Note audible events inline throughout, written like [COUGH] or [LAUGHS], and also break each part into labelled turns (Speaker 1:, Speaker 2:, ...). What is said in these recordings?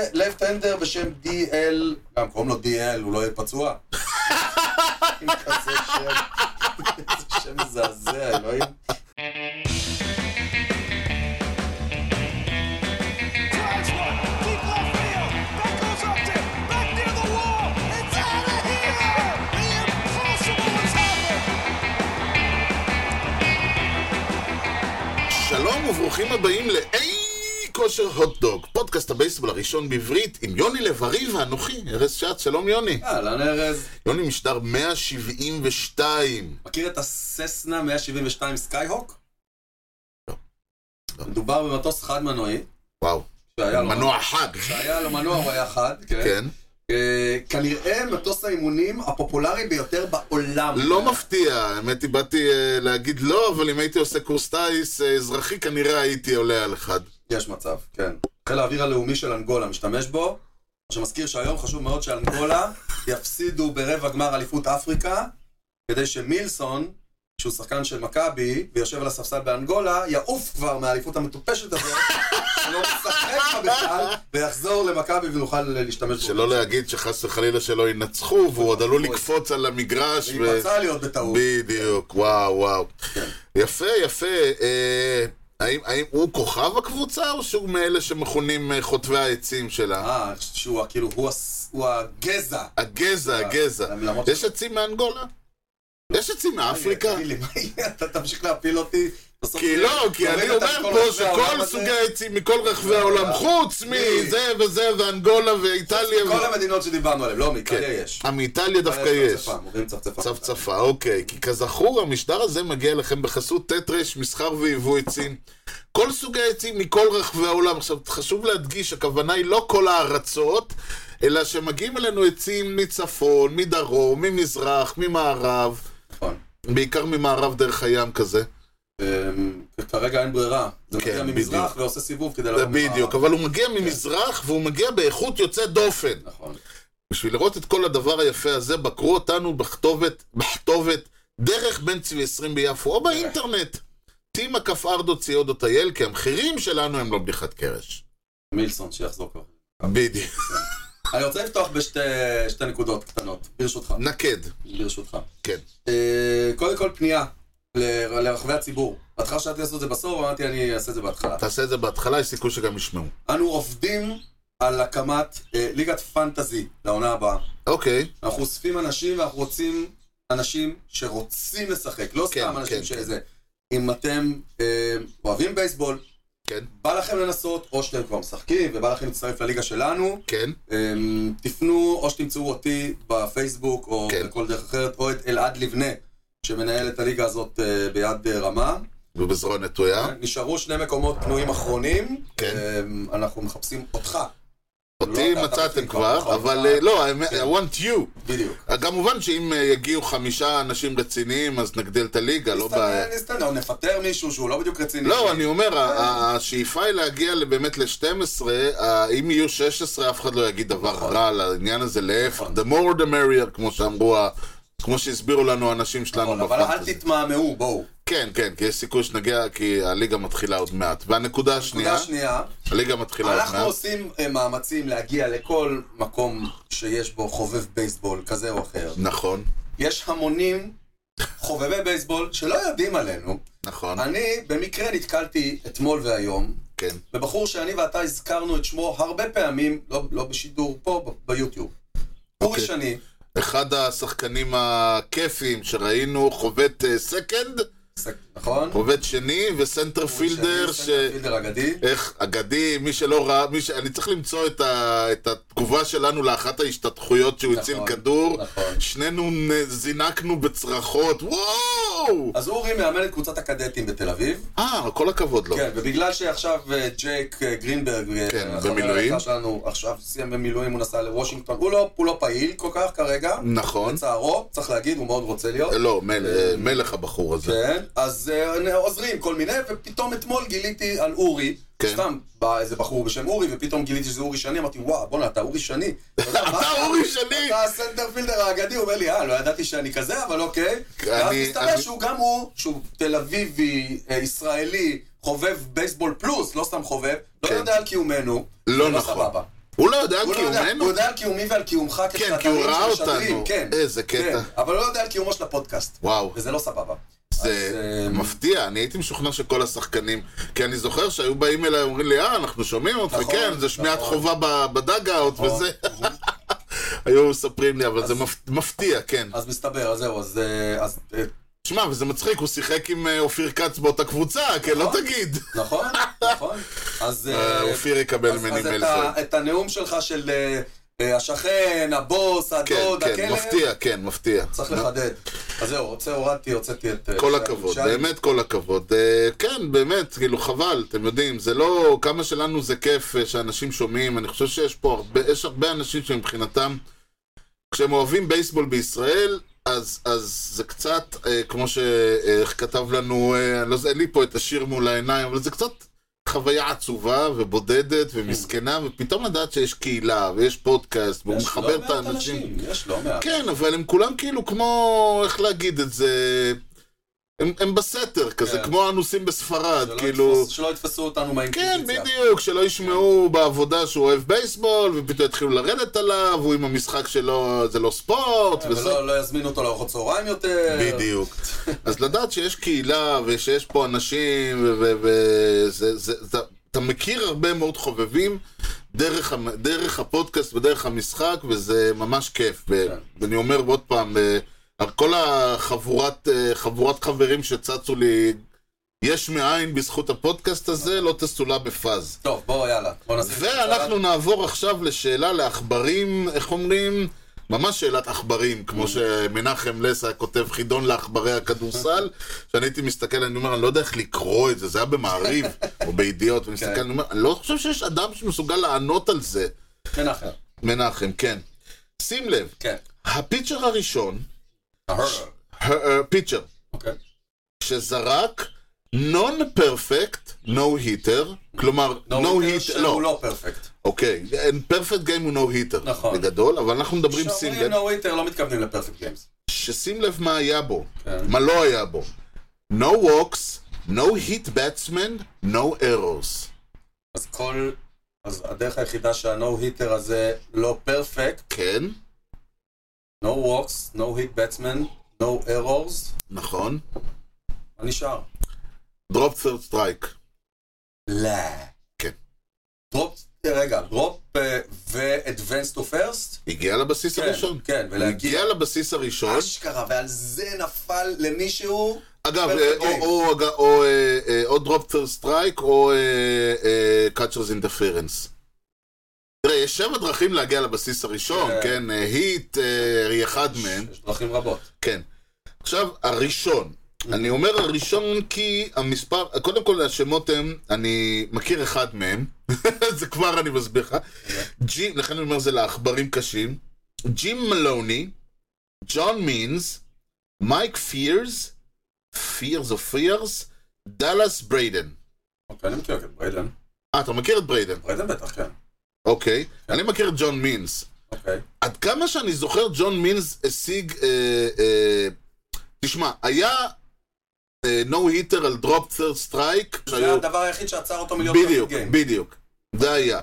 Speaker 1: ולפטנדר בשם DL, גם קוראים לו DL, הוא לא יהיה פצוע. עם כזה שם, איזה שם מזעזע, אלוהים.
Speaker 2: Drives one. Deep left field. That goes up to back near the wall. It's out of here. The impossible has happened.
Speaker 3: שלום וברוכים הבאים לאי כושר הוטדוג, פודקאסט הבייסבול הראשון בעברית עם יוני לב-ארי ואנוכי, ארז שץ, שלום יוני.
Speaker 1: אהלן ארז,
Speaker 3: יוני משדר 172.
Speaker 1: מכיר את הססנה 172 סקייהוק?
Speaker 3: לא. לא.
Speaker 1: מדובר במטוס חד מנועי,
Speaker 3: וואו,
Speaker 1: שהיה לו
Speaker 3: מנוע חג.
Speaker 1: שהיה לו מנוע, הוא היה חד, כן.
Speaker 3: כן.
Speaker 1: אה, כנראה מטוס האימונים הפופולרי ביותר בעולם.
Speaker 3: לא מפתיע, האמת היא באתי אה, להגיד לא, אבל אם הייתי עושה קורס טיס אה, אזרחי כנראה הייתי עולה על אחד.
Speaker 1: יש מצב, כן. חיל האוויר הלאומי של אנגולה משתמש בו, מה שמזכיר שהיום חשוב מאוד שאנגולה יפסידו ברבע גמר אליפות אפריקה, כדי שמילסון, שהוא שחקן של מכבי, ויושב על הספסל באנגולה, יעוף כבר מהאליפות המטופשת הזאת, [LAUGHS] שלא משחק בה בכלל, ויחזור למכבי ונוכל להשתמש בו.
Speaker 3: שלא להגיד שחס וחלילה שלא ינצחו, והוא עוד עלול לקפוץ על המגרש. ו-
Speaker 1: להיפצע להיות בטעות.
Speaker 3: בדיוק, וואו, וואו. יפה, יפה. אה, האם, האם הוא כוכב הקבוצה, או שהוא מאלה שמכונים אה, חוטבי העצים שלה?
Speaker 1: אה, שהוא ה- כאילו, הוא הס- הוא הגזע.
Speaker 3: הגזע, הגזע.
Speaker 1: אה, למרות ש-
Speaker 3: יש עצים מאנגולה? יש עצים מאפריקה?
Speaker 1: תגיד לי, מה יהיה? אתה תמשיך להפיל אותי? בסוף
Speaker 3: כי
Speaker 1: תהיה-
Speaker 3: לא, כי אני
Speaker 1: תוריד אותם
Speaker 3: אומר
Speaker 1: מכל
Speaker 3: פה
Speaker 1: רחבי העולם
Speaker 3: שכל
Speaker 1: הזה. אה,
Speaker 3: סוגי העצים מכל רחבי העולם, חוץ מזה וזה ואנגולה ואיטליה.
Speaker 1: כל
Speaker 3: ו-
Speaker 1: המדינות שדיברנו עליהן, לא
Speaker 3: כן.
Speaker 1: מאיטליה יש.
Speaker 3: אה, מאיטליה דווקא יש.
Speaker 1: צפצפה, אומרים צפצפה.
Speaker 3: צפצפה, אוקיי. כי כזכור, המשטר הזה מגיע לכם בחסות ט' ר' מסחר ויבוא עצים. כל סוגי עצים מכל רחבי העולם. עכשיו, חשוב להדגיש, הכוונה היא לא כל הארצות, אלא שמגיעים אלינו עצים מצפון, מדרום, ממזרח, ממערב,
Speaker 1: נכון.
Speaker 3: בעיקר ממערב דרך הים כזה.
Speaker 1: אמ, כרגע אין ברירה. זה
Speaker 3: כן,
Speaker 1: מגיע
Speaker 3: בדיוק.
Speaker 1: ממזרח ועושה סיבוב כדי
Speaker 3: זה
Speaker 1: לעבור ממערב.
Speaker 3: בדיוק, אבל הוא מגיע ממזרח והוא מגיע באיכות יוצאת דופן.
Speaker 1: נכון.
Speaker 3: בשביל לראות את כל הדבר היפה הזה, בקרו אותנו בכתובת, בכתובת דרך בן צבי 20 ביפו, או באינטרנט. טימה כפארדו ציודו טייל, כי המחירים שלנו הם לא בדיחת קרש.
Speaker 1: מילסון שיחזור כבר.
Speaker 3: בדיוק.
Speaker 1: אני רוצה לפתוח בשתי שתי נקודות קטנות, ברשותך.
Speaker 3: נקד.
Speaker 1: ברשותך.
Speaker 3: כן.
Speaker 1: אה, קודם כל פנייה ל- לרחבי הציבור. בהתחלה שאלתי לעשות את זה בסוף, אמרתי אני אעשה את זה בהתחלה.
Speaker 3: תעשה את זה בהתחלה, יש סיכוי שגם ישמעו.
Speaker 1: אנו עובדים על הקמת אה, ליגת פנטזי לעונה הבאה.
Speaker 3: אוקיי,
Speaker 1: אנחנו אוספים אנשים ואנחנו רוצים אנשים שרוצים לשחק, לא
Speaker 3: כן,
Speaker 1: סתם
Speaker 3: כן,
Speaker 1: אנשים שזה. אם אתם אה, אוהבים בייסבול,
Speaker 3: כן.
Speaker 1: בא לכם לנסות, או שאתם כבר משחקים, ובא לכם להצטרף לליגה שלנו,
Speaker 3: כן,
Speaker 1: אה, תפנו או שתמצאו אותי בפייסבוק, או
Speaker 3: כן.
Speaker 1: בכל דרך אחרת, או את אלעד לבנה, שמנהל את הליגה הזאת אה, ביד אה, רמה.
Speaker 3: ובזרוע נטויה.
Speaker 1: נשארו שני מקומות פנויים אחרונים,
Speaker 3: כן.
Speaker 1: אה, אנחנו מחפשים אותך,
Speaker 3: אותי
Speaker 1: לא, אתה
Speaker 3: מצאתם
Speaker 1: מכיר
Speaker 3: כבר,
Speaker 1: כבר,
Speaker 3: אבל
Speaker 1: נכון.
Speaker 3: אה, לא, האמת, I want you.
Speaker 1: בדיוק.
Speaker 3: אה, כמובן שאם אה, יגיעו חנסה אנשים רציניים, אז נגדיל את הליגה, לא בעיה.
Speaker 1: נסתדר, נסתדר, או נפטר מישהו שהוא לא בדיוק רציני.
Speaker 3: לא, אני אומר, ה- ה- השאיפה היא להגיע ל- באמת ל-12, אם יהיו 16, אף אחד לא יגיד דבר
Speaker 1: נכון.
Speaker 3: רע על העניין הזה, להפך,
Speaker 1: נכון.
Speaker 3: the more the merrier, כמו שאמרו, ה- כמו שהסבירו לנו האנשים שלנו
Speaker 1: נכון, אבל אל
Speaker 3: בפנטזי.
Speaker 1: תתמהמהו, בואו.
Speaker 3: כן, כן, כי יש סיכוי שנגיע, כי הליגה מתחילה עוד מעט. והנקודה השנייה,
Speaker 1: נקודה שנייה,
Speaker 3: הליגה מתחילה עוד
Speaker 1: אנחנו
Speaker 3: מעט.
Speaker 1: עושים אה, מאמצים להגיע לכל מקום שיש בו חובב בייסבול כזה או אחר.
Speaker 3: נכון,
Speaker 1: יש המונים חובבי בייסבול שלא יודעים עלינו.
Speaker 3: נכון,
Speaker 1: אני במקרה נתקלתי אתמול והיום
Speaker 3: כן,
Speaker 1: בבחור שאני ואתה הזכרנו את שמו הרבה פעמים, לא, לא בשידור פה, ב- ביוטיוב. אורי שני,
Speaker 3: אחד השחקנים הכיפיים שראינו, חובט סקנד,
Speaker 1: ס- נכון?
Speaker 3: חובט שני וסנטר
Speaker 1: אורי שני,
Speaker 3: פילדר, ש...
Speaker 1: סנטרפילדר אגדי.
Speaker 3: איך אגדי, מי שלא ראה, מי ש... אני צריך למצוא את, ה... את התגובה שלנו לאחת ההשתתחויות שהוא הציל
Speaker 1: נכון,
Speaker 3: כדור.
Speaker 1: נכון.
Speaker 3: שנינו נ- זינקנו בצרחות, וואו!
Speaker 1: אז אורי מאמן את קבוצת הקדטים בתל אביב.
Speaker 3: אה, כל הכבוד לו.
Speaker 1: כן, ובגלל שעכשיו אה, ג'ייק אה, גרינברג, אה,
Speaker 3: כן,
Speaker 1: החבר
Speaker 3: במילואים.
Speaker 1: היקר שלנו, עכשיו סיים במילואים, הוא נסע לוושינגטון, הוא לא, הוא לא פעיל כל כך כרגע,
Speaker 3: נכון.
Speaker 1: לצערו, צריך להגיד, הוא מאוד רוצה להיות.
Speaker 3: אה, לא, מל... אה, מלך הבחור הזה.
Speaker 1: כן, אז אה, עוזרים כל מיני, ופתאום אתמול גיליתי על אורי,
Speaker 3: כן.
Speaker 1: סתם בא איזה בחור בשם אורי, ופתאום גיליתי שזה אורי שני, אמרתי, וואו, בואנה, אתה אורי שני. אתה יודע, מה-
Speaker 3: [LAUGHS] אתה אורי שני!
Speaker 1: אתה הסנטרפילדר האגדי, הוא אומר לי, אה, לא ידעתי שאני כזה, אבל אוקיי. ואז
Speaker 3: אני-
Speaker 1: מסתבר
Speaker 3: אני-
Speaker 1: שהוא גם הוא, שהוא תל אביבי, אה, ישראלי, חובב בייסבול פלוס, לא סתם חובב, לא
Speaker 3: כן.
Speaker 1: יודע על קיומנו.
Speaker 3: לא
Speaker 1: זה
Speaker 3: נכון.
Speaker 1: סבבה.
Speaker 3: הוא לא יודע
Speaker 1: הוא לא יודע, הוא
Speaker 3: קיומנו?
Speaker 1: יודע על קיומי ועל קיומך
Speaker 3: כן, כי הוא
Speaker 1: כשאתרים
Speaker 3: ראה
Speaker 1: שמשדרים,
Speaker 3: אותנו.
Speaker 1: כן,
Speaker 3: איזה
Speaker 1: כן,
Speaker 3: קטע.
Speaker 1: אבל הוא לא יודע על קיומו של הפודקאסט,
Speaker 3: וואו.
Speaker 1: וזה לא סבבה.
Speaker 3: זה
Speaker 1: אז, אמ,
Speaker 3: מפתיע, אני הייתי משוכנע שכל השחקנים, כי אני זוכר שהיו באים אליי ואומרים לי, אה, אנחנו שומעים אותך,
Speaker 1: נכון,
Speaker 3: כן, זה שמיעת
Speaker 1: נכון.
Speaker 3: חובה ב- בדאג-אאוט
Speaker 1: נכון.
Speaker 3: וזה. היו מספרים לי, אבל זה מפ- מפתיע, כן.
Speaker 1: אז מסתבר, אז זהו, אז... אה, אז, אה,
Speaker 3: שמע, וזה מצחיק, הוא שיחק עם אה, אופיר כץ באותה קבוצה, כן, לא
Speaker 1: נכון.
Speaker 3: תגיד.
Speaker 1: נכון, נכון. אז...
Speaker 3: אה,
Speaker 1: אה,
Speaker 3: אופיר יקבל
Speaker 1: אז-
Speaker 3: ממני
Speaker 1: אז את
Speaker 3: מייל
Speaker 1: ה-
Speaker 3: פרק.
Speaker 1: את הנאום שלך של אה, אה, השכן, הבוס,
Speaker 3: כן,
Speaker 1: הדוד,
Speaker 3: כן,
Speaker 1: הכלב,
Speaker 3: מפתיע, כן, מפתיע.
Speaker 1: צריך
Speaker 3: נו,
Speaker 1: לחדד. אז זהו, רוצה, הורדתי, הוצאתי את... אה,
Speaker 3: כל
Speaker 1: שי-
Speaker 3: הכבוד,
Speaker 1: שי.
Speaker 3: באמת כל הכבוד. אה, כן, באמת, כאילו, חבל, אתם יודעים, זה לא... כמה שלנו זה כיף אה, שאנשים שומעים, אני חושב שיש פה הרבה, יש הרבה אנשים שמבחינתם, כשהם אוהבים בייסבול בישראל, אז, אז זה קצת, אה, כמו שכתב לנו, אה, לא, זה- אין לי פה את השיר מול העיניים, אבל זה קצת חוויה עצובה ובודדת
Speaker 1: כן.
Speaker 3: ומסכנה, ופתאום לדעת שיש קהילה ויש פודקאסט, והוא
Speaker 1: יש
Speaker 3: מחבר
Speaker 1: לא
Speaker 3: את
Speaker 1: מעט
Speaker 3: האנשים.
Speaker 1: יש לא מעט.
Speaker 3: כן, אבל הם כולם כאילו כמו, איך להגיד את זה, הם, הם בסתר כזה,
Speaker 1: כן.
Speaker 3: כמו האנוסים בספרד,
Speaker 1: שלא
Speaker 3: כאילו...
Speaker 1: יתפוס- כן. שלא יתפסו אותנו
Speaker 3: כן,
Speaker 1: מהאינקוויזיציה.
Speaker 3: בדיוק, שלא ישמעו בעבודה שהוא אוהב בייסבול, ופתאום יתחילו לרדת עליו, הוא עם המשחק שלו, זה לא ספורט, וזה...
Speaker 1: ולא לא יזמינו אותו לארוחות צהריים יותר.
Speaker 3: בדיוק. אז לדעת שיש קהילה, ושיש פה אנשים, ואתה מכיר הרבה מאוד חובבים דרך, המ- דרך הפודקאסט ודרך המשחק, וזה ממש כיף. ו- ואני אומר עוד פעם, אה, על כל החבורת אה, חבורת חברים שצצו לי יש מאין בזכות הפודקאסט הזה, לא תסולא בפאז.
Speaker 1: טוב, בוא, יאללה. בוא נשים...
Speaker 3: ואנחנו נעבור עכשיו לשאלה לעכברים, איך אומרים? ממש שאלת עכברים, כמו שמנחם לס היה כותב חידון לעכברי הכדורסל, שאני הייתי מסתכל, אני אומר, אני לא יודע איך לקרוא את זה, זה היה במעריב, או בידיעות, ואני מסתכל,
Speaker 1: כן.
Speaker 3: אני אומר, אני לא חושב שיש אדם שמסוגל לענות על זה.
Speaker 1: מנחם.
Speaker 3: מנחם, כן. שים לב,
Speaker 1: כן.
Speaker 3: הפיצ'ר הראשון, אה,
Speaker 1: אהה.
Speaker 3: פיצ'ר,
Speaker 1: אוקיי.
Speaker 3: שזרק נון פרפקט, נו היטר, כלומר, נו
Speaker 1: נוריד
Speaker 3: היטר,
Speaker 1: שהוא
Speaker 3: לא,
Speaker 1: לא פרפקט.
Speaker 3: אוקיי, פרפקט גיים הוא נו היטר,
Speaker 1: נכון.
Speaker 3: בגדול, אבל אנחנו מדברים שים
Speaker 1: כשאומרים
Speaker 3: לב,
Speaker 1: נו היטר לא מתכוונים לפרפקט גיימס.
Speaker 3: ששים לב מה היה בו,
Speaker 1: כן.
Speaker 3: מה לא היה בו. No walks, no hit batsman, no errors.
Speaker 1: אז כל... אז הדרך היחידה שהנו היטר הזה לא פרפקט,
Speaker 3: כן,
Speaker 1: no walks, no hit batsman, no errors,
Speaker 3: נכון.
Speaker 1: מה נשאר?
Speaker 3: Drop third strike.
Speaker 1: לא.
Speaker 3: כן.
Speaker 1: דרופ, אה, רגע, דרופ ו-advance to first?
Speaker 3: הגיע לבסיס
Speaker 1: כן,
Speaker 3: הראשון.
Speaker 1: כן,
Speaker 3: הוא
Speaker 1: ולהגיע...
Speaker 3: הגיע לבסיס הראשון.
Speaker 1: אשכרה, ועל זה נפל למישהו?
Speaker 3: אגב,
Speaker 1: perfect
Speaker 3: אה, או-
Speaker 1: game.
Speaker 3: או- אג- או, אה, אה, או drop third strike או אה, אה, catchers interference. תראה, יש שבע דרכים להגיע לבסיס הראשון,
Speaker 1: כן.
Speaker 3: כן? אה, היט אה, היא אחד מהם.
Speaker 1: יש דרכים רבות.
Speaker 3: כן. עכשיו, הראשון. אני אומר הראשון כי המספר, קודם כל השמות הם, אני מכיר אחד מהם, [LAUGHS] זה כבר אני מסביר לך. ג'י, לכן אני אומר זה לעכברים קשים. ג'ים מלוני, ג'ון מינס, מייק פירס, פירס או פירס, דאלאס בריידן.
Speaker 1: אוקיי, אני מכיר את בריידן.
Speaker 3: אה, אתה מכיר את בריידן,
Speaker 1: בריידן בטח, כן.
Speaker 3: אוקיי. אני מכיר את ג'ון מינס.
Speaker 1: אוקיי.
Speaker 3: עד כמה שאני זוכר, ג'ון מינס השיג... אה, אה, תשמע, היה נו היטר על דרופ third סטרייק.
Speaker 1: זה הדבר היחיד שעצר אותו מלהיות
Speaker 3: בדיוק,
Speaker 1: perfect game.
Speaker 3: בדיוק. זה היה.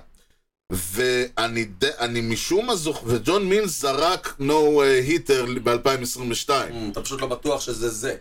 Speaker 3: ואני ד- אני משום מה זוכר, וג'ון מינס זרק אה, נו היטר ב-2022.
Speaker 1: Mm, אתה פשוט לא בטוח שזה זה.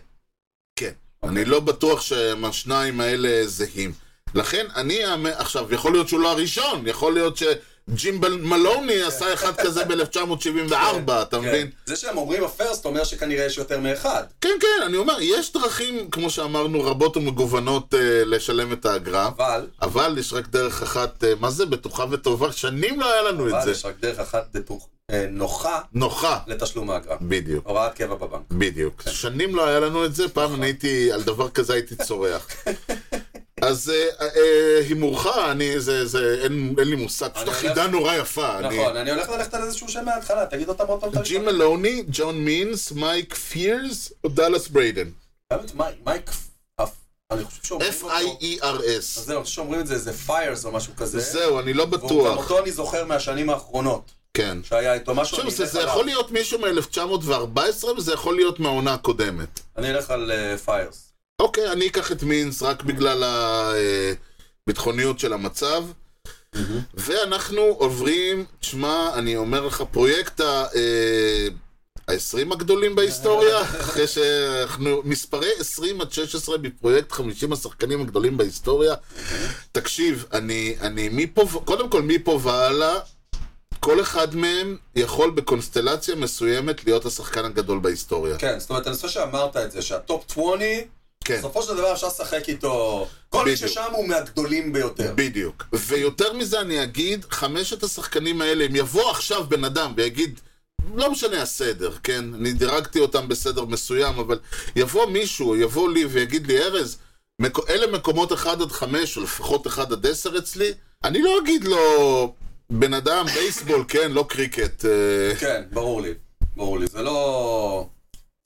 Speaker 3: כן.
Speaker 1: אוקיי.
Speaker 3: אני לא בטוח שהשניים האלה זהים. לכן אני, אאמ- עכשיו, יכול להיות שהוא לא הראשון, יכול להיות שג'ימבל מלוני עשה אחד כזה ב-1974, אתה
Speaker 1: כן.
Speaker 3: מבין?
Speaker 1: זה שהם אומרים הפרסט אומר שכנראה יש יותר מאחד.
Speaker 3: כן, כן, אני אומר, יש דרכים, כמו שאמרנו, רבות ומגוונות אה, לשלם את האגרה,
Speaker 1: אבל,
Speaker 3: אבל יש רק דרך אחת, אה, מה זה, בטוחה וטובה, שנים לא היה לנו את
Speaker 1: אבל
Speaker 3: זה.
Speaker 1: יש רק דרך אחת בטוח- אה, נוחה
Speaker 3: נוחה.
Speaker 1: לתשלום האגרה.
Speaker 3: בדיוק,
Speaker 1: הוראת קבע בבנק.
Speaker 3: בדיוק.
Speaker 1: כן.
Speaker 3: שנים לא היה לנו את זה, פעם
Speaker 1: נכון.
Speaker 3: אני הייתי, על דבר כזה הייתי
Speaker 1: [LAUGHS]
Speaker 3: צורח. אז אה, אה, הימורך, אני, זה, זה, אין אין לי מושג, פשוט
Speaker 1: אני
Speaker 3: החידה
Speaker 1: הולך-
Speaker 3: נורא יפה. אני-
Speaker 1: נכון, אני הולך ללכת על איזשהו שם מההתחלה, תגיד אותם עוד פעם.
Speaker 3: ג'ים מלוני, ג'ון מינס, מייק פירס או דאלאס בריידן.
Speaker 1: באמת, מי- מייק, אף- אני חושב שאומרים אותו. אז
Speaker 3: F-I-E-R-S.
Speaker 1: זהו, אני חושב שאומרים את זה, זה פיירס או משהו כזה.
Speaker 3: E זהו, אני לא
Speaker 1: והוא- גם
Speaker 3: בטוח.
Speaker 1: אותו אני זוכר מהשנים האחרונות,
Speaker 3: כן.
Speaker 1: שהיה איתו משהו.
Speaker 3: עכשיו,
Speaker 1: אני
Speaker 3: זה,
Speaker 1: אלך
Speaker 3: זה
Speaker 1: עליו.
Speaker 3: יכול להיות מישהו מ-1914 וזה יכול להיות מהעונה הקודמת.
Speaker 1: אני אלך על אה, פיירס.
Speaker 3: אוקיי, אני אקח את מינס רק בגלל הביטחוניות של אה, המצב. ואנחנו עוברים, תשמע, אני אומר לך, פרויקט ה... אה, ה-20 הגדולים בהיסטוריה, אחרי שאנחנו, מספרי 20 עד 16 בפרויקט 50 השחקנים הגדולים בהיסטוריה. תקשיב, אני, אני מפה, ו- קודם כל מפה והלאה, כל אחד מהם יכול בקונסטלציה מסוימת להיות השחקן הגדול בהיסטוריה.
Speaker 1: כן, זאת אומרת, אני חושב שאמרת את זה, שהטופ 20,
Speaker 3: כן.
Speaker 1: בסופו של דבר אפשר לשחק איתו, כל מי
Speaker 3: בדיוק.
Speaker 1: ששם הוא מהגדולים ביותר.
Speaker 3: בדיוק. ויותר מזה אני אגיד, חמשת השחקנים האלה, אם יבוא עכשיו בן אדם ויגיד, לא משנה הסדר, כן? אני דירגתי אותם בסדר מסוים, אבל יבוא מישהו, יבוא לי ויגיד לי, ארז, מקו- אלה מקומות 1 עד 5, או לפחות 1 עד 10 אצלי, אני לא אגיד לו, בן אדם, בייסבול, כן, לא קריקט. אה,
Speaker 1: כן, ברור לי, ברור לי. זה לא...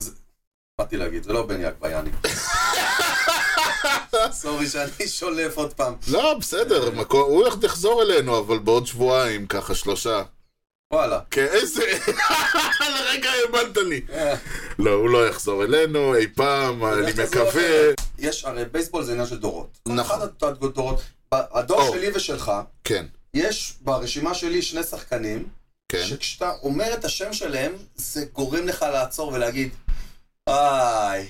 Speaker 1: זה- באתי להגיד, זה לא בניאק
Speaker 3: [LAUGHS]
Speaker 1: ביאני. סורי שאני שולף עוד פעם.
Speaker 3: לא, בסדר, מקו- הוא הולך לחזור אלינו, אבל בעוד שבועיים, ככה, שלושה.
Speaker 1: וואלה.
Speaker 3: כן, איזה... [LAUGHS] לרגע האמנת לי.
Speaker 1: אה,
Speaker 3: לא, הוא לא יחזור אלינו אי פעם, אני
Speaker 1: יודע שזה לא
Speaker 3: מקווה.
Speaker 1: יש, הרי בייסבול זה עניין של דורות.
Speaker 3: נכון.
Speaker 1: אחד הדורות,
Speaker 3: או.
Speaker 1: הדור שלי ושלך,
Speaker 3: כן,
Speaker 1: יש ברשימה שלי שני שחקנים,
Speaker 3: כן.
Speaker 1: שכשאתה אומר את השם שלהם, זה גורם לך לעצור ולהגיד, איי,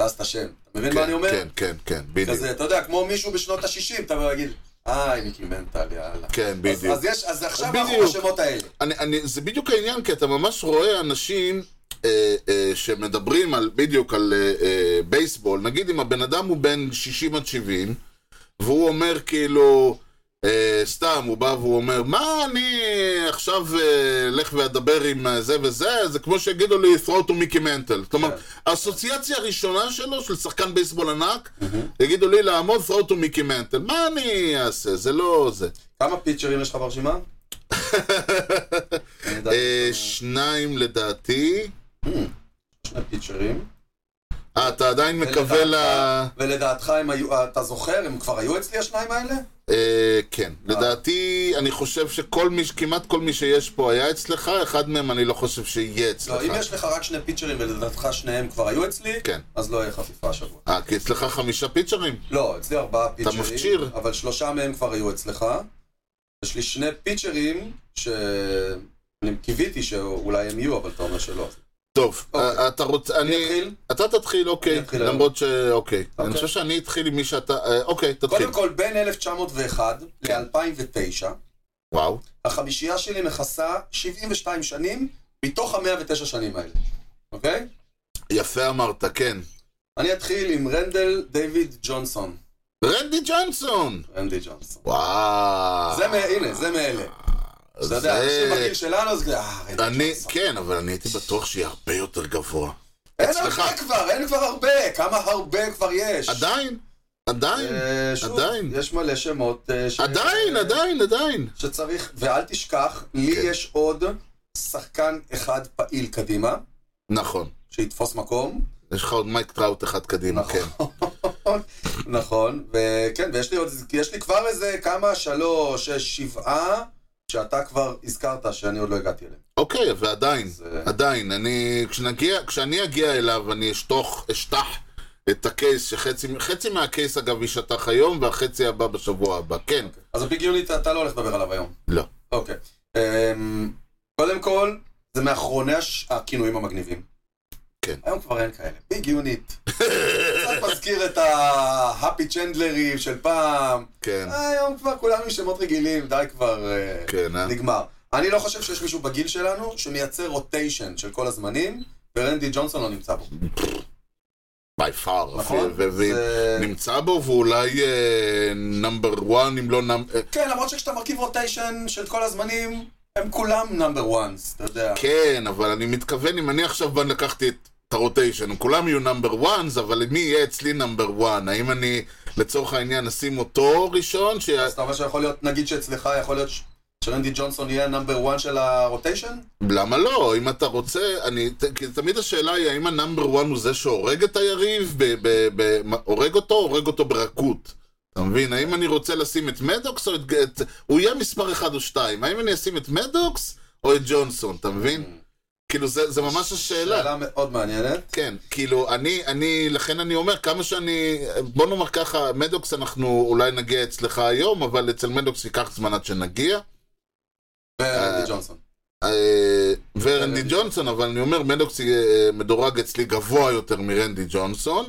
Speaker 1: ואז את השם. אתה מבין
Speaker 3: כן,
Speaker 1: מה אני אומר?
Speaker 3: כן, כן, כן, בדיוק.
Speaker 1: כזה, אתה יודע, כמו מישהו בשנות ה-60, אתה אומר להגיד, איי, מיקי מנטל, יאללה.
Speaker 3: כן,
Speaker 1: אז-
Speaker 3: בדיוק.
Speaker 1: אז יש, אז עכשיו אנחנו
Speaker 3: בדיוק.
Speaker 1: בשמות האלה.
Speaker 3: אני, אני, זה בדיוק העניין, כי אתה ממש רואה אנשים אה, אה, שמדברים על, בדיוק על אה, אה, בייסבול, נגיד אם הבן אדם הוא בן 60 עד 70, והוא אומר כאילו, אה, סתם, הוא בא והוא אומר, מה אני עכשיו אה, לך ואדבר עם אה, זה וזה, זה כמו שיגידו לי, throw to מיקי מנטל. כלומר, האסוציאציה הראשונה שלו, של שחקן בייסבול ענק, יגידו לי לעמוד, throw to מיקי מנטל. מה אני אעשה? זה לא זה.
Speaker 1: כמה פיצ'רים יש לך
Speaker 3: [LAUGHS]
Speaker 1: ברשימה? אני יודע,
Speaker 3: אה, שניים לדעתי.
Speaker 1: שני פיצ'רים.
Speaker 3: אה, אתה עדיין מקווה ל...
Speaker 1: ולדעתך, אם היו- אתה זוכר, הם כבר היו אצלי השניים האלה?
Speaker 3: אה, כן. לדעתי, אני חושב שכל מי, ש- כמעט כל מי שיש פה היה אצלך, אחד מהם אני לא חושב שיהיה
Speaker 1: לא, אם
Speaker 3: אצלך.
Speaker 1: יש לך רק שני פיצ'רים ולדעתך שניהם כבר היו אצלי,
Speaker 3: כן.
Speaker 1: אז לא יהיה חפיפה השבוע.
Speaker 3: אה, כי אצלך חמישה פיצ'רים?
Speaker 1: לא, אצלי ארבעה פיצ'רים.
Speaker 3: מפצ'יר.
Speaker 1: אבל שלושה מהם כבר היו אצלך. יש לי שני פיצ'רים, שאני קיוויתי שאולי הם יהיו, אבל אתה אומר שלא.
Speaker 3: טוב,
Speaker 1: אוקיי.
Speaker 3: אה, אתה רוצה...
Speaker 1: אני
Speaker 3: אני...
Speaker 1: אתחיל.
Speaker 3: אתה תתחיל, אוקיי.
Speaker 1: אני אתחיל היום.
Speaker 3: למרות ש... אוקיי. אני
Speaker 1: אוקיי.
Speaker 3: חושב שאני אתחיל עם מי שאתה... אה, אוקיי, תתחיל.
Speaker 1: קודם כל, בין 1901 ל-2009,
Speaker 3: וואו.
Speaker 1: החמישייה שלי מכסה 72 שנים מתוך ה-109 שנים האלה, אוקיי?
Speaker 3: יפה אמרת, כן.
Speaker 1: אני אתחיל עם רנדל דיוויד ג'ונסון.
Speaker 3: רנדי ג'ונסון!
Speaker 1: רנדי ג'ונסון.
Speaker 3: וואו. אה,
Speaker 1: זה, מ- הנה, זה מאלה. אתה יודע, אנשים בגיל שלנו, זה אה, רנדי
Speaker 3: אני,
Speaker 1: ג'ונסון.
Speaker 3: כן, אבל אני הייתי בטוח שיהיה הרבה יותר גבוה.
Speaker 1: אין
Speaker 3: אצלך.
Speaker 1: הרבה כבר, אין כבר הרבה, כמה הרבה כבר יש.
Speaker 3: עדיין, עדיין,
Speaker 1: אה, שוב,
Speaker 3: עדיין.
Speaker 1: יש מלא שמות אה, ש-
Speaker 3: עדיין,
Speaker 1: אה,
Speaker 3: עדיין, עדיין.
Speaker 1: שצריך, ואל תשכח, לי
Speaker 3: כן.
Speaker 1: יש עוד שחקן אחד פעיל קדימה,
Speaker 3: נכון.
Speaker 1: שיתפוס מקום.
Speaker 3: יש לך עוד מייק טראוט אחד קדימה,
Speaker 1: נכון.
Speaker 3: כן.
Speaker 1: [LAUGHS] נכון, וכן, ויש לי עוד, יש לי כבר איזה כמה, שלוש, שש, שבעה, שאתה כבר הזכרת שאני עוד לא הגעתי אליהם.
Speaker 3: אוקיי, ועדיין,
Speaker 1: זה-
Speaker 3: עדיין. אני, כשנגיע, כשאני אגיע אליו, אני אשתוך, אשטח את הקייס, שחצי חצי מהקייס, אגב, יישטח היום, והחצי הבא בשבוע הבא. כן,
Speaker 1: אז הפיגיונית, אתה לא הולך לדבר עליו היום.
Speaker 3: לא.
Speaker 1: אוקיי. אמ, קודם כל, זה מאחרוני הש- הכינויים המגניבים.
Speaker 3: כן.
Speaker 1: היום כבר אין כאלה. ביג יוניט.
Speaker 3: [LAUGHS]
Speaker 1: קצת מזכיר את ההאפי צ'נדלרים של פעם.
Speaker 3: כן,
Speaker 1: היום כבר כולם עם שמות רגילים, די כבר אה,
Speaker 3: כן, אה?
Speaker 1: נגמר. אני לא חושב שיש מישהו בגיל שלנו שמייצר רוטיישן של כל הזמנים, ורנדי ג'ונסון לא נמצא בו.
Speaker 3: ביי פאר.
Speaker 1: נכון? זה-
Speaker 3: נמצא בו, ואולי נאמבר 1, אם לא נאמבר...
Speaker 1: כן, למרות שכשאתה מרכיב רוטיישן של כל הזמנים, הם כולם נאמבר וואנס, אתה יודע.
Speaker 3: כן, אבל אני מתכוון, אם אני עכשיו בא לקחתי את את הרוטיישן, הם כולם יהיו נאמבר 1, אבל מי יהיה אצלי נאמבר 1? האם אני, לצורך העניין, אשים אותו ראשון? ש...
Speaker 1: אז אתה אומר שיכול להיות, נגיד שאצלך יכול להיות ש- שרנדי ג'ונסון יהיה הנאמבר 1 של הרוטיישן?
Speaker 3: למה לא? אם אתה רוצה, אני... ת- כי תמיד השאלה היא, האם הנאמבר 1 הוא זה שהורג את היריב? ב... ב... ב... מה- הורג אותו, הורג אותו ברכות. אתה מבין? האם אני רוצה לשים את מדוקס או את... את... הוא יהיה מספר 1 או 2. האם אני אשים את מדוקס או את ג'ונסון, אתה מבין? כאילו, זה, זה ממש השאלה.
Speaker 1: שאלה מאוד מעניינת.
Speaker 3: כן, כאילו, אני, אני, לכן אני אומר, כמה שאני, בוא נאמר ככה, מדוקס אנחנו אולי נגיע אצלך היום, אבל אצל מדוקס ייקח זמן עד שנגיע.
Speaker 1: ואנדי ג'ונסון.
Speaker 3: אה, ורנדי
Speaker 1: אוקיי.
Speaker 3: ג'ונסון, אבל אני אומר, מדוקס אה, מדורג אצלי גבוה יותר מרנדי ג'ונסון.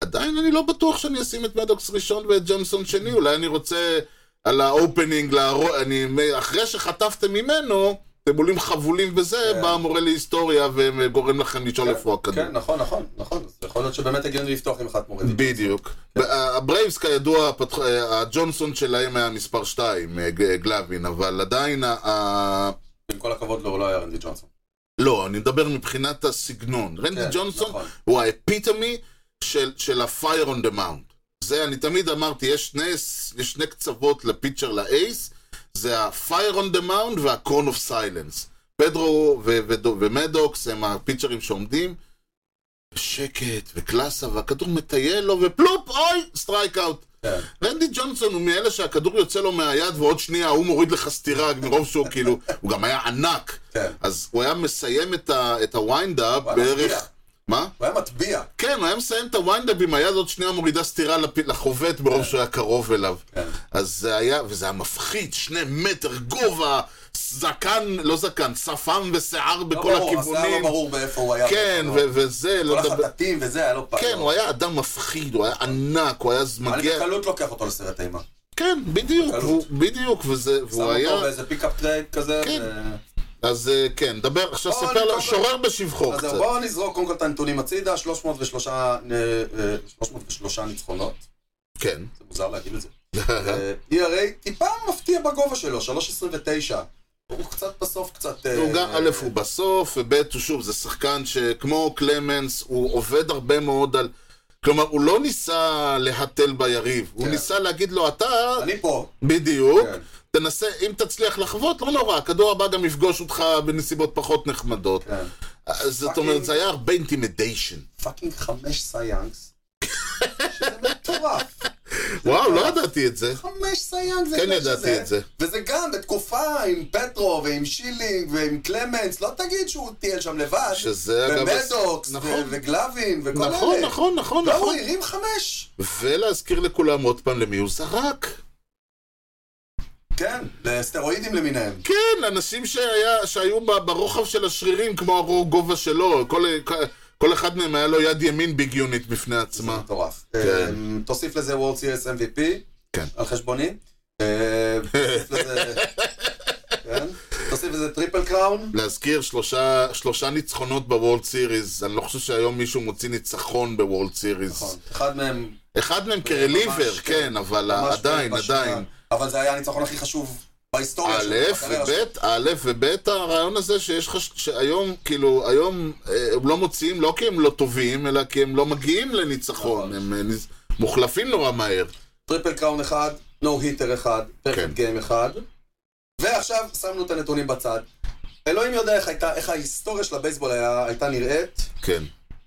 Speaker 3: עדיין אני לא בטוח שאני אשים את מדוקס ראשון ואת ג'ונסון שני, אולי אני רוצה על האופנינג, להרוא, אני, אחרי שחטפתם ממנו, אתם עולים חבולים וזה,
Speaker 1: כן.
Speaker 3: בא המורה להיסטוריה וגורם לכם לשאול
Speaker 1: כן,
Speaker 3: איפה הכדור.
Speaker 1: כן, נכון, נכון, נכון. אז יכול להיות שבאמת הגיוני לפתוח עם אחת מורדים.
Speaker 3: בדיוק.
Speaker 1: כן.
Speaker 3: וה- הברייבס כידוע, פתח- אה, הג'ונסון שלהם היה מספר 2, גלבין, אבל עדיין, ה- ה-
Speaker 1: עם כל הכבוד לו, הוא לא היה רנדי ג'ונסון.
Speaker 3: לא, אני מדבר מבחינת הסגנון. רנדי
Speaker 1: כן,
Speaker 3: ג'ונסון
Speaker 1: נכון.
Speaker 3: הוא האפיטמי של, של ה-fire on the mount. זה, אני תמיד אמרתי, יש שני, יש שני קצוות לפיצ'ר לאייס, זה ה-fire on the mount וה-cone of silence. פדרו ו- ו- ומדוקס הם הפיצ'רים שעומדים, שקט וקלאסה, והכדור מטייל לו, ופלופ, אוי, סטרייק אאוט.
Speaker 1: כן.
Speaker 3: רנדי ג'ונסון הוא מאלה שהכדור יוצא לו מהיד ועוד שנייה הוא מוריד לך סטירה מרוב שהוא כאילו, הוא גם היה ענק.
Speaker 1: כן.
Speaker 3: אז הוא היה מסיים את ה- את הוויינדאפ
Speaker 1: הוא היה מפתיע.
Speaker 3: בערך... מה?
Speaker 1: הוא היה מטביע.
Speaker 3: כן, הוא היה מסיים את הוויינדאפ עם היד עוד שנייה מורידה סטירה לפ- לחובט ברוב שהוא היה קרוב אליו.
Speaker 1: כן.
Speaker 3: אז זה היה, וזה היה מפחיד, שני מטר גובה, זקן, לא זקן, שפם ושיער
Speaker 1: לא
Speaker 3: בכל
Speaker 1: ברור, השיער
Speaker 3: הכיוונים.
Speaker 1: לא ברור מאיפה הוא היה.
Speaker 3: כן, ו- וזה,
Speaker 1: כל
Speaker 3: לא לדבר...
Speaker 1: החטטים וזה היה לא פעם.
Speaker 3: כן, הוא היה אדם מפחיד, הוא היה ענק, הוא היה ז-
Speaker 1: אני
Speaker 3: מגיע...
Speaker 1: בקלות לוקח אותו לסרט אימה.
Speaker 3: כן, בדיוק,
Speaker 1: בקלות.
Speaker 3: והוא- בדיוק, וזה,
Speaker 1: שם
Speaker 3: והוא היה...
Speaker 1: אותו באיזה פיקאפ טרייד כזה.
Speaker 3: כן.
Speaker 1: ו-
Speaker 3: אז אה, כן, דבר, עכשיו
Speaker 1: בוא,
Speaker 3: ספר
Speaker 1: אני
Speaker 3: לו,
Speaker 1: קודם-
Speaker 3: שורר בשבחו
Speaker 1: אז
Speaker 3: קצת.
Speaker 1: זהו, בואו נזרוק קודם כל את הנתונים הצידה, 303 אה, אה, 303 ניצחונות.
Speaker 3: כן.
Speaker 1: זה מוזר להגיד
Speaker 3: [LAUGHS]
Speaker 1: את זה. אה, ERA טיפה מפתיע בגובה שלו, 3.29. הוא קצת בסוף קצת... אה,
Speaker 3: הוא גם, א', הוא בסוף, וב', הוא שוב, זה שחקן שכמו קלמנס, הוא עובד הרבה מאוד על... כלומר, הוא לא ניסה להתל ביריב, הוא
Speaker 1: כן.
Speaker 3: ניסה להגיד לו, אתה,
Speaker 1: אני פה.
Speaker 3: בדיוק,
Speaker 1: כן.
Speaker 3: תנסה, אם תצליח לחוות, לא נורא, הכדור הבא גם יפגוש אותך בנסיבות פחות נחמדות.
Speaker 1: כן.
Speaker 3: אז זאת
Speaker 1: פאקינג-
Speaker 3: אומרת, זה היה הרבה אינטימידיישן.
Speaker 1: פאקינג חמש
Speaker 3: [LAUGHS]
Speaker 1: סייאנגס. שזה מטורף.
Speaker 3: וואו, לא ידעתי את זה.
Speaker 1: חמש סייאנג זה
Speaker 3: כן
Speaker 1: מה
Speaker 3: ידעתי
Speaker 1: שזה.
Speaker 3: את זה.
Speaker 1: וזה גם בתקופה עם פטרו ועם שילינג ועם קלמנס, לא תגיד שהוא טייל שם לבד.
Speaker 3: שזה, אגב,
Speaker 1: ומדוקס,
Speaker 3: נכון.
Speaker 1: ו- וגלווין, וכל אלה.
Speaker 3: נכון, נכון, נכון,
Speaker 1: לא, הוא
Speaker 3: נכון.
Speaker 1: הרים חמש.
Speaker 3: ולהזכיר לכולם עוד פעם למי הוא זרק.
Speaker 1: כן, לסטרואידים למיניהם.
Speaker 3: כן, אנשים שהיה, שהיו ב- ברוחב של השרירים, כמו הגובה שלו, כל, כל אחד מהם היה לו יד ימין ביג יוניט בפני
Speaker 1: זה
Speaker 3: עצמה.
Speaker 1: מטורף.
Speaker 3: כן.
Speaker 1: אמ, תוסיף לזה וורד סי.אס MVP.
Speaker 3: כן.
Speaker 1: על חשבוני. אמ, תוסיף
Speaker 3: [LAUGHS]
Speaker 1: לזה... כן. תוסיף לזה טריפל
Speaker 3: לא.
Speaker 1: קראון.
Speaker 3: להזכיר שלושה, שלושה ניצחונות בוולד סיריס, אני לא חושב שהיום מישהו מוציא ניצחון בוולד סיריס.
Speaker 1: נכון. אחד מהם...
Speaker 3: אחד מהם
Speaker 1: ממש,
Speaker 3: כרליבר,
Speaker 1: כן.
Speaker 3: כן, אבל
Speaker 1: ממש
Speaker 3: עדיין,
Speaker 1: בשנה.
Speaker 3: עדיין.
Speaker 1: אבל זה היה הניצחון הכי חשוב בהיסטוריה
Speaker 3: א'
Speaker 1: שלו. בקריירה שלו.
Speaker 3: וב', א' וב', הרעיון הזה שיש לך, ש- שהיום, כאילו, היום אה, הם לא מוציאים לא כי הם לא טובים, אלא כי הם לא מגיעים לניצחון,
Speaker 1: נכון.
Speaker 3: הם אה, נז- מוחלפים נורא מהר.
Speaker 1: טריפל קראון אחד, נו היטר אחד,
Speaker 3: כן.
Speaker 1: פרקט גיים אחד. ועכשיו שמנו את הנתונים בצד. אלוהים יודע איך הייתה, איך ההיסטוריה של הבייסבול היה- הייתה נראית.
Speaker 3: כן.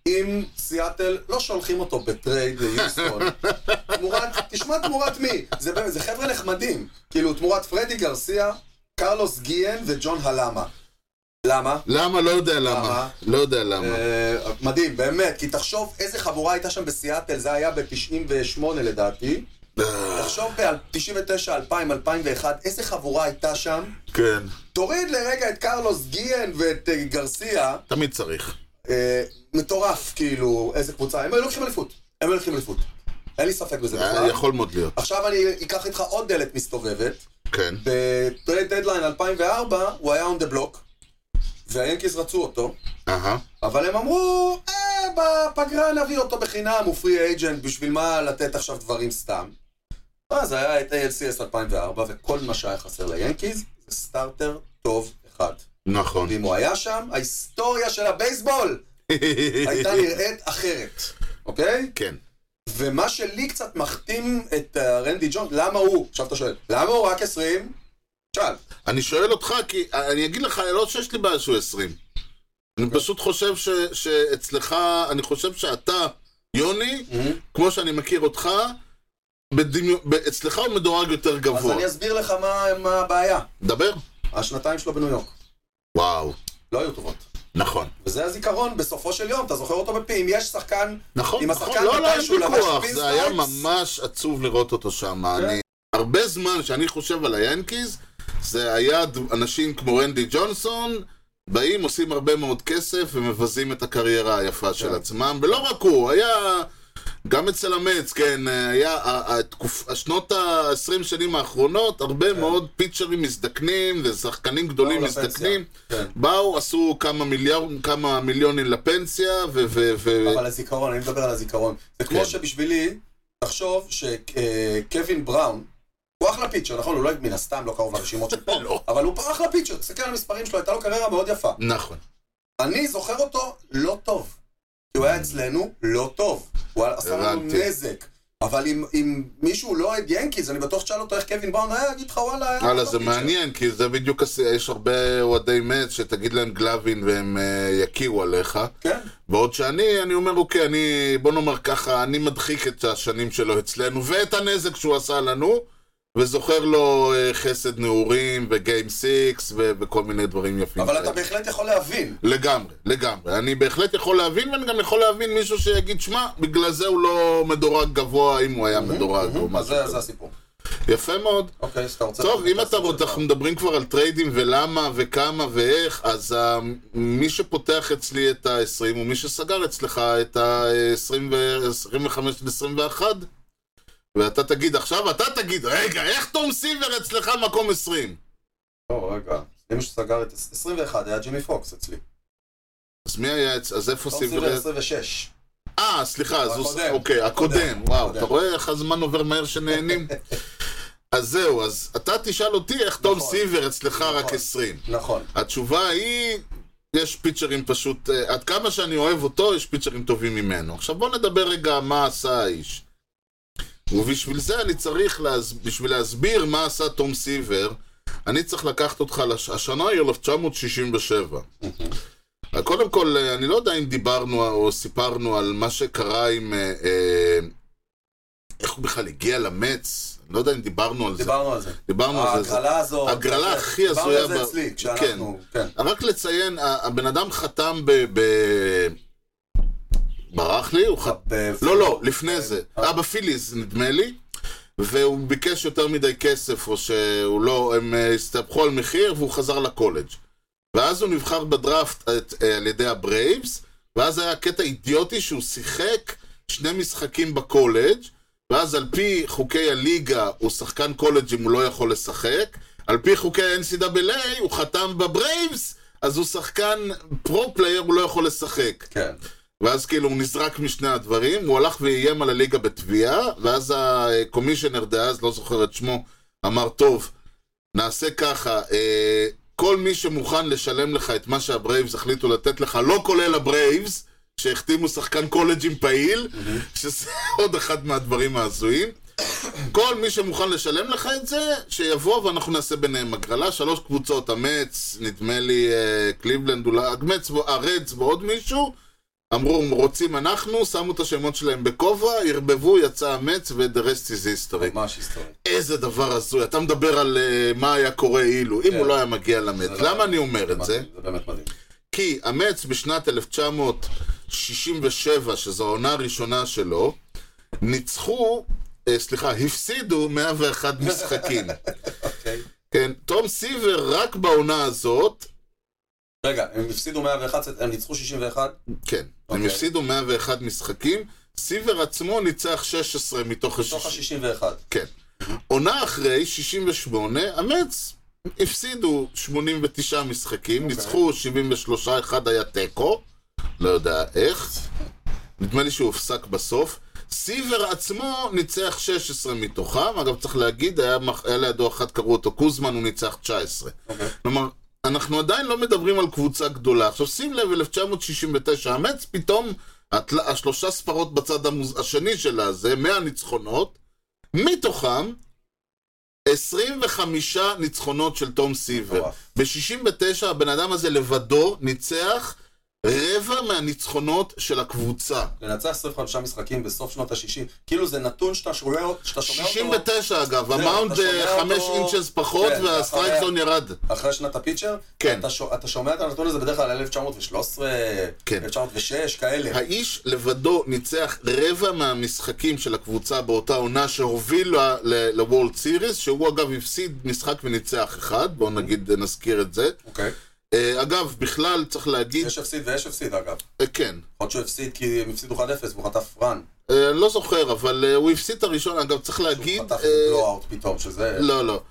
Speaker 1: אם סיאטל לא שולחים אותו בטרייד ליוסטון. תמורת, תשמע תמורת מי? זה, באמת- זה חבר'ה נחמדים. כאילו, תמורת פרדי גרסיה, קרלוס גיאן וג'ון הלמה. למה?
Speaker 3: למה? לא יודע למה.
Speaker 1: למה?
Speaker 3: לא יודע למה.
Speaker 1: אה, מדהים, באמת, כי תחשוב איזה חבורה הייתה שם בסיאטל, זה היה ב-98 לדעתי.
Speaker 3: אה,
Speaker 1: תחשוב ב-99, 2000, 2001, איזה חבורה הייתה שם.
Speaker 3: כן.
Speaker 1: תוריד לרגע את קרלוס גיאן ואת אה, גרסיה,
Speaker 3: תמיד צריך.
Speaker 1: אה, מטורף, כאילו, איזה קבוצה. הם היו לוקחים אליפות. הם היו לוקחים אליפות. אין לי ספק בזה
Speaker 3: אה,
Speaker 1: בכלל.
Speaker 3: יכול מאוד להיות.
Speaker 1: עכשיו אני אקח איתך עוד דלת מסתובבת.
Speaker 3: כן.
Speaker 1: בטרייד דדליין 2004, הוא היה on the block, והיאנקיס רצו אותו,
Speaker 3: אהה.
Speaker 1: אבל הם אמרו, אה, בפגרה נביא אותו בחינם, הוא פרי אייג'נט, בשביל מה לתת עכשיו דברים סתם? אז היה את ALCS 2004, וכל מה שהיה חסר ליאנקיז זה סטארטר טוב אחד.
Speaker 3: נכון.
Speaker 1: ואם הוא היה שם, ההיסטוריה של הבייסבול
Speaker 3: [LAUGHS]
Speaker 1: הייתה נראית אחרת, אוקיי?
Speaker 3: כן.
Speaker 1: ומה שלי קצת מכתים את אה, רנדי ג'ון, למה הוא, עכשיו אתה שואל, למה הוא רק 20? שאל.
Speaker 3: אני שואל אותך, כי אני אגיד לך, לא שיש לי בעיה שהוא 20. אני
Speaker 1: אוקיי.
Speaker 3: פשוט חושב ש, שאצלך, אני חושב שאתה, יוני, כמו שאני מכיר אותך, בדמיון, ב- אצלך הוא מדורג יותר
Speaker 1: אז
Speaker 3: גבוה.
Speaker 1: אני אסביר לך מה, מה הבעיה.
Speaker 3: דבר.
Speaker 1: השנתיים שלו בניו יורק
Speaker 3: וואו.
Speaker 1: לא היו טובות.
Speaker 3: נכון.
Speaker 1: וזה הזיכרון, בסופו של יום, אתה זוכר אותו בפי. אם יש שחקן,
Speaker 3: נכון,
Speaker 1: אם
Speaker 3: נכון,
Speaker 1: השחקן
Speaker 3: לא, לא,
Speaker 1: מתישהו
Speaker 3: אין
Speaker 1: לבש
Speaker 3: ויכוח,
Speaker 1: פינסטופס-
Speaker 3: זה היה ממש עצוב לראות אותו שם.
Speaker 1: כן.
Speaker 3: אני, הרבה זמן שאני חושב על היאנקיז, זה היה ד- אנשים כמו רנדי ג'ונסון, באים, עושים הרבה מאוד כסף ומבזים את הקריירה היפה של
Speaker 1: כן.
Speaker 3: עצמם, ולא רק הוא, היה... גם אצל המץ, כן, היה, ה- התקופ- השנות ה-20 שנים האחרונות, הרבה מאוד פיצ'רים מזדקנים ושחקנים גדולים
Speaker 1: כן. באו לפנסיה.
Speaker 3: מזדקנים,
Speaker 1: כן.
Speaker 3: באו, עשו כמה מיליון- כמה מיליונים לפנסיה, ו... ו- ו-
Speaker 1: אבל הזיכרון, אני מדבר על הזיכרון. זה
Speaker 3: כן.
Speaker 1: כמו שבשבילי, תחשוב שקווין בראון, הוא אחלה פיצ'ר, נכון? הוא לא, מן הסתם לא קרוב לרשימות של
Speaker 3: [LAUGHS]
Speaker 1: פה,
Speaker 3: לא.
Speaker 1: אבל הוא אחלה פיצ'ר, תסתכל על המספרים שלו, הייתה לו קריירה מאוד יפה.
Speaker 3: נכון.
Speaker 1: אני זוכר אותו לא טוב. כי הוא היה אצלנו לא טוב. הוא עשה לנו
Speaker 3: הבנתי.
Speaker 1: נזק. אבל אם, אם מישהו לא אוהד ינקיז, אני בטוח תשאל אותו איך קווין בראון היה, יגיד לך וואלה, היה...
Speaker 3: וואלה,
Speaker 1: אחלה
Speaker 3: זה
Speaker 1: פיצ'ר."
Speaker 3: מעניין, כי זה בדיוק, הס- יש הרבה אוהדי מת שתגיד להם גלאבין והם אה, יכירו עליך.
Speaker 1: כן,
Speaker 3: בעוד שאני, אני אומר, אוקיי, אני, בוא נאמר ככה, אני מדחיק את השנים שלו אצלנו, ואת הנזק שהוא עשה לנו, וזוכר לו אה, חסד נעורים, וגיים סיקס, ו- וכל מיני דברים יפים.
Speaker 1: אבל
Speaker 3: כאלה.
Speaker 1: אתה בהחלט יכול להבין.
Speaker 3: לגמרי, לגמרי. אני בהחלט יכול להבין, ואני גם יכול להבין מישהו שיגיד, שמע, בגלל זה הוא לא מדורג גבוה, אם הוא היה מדורג או
Speaker 1: אז
Speaker 3: משהו
Speaker 1: זה- זה
Speaker 3: כזה.
Speaker 1: הסיפור.
Speaker 3: יפה מאוד.
Speaker 1: אוקיי, אז אתה רוצה...
Speaker 3: טוב, אם אתה רוצה, אנחנו מדברים כבר על טריידים ולמה וכמה ואיך, אז ה- מי שפותח אצלי את ה-20 הוא מי שסגר אצלך את ה-25 ל-21 ואתה תגיד עכשיו, אתה תגיד, רגע, איך תום סילבר אצלך מקום 20?
Speaker 1: לא, רגע. אם מישהו סגר את 21, היה ג'ימי פוקס אצלי.
Speaker 3: אז מי היה אצ... אז איפה
Speaker 1: טוב, סילבר
Speaker 3: סילבר?
Speaker 1: 26.
Speaker 3: אה, סליחה, אז הוא...
Speaker 1: הקודם.
Speaker 3: אוקיי, הקודם.
Speaker 1: הקודם.
Speaker 3: וואו,
Speaker 1: הקודם.
Speaker 3: אתה רואה איך הזמן עובר מהר
Speaker 1: [LAUGHS]
Speaker 3: שנהנים? אז זהו, אז אתה תשאל אותי איך תום
Speaker 1: נכון.
Speaker 3: סילבר אצלך רק
Speaker 1: נכון.
Speaker 3: 20.
Speaker 1: נכון.
Speaker 3: התשובה היא, יש פיצ'רים פשוט, אה, עד כמה שאני אוהב אותו, יש פיצ'רים טובים ממנו. עכשיו בוא נדבר רגע מה עשה האיש. ובשביל זה אני צריך, להס... בשביל להסביר מה עשה תום סיבר, אני צריך לקחת אותך, לש... השנה היא 1967. קודם כל, אה, אני לא יודע אם דיברנו או סיפרנו על מה שקרה עם... אה, אה, איך הוא בכלל הגיע למץ? לא יודע אם דיברנו על זה.
Speaker 1: דיברנו על זה.
Speaker 3: דיברנו על זה. זה.
Speaker 1: ההגרלה הזו... כן,
Speaker 3: הגרלה הכי
Speaker 1: דיברנו
Speaker 3: הזויה
Speaker 1: על זה
Speaker 3: ב-
Speaker 1: אצלי, כשאנחנו... כן.
Speaker 3: רק לציין, ה- הבן אדם חתם ב... ב... ברח לי? הוא חתם...
Speaker 1: ב-
Speaker 3: לא, לא, לפני זה.
Speaker 1: אה.
Speaker 3: אה, בפיליז, נדמה לי. והוא ביקש יותר מדי כסף, או שהוא לא... הם אה, הסתבכו על מחיר, והוא חזר לקולג'. ואז הוא נבחר בדראפט את- אה, על ידי הברייבס, ואז היה קטע אידיוטי שהוא שיחק שני משחקים בקולג', ואז על פי חוקי הליגה הוא שחקן קולג' אם הוא לא יכול לשחק, על פי חוקי ה-NCAA הוא חתם בברייבס, אז הוא שחקן פרו-פלייר, הוא לא יכול לשחק.
Speaker 1: כן.
Speaker 3: ואז כאילו הוא נזרק משני הדברים, הוא הלך ואיים על הליגה בתביעה, ואז הקומישיונר דאז, לא זוכר את שמו, אמר, טוב, נעשה ככה, אה, כל מי שמוכן לשלם לך את מה שהברייבס החליטו לתת לך, לא כולל הברייבס, שהחתימו שחקן קולג'ים פעיל, שזה [LAUGHS] עוד אחד מהדברים ההזויים. כל מי שמוכן לשלם לך את זה, שיבוא ואנחנו נעשה ביניהם הגרלה. שלוש קבוצות, המץ, נדמה לי אה, קליבלנד, אולי, המץ, הרדס ועוד מישהו, אמרו, רוצים אנחנו, שמו את השמות שלהם בכובע, ערבבו, יצא המץ, ו-the rest is history.
Speaker 1: ממש היסטורי.
Speaker 3: איזה דבר הזוי. אתה מדבר על אה, מה היה קורה אילו, אם
Speaker 1: כן.
Speaker 3: הוא לא היה מגיע למת.
Speaker 1: זה לא-
Speaker 3: למה אני אומר את זה?
Speaker 1: מדהים, זה באמת מדהים.
Speaker 3: כי אמץ בשנת 1967, שזו העונה הראשונה שלו, ניצחו, אה, סליחה, הפסידו 101
Speaker 1: [LAUGHS]
Speaker 3: משחקים.
Speaker 1: אוקיי.
Speaker 3: כן, תום סיבר רק בעונה הזאת,
Speaker 1: רגע, הם הפסידו 111, הם ניצחו 61?
Speaker 3: כן, הם
Speaker 1: אוקיי.
Speaker 3: הפסידו 101 משחקים, סיבר עצמו ניצח 16 מתוך
Speaker 1: מתוך ה-61.
Speaker 3: ה-60. כן. עונה אחרי, 68, אמץ, הפסידו 89 משחקים, ניצחו 73, אחד היה תיקו, לא יודע איך, נדמה לי שהוא הופסק בסוף. סיבר עצמו ניצח 16 מתוכם, אגב צריך להגיד, היה, מח- היה לידו אחת קראו אותו קוזמן, הוא ניצח 19.
Speaker 1: אוקיי.
Speaker 3: כלומר, אנחנו עדיין לא מדברים על קבוצה גדולה. עכשיו שים לב, 1969, אמץ פתאום, התל... השלושה ספרות בצד המוז... השני שלה זה 100 ניצחונות, מתוכם 25 ניצחונות של תום סיבר.
Speaker 1: מטורף.
Speaker 3: ב-69 הבן אדם הזה לבדו ניצח רבע מהניצחונות של הקבוצה.
Speaker 1: לנצח 25 משחקים בסוף שנות ה-60, כאילו זה נתון שאתה שומע שאתה שומע אותו
Speaker 3: 69 אגב, המאונד
Speaker 1: אתה שומע
Speaker 3: 5
Speaker 1: אותו-
Speaker 3: אינצ'ס פחות
Speaker 1: כן,
Speaker 3: והסטרייק
Speaker 1: אחרי-
Speaker 3: זון ירד.
Speaker 1: אחרי שנת הפיצ'ר,
Speaker 3: כן.
Speaker 1: אתה, ש... אתה שומע את הנתון הזה בדרך כלל 1913,
Speaker 3: כן.
Speaker 1: 1906, כאלה.
Speaker 3: האיש לבדו ניצח רבע מהמשחקים של הקבוצה באותה עונה שהובילה לוולד סיריס, שהוא אגב הפסיד משחק וניצח אחד, בואו נגיד, נזכיר את זה.
Speaker 1: אוקיי.
Speaker 3: אה, אגב, בכלל צריך להגיד,
Speaker 1: יש הפסיד ויש הפסיד אגב.
Speaker 3: אה, כן,
Speaker 1: יכול להיות שהוא הפסיד כי הם הפסידו 1-0 והוא חטף רן.
Speaker 3: אה, אני לא זוכר, אבל אה, הוא הפסיד את הראשון, אגב, צריך להגיד...
Speaker 1: הוא חטף
Speaker 3: אה,
Speaker 1: בלואו-אוט פתאום, שזה...
Speaker 3: לא, לא.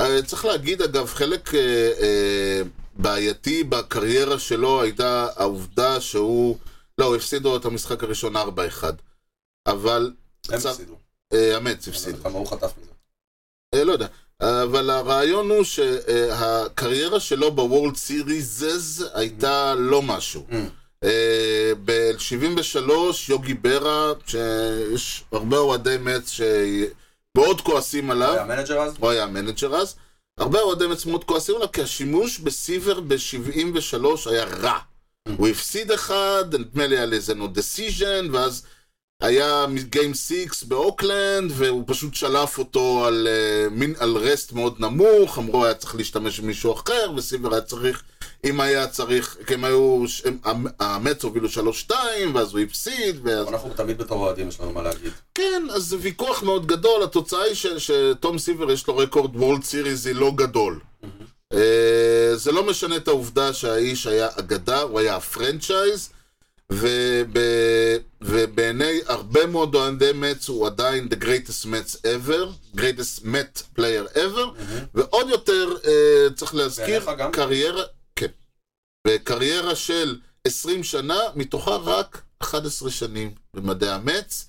Speaker 3: אה, צריך להגיד, אגב, חלק אה, אה, בעייתי בקריירה שלו הייתה העובדה שהוא... לא, הוא הפסיד לו את המשחק הראשון 4-1. אבל...
Speaker 1: הם
Speaker 3: צר-
Speaker 1: הפסידו. לא
Speaker 3: אה, המץ הפסיד.
Speaker 1: כמה הוא חטף מזה.
Speaker 3: אה, לא יודע. אבל הרעיון הוא שהקריירה שלו בוורלד סיריזז הייתה לא משהו. אה,
Speaker 1: Mm.
Speaker 3: ב-73 יוגי ברה, שיש הרבה אוהדי מצ שמאוד כועסים עליו,
Speaker 1: היה אה, המנג'ר אז?
Speaker 3: הוא היה המנג'ר אז, הרבה אוהדי מצ מאוד כועסים עליו, כי השימוש בסיבר ב-73 היה רע. הוא הפסיד אחד, נדמה לי על איזה no decision, ואז היה גיים 6 באוקלנד, והוא פשוט שלף אותו על, אה, מין, על רסט מאוד נמוך, אמרו היה צריך להשתמש במישהו אחר, וסיבר היה צריך, אם היה צריך, כי הם היו, ש- הם- המ- המץ הובילו 3-2, ואז הוא הפסיד, ואז...
Speaker 1: אנחנו תמיד בתור אוהדים יש לנו מה להגיד.
Speaker 3: כן, אז זה ויכוח מאוד גדול, התוצאה היא ש, שתום סיבר יש לו רקורד וולד סיריזי לא גדול. אה, זה לא משנה את העובדה שהאיש היה אגדה, הוא היה הפרנצ'ייז, וב, ובעיני הרבה מאוד אוהדי מצ הוא עדיין the greatest Mets ever, greatest Met player ever, ועוד יותר אה, צריך להזכיר,
Speaker 1: בעיניך גם?
Speaker 3: קריירה, כן, וקריירה של 20 שנה, מתוכה רק 11 שנים במדעי המץ.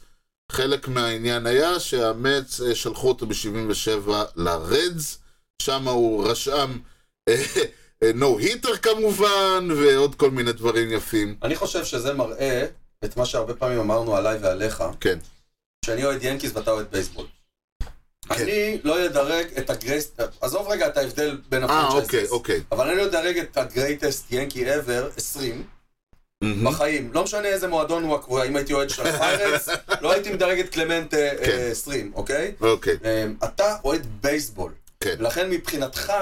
Speaker 3: חלק מהעניין היה שהמץ אה, שלחו אותו ב-77 לרדס, שם הוא רשם נו היטר אה, כמובן, ועוד כל מיני דברים יפים.
Speaker 1: אני חושב שזה מראה את מה שהרבה פעמים אמרנו עליי ועליך,
Speaker 3: כן,
Speaker 1: שאני אוהד ינקיס ואתה אוהד בייסבול.
Speaker 3: כן.
Speaker 1: אני לא אדרג את הגרייסט... עזוב רגע את ההבדל בין
Speaker 3: אה
Speaker 1: הפרנצ'ייזס.
Speaker 3: אוקיי, אוקיי.
Speaker 1: אבל אני לא אדרג את הגרייטסט ינקי ever 20
Speaker 3: מהמם.
Speaker 1: בחיים. לא משנה איזה מועדון הוא הקבוע, אם הייתי אוהד של
Speaker 3: [LAUGHS]
Speaker 1: הפיירטס, לא הייתי מדרג את קלמנט אה,
Speaker 3: כן.
Speaker 1: אה, 20, אוקיי?
Speaker 3: אוקיי,
Speaker 1: אה, אתה אוהד בייסבול.
Speaker 3: כן.
Speaker 1: ולכן מבחינתך,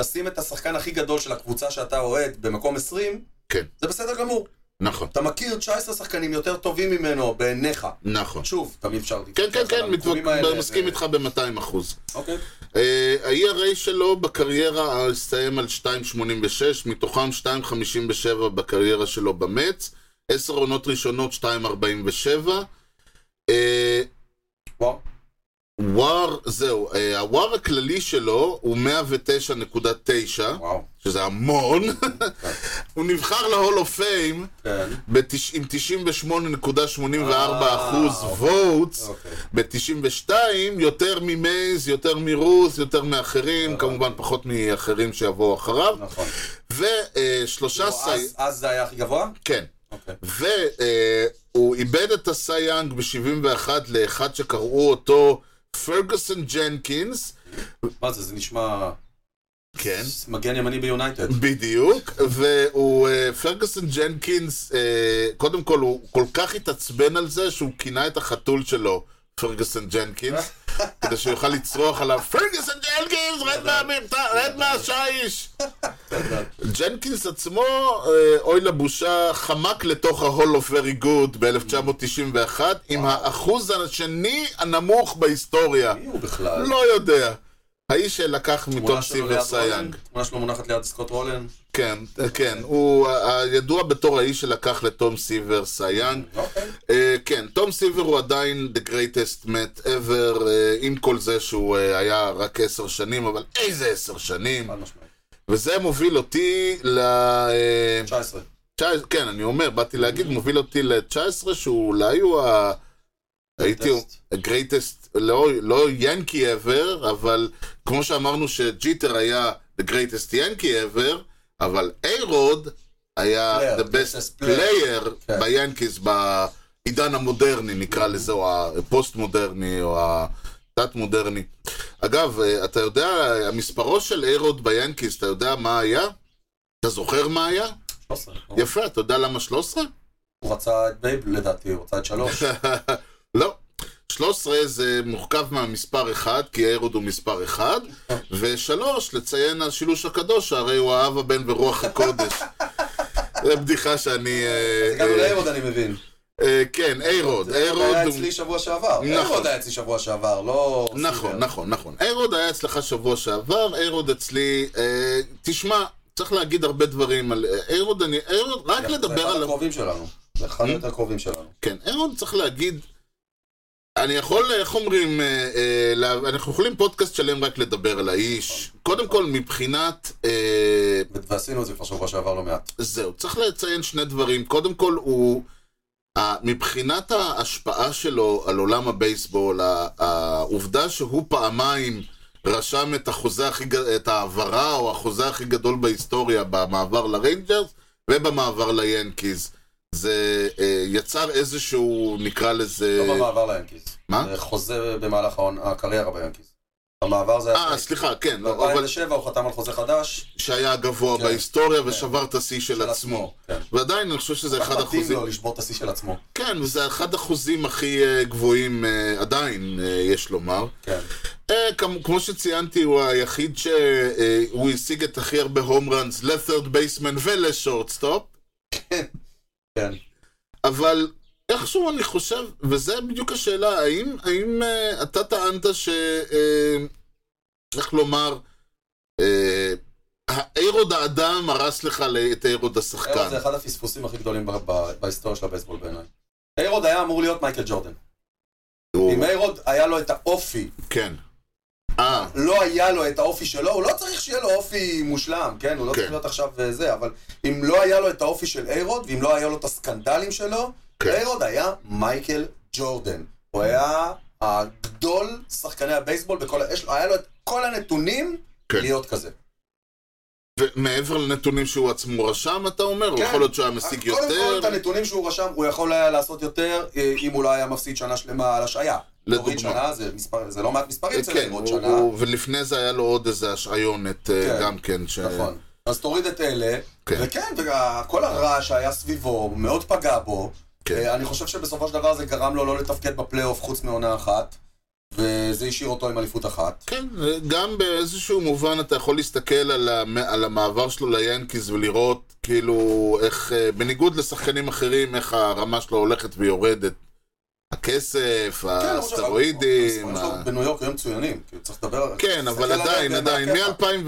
Speaker 1: לשים את השחקן הכי גדול של הקבוצה שאתה אוהד במקום 20,
Speaker 3: כן.
Speaker 1: זה בסדר גמור.
Speaker 3: נכון,
Speaker 1: אתה מכיר 19 שחקנים יותר טובים ממנו בעיניך.
Speaker 3: נכון.
Speaker 1: שוב, תמיד אפשר להתווכח
Speaker 3: כן, כן,
Speaker 1: על
Speaker 3: כן,
Speaker 1: המיקומים
Speaker 3: מתווכ-
Speaker 1: האלה, אה,
Speaker 3: מסכים
Speaker 1: ו-
Speaker 3: איתך ב-200 אחוז.
Speaker 1: אוקיי.
Speaker 3: אה, ה-ERA שלו בקריירה אה, הסתיים על 2.86, מתוכם 2.57 בקריירה שלו במץ, 10 עונות ראשונות 2.47. אה,
Speaker 1: וואו.
Speaker 3: וואר, זהו, אה, הוואר הכללי שלו הוא 109.9,
Speaker 1: וואו.
Speaker 3: שזה המון. הוא נבחר להול אוף פיים
Speaker 1: כן.
Speaker 3: בתש- עם 98.84 אחוז
Speaker 1: אה,
Speaker 3: votes.
Speaker 1: אוקיי.
Speaker 3: ב-92, יותר ממייז, יותר מרוס, יותר מאחרים,
Speaker 1: אוקיי.
Speaker 3: כמובן פחות מאחרים שיבואו אחריו,
Speaker 1: נכון.
Speaker 3: ושלושה
Speaker 1: נו,
Speaker 3: סי...
Speaker 1: אז- אז זה היה הכי גבוה?
Speaker 3: כן.
Speaker 1: אוקיי.
Speaker 3: והוא איבד את הסייאנג ב-71 לאחד שקראו אותו פרגוסון ג'נקינס.
Speaker 1: מה זה, זה נשמע
Speaker 3: כן.
Speaker 1: מגן ימני ביונייטד.
Speaker 3: [LAUGHS] בדיוק, והוא, אה, פרגוסון ג'נקינס, אה, קודם כל הוא כל כך התעצבן על זה שהוא כינה את החתול שלו, פרגוסון
Speaker 1: [LAUGHS]
Speaker 3: ג'נקינס, כדי שיוכל לצרוח עליו, פרגוסון ג'נקינס, רד מהמ- ת- רד מהשיש! ג'נקינס עצמו, אה, אוי לבושה, חמק לתוך ה-Hall of Very Good ב-1991, עם האחוז השני הנמוך בהיסטוריה.
Speaker 1: מי הוא בכלל?
Speaker 3: לא יודע. האיש שלקח מתום
Speaker 1: תמונה שלו
Speaker 3: סיבר
Speaker 1: ליד
Speaker 3: סייאנג.
Speaker 1: רולן? תמונה שלו מונחת ליד סקוט רולן?
Speaker 3: כן, כן, הוא ה- הידוע בתור האיש שלקח לתום סיבר סייאנג.
Speaker 1: אוקיי.
Speaker 3: אה, כן, תום סיבר הוא עדיין the greatest מת ever, אה, עם כל זה שהוא אה, היה רק עשר שנים, אבל איזה עשר שנים.
Speaker 1: חד משמעית.
Speaker 3: וזה מוביל אותי ל... אה,
Speaker 1: 19.
Speaker 3: 19, כן, אני אומר, באתי להגיד, מוביל אותי ל-19, שהוא אולי הוא ה... הייתי... הגרייטסט, לא, לא ינקי ever, אבל כמו שאמרנו שג'יטר היה the greatest ינקי ever, אבל איירוד היה
Speaker 1: Player,
Speaker 3: the best
Speaker 1: greatest
Speaker 3: player
Speaker 1: כן.
Speaker 3: ביאנקיס בעידן המודרני נקרא לזה, או הפוסט-מודרני, או התת-מודרני. אגב, אה, אתה יודע, המספרו של איירוד ביאנקיס, אתה יודע מה היה? אתה זוכר מה היה?
Speaker 1: 13. נו.
Speaker 3: יפה, אתה יודע למה 13?
Speaker 1: הוא רצה את בייב לדעתי, הוא רצה את 3.
Speaker 3: [LAUGHS] לא. 13 זה מורכב מהמספר 1, כי אהוד הוא מספר 1, ו-3, לציין השילוש הקדוש, שהרי הוא האב, הבן
Speaker 1: [LAUGHS]
Speaker 3: ורוח הקודש. זו בדיחה שאני... אה,
Speaker 1: הגענו
Speaker 3: אה,
Speaker 1: לאיירוד אני מבין.
Speaker 3: אה, כן, איירוד.
Speaker 1: איירוד
Speaker 3: איירוד...
Speaker 1: לא היה
Speaker 3: הוא-
Speaker 1: אצלי שבוע שעבר.
Speaker 3: נכון.
Speaker 1: איירוד היה אצלי שבוע שעבר, לא...
Speaker 3: נכון,
Speaker 1: סידר.
Speaker 3: נכון, נכון. איירוד היה אצלך שבוע שעבר, איירוד אצלי... אה, תשמע, צריך להגיד הרבה דברים על אה, איירוד, אני... איירוד, רק
Speaker 1: זה
Speaker 3: לדבר
Speaker 1: אחד
Speaker 3: עליו.
Speaker 1: הקרובים שלנו. זה אחד יותר קרובים שלנו.
Speaker 3: כן, אהרון צריך להגיד, אני יכול, איך אומרים, אה, אה, לה- אנחנו יכולים פודקאסט שלם רק לדבר על האיש. קודם כל, מבחינת, אה,
Speaker 1: ו- ועשינו את זה כבר שבוע שעבר לא מעט.
Speaker 3: זהו, צריך לציין שני דברים. קודם כל, הוא, אה, מבחינת ההשפעה שלו על עולם הבייסבול, ה- העובדה שהוא פעמיים רשם את החוזה הכי, ג- את ההעברה או החוזה הכי גדול בהיסטוריה במעבר לריינג'רס ובמעבר ליאנקיז. זה אה, יצר איזשהו, נקרא לזה...
Speaker 1: לא במעבר ליאנקיז.
Speaker 3: מה?
Speaker 1: זה חוזה במהלך העון- הקריירה ביאנקיז. המעבר זה
Speaker 3: אה, סליחה, כן, לא, אבל
Speaker 1: ב-2007 הוא חתם על חוזה חדש.
Speaker 3: שהיה הגבוה
Speaker 1: כן.
Speaker 3: בהיסטוריה ושבר את השיא של
Speaker 1: של
Speaker 3: עצמו.
Speaker 1: כן.
Speaker 3: ועדיין, אני חושב שזה אחד
Speaker 1: לא מתאים
Speaker 3: החוזים...
Speaker 1: לו לשבור את השיא של עצמו.
Speaker 3: כן, וזה אחד החוזים הכי אה, גבוהים אה, עדיין, אה, יש לומר.
Speaker 1: כן.
Speaker 3: אה, כמו, כמו שציינתי, הוא היחיד שהוא השיג את הכי הרבה הום ראנס לת'רד בייסמן ולשורטסטופ,
Speaker 1: כן.
Speaker 3: אבל איכשהו אני חושב, וזה בדיוק השאלה, האם, האם אה, אתה טענת ש... אה, איך לומר, אה, האיירוד האדם הרס לך את איירוד
Speaker 1: איירוד
Speaker 3: השחקן.
Speaker 1: זה אחד הפספוסים הכי גדולים ב- ב- בהיסטוריה של הבייסבול בעיניי. איירוד היה אמור להיות מייקל ג'ורדן.
Speaker 3: הוא-
Speaker 1: אם איירוד היה לו את האופי,
Speaker 3: כן. אה,
Speaker 1: לא היה לו את האופי שלו, הוא לא צריך שיהיה לו אופי מושלם, כן? הוא לא
Speaker 3: כן.
Speaker 1: צריך להיות עכשיו אה, זה, אבל אם לא היה לו את האופי של איירוד, ואם לא היה לו את הסקנדלים שלו,
Speaker 3: כן.
Speaker 1: איירוד היה מייקל ג'ורדן. הוא היה הגדול שחקני הבייסבול בכל ה... יש לו- היה לו את כל הנתונים
Speaker 3: כן.
Speaker 1: להיות כזה.
Speaker 3: ומעבר לנתונים שהוא עצמו רשם, אתה אומר?
Speaker 1: כן.
Speaker 3: יכול להיות שהוא היה משיג
Speaker 1: קודם כל, את
Speaker 3: יותר?
Speaker 1: הנתונים שהוא רשם, הוא יכול היה לעשות יותר אה, אם הוא לא היה מפסיד שנה שלמה על השעיה.
Speaker 3: לדוגמה.
Speaker 1: להוריד שנה זה, מספר, זה לא מעט מספרים אצל
Speaker 3: כן,
Speaker 1: עוד
Speaker 3: הוא-
Speaker 1: שנה.
Speaker 3: הוא- ולפני זה היה לו עוד איזה השעיונת אה,
Speaker 1: כן.
Speaker 3: גם כן. ש-
Speaker 1: נכון. אז תוריד את אלה,
Speaker 3: כן.
Speaker 1: וכן, וכל הרעש שהיה סביבו מאוד פגע בו.
Speaker 3: כן.
Speaker 1: אה, אני חושב שבסופו של דבר זה גרם לו לא לתפקד בפלייאוף חוץ מעונה אחת, וזה השאיר אותו עם אליפות אחת.
Speaker 3: כן, גם באיזשהו מובן אתה יכול להסתכל על, המ... על המעבר שלו ליאנקיז ולראות כאילו איך, אה, בניגוד לשחקנים אחרים, איך הרמה שלו הולכת ויורדת. הכסף,
Speaker 1: כן, למרות
Speaker 3: הסטרואידים.
Speaker 1: שהמספרים שלו
Speaker 3: ה-
Speaker 1: בניו יורק היו מצוינים, כאילו צריך לדבר...
Speaker 3: אה. כן,
Speaker 1: תסתכל
Speaker 3: אבל
Speaker 1: עליהם
Speaker 3: עדיין,
Speaker 1: בעיני
Speaker 3: עדיין.
Speaker 1: הקבע.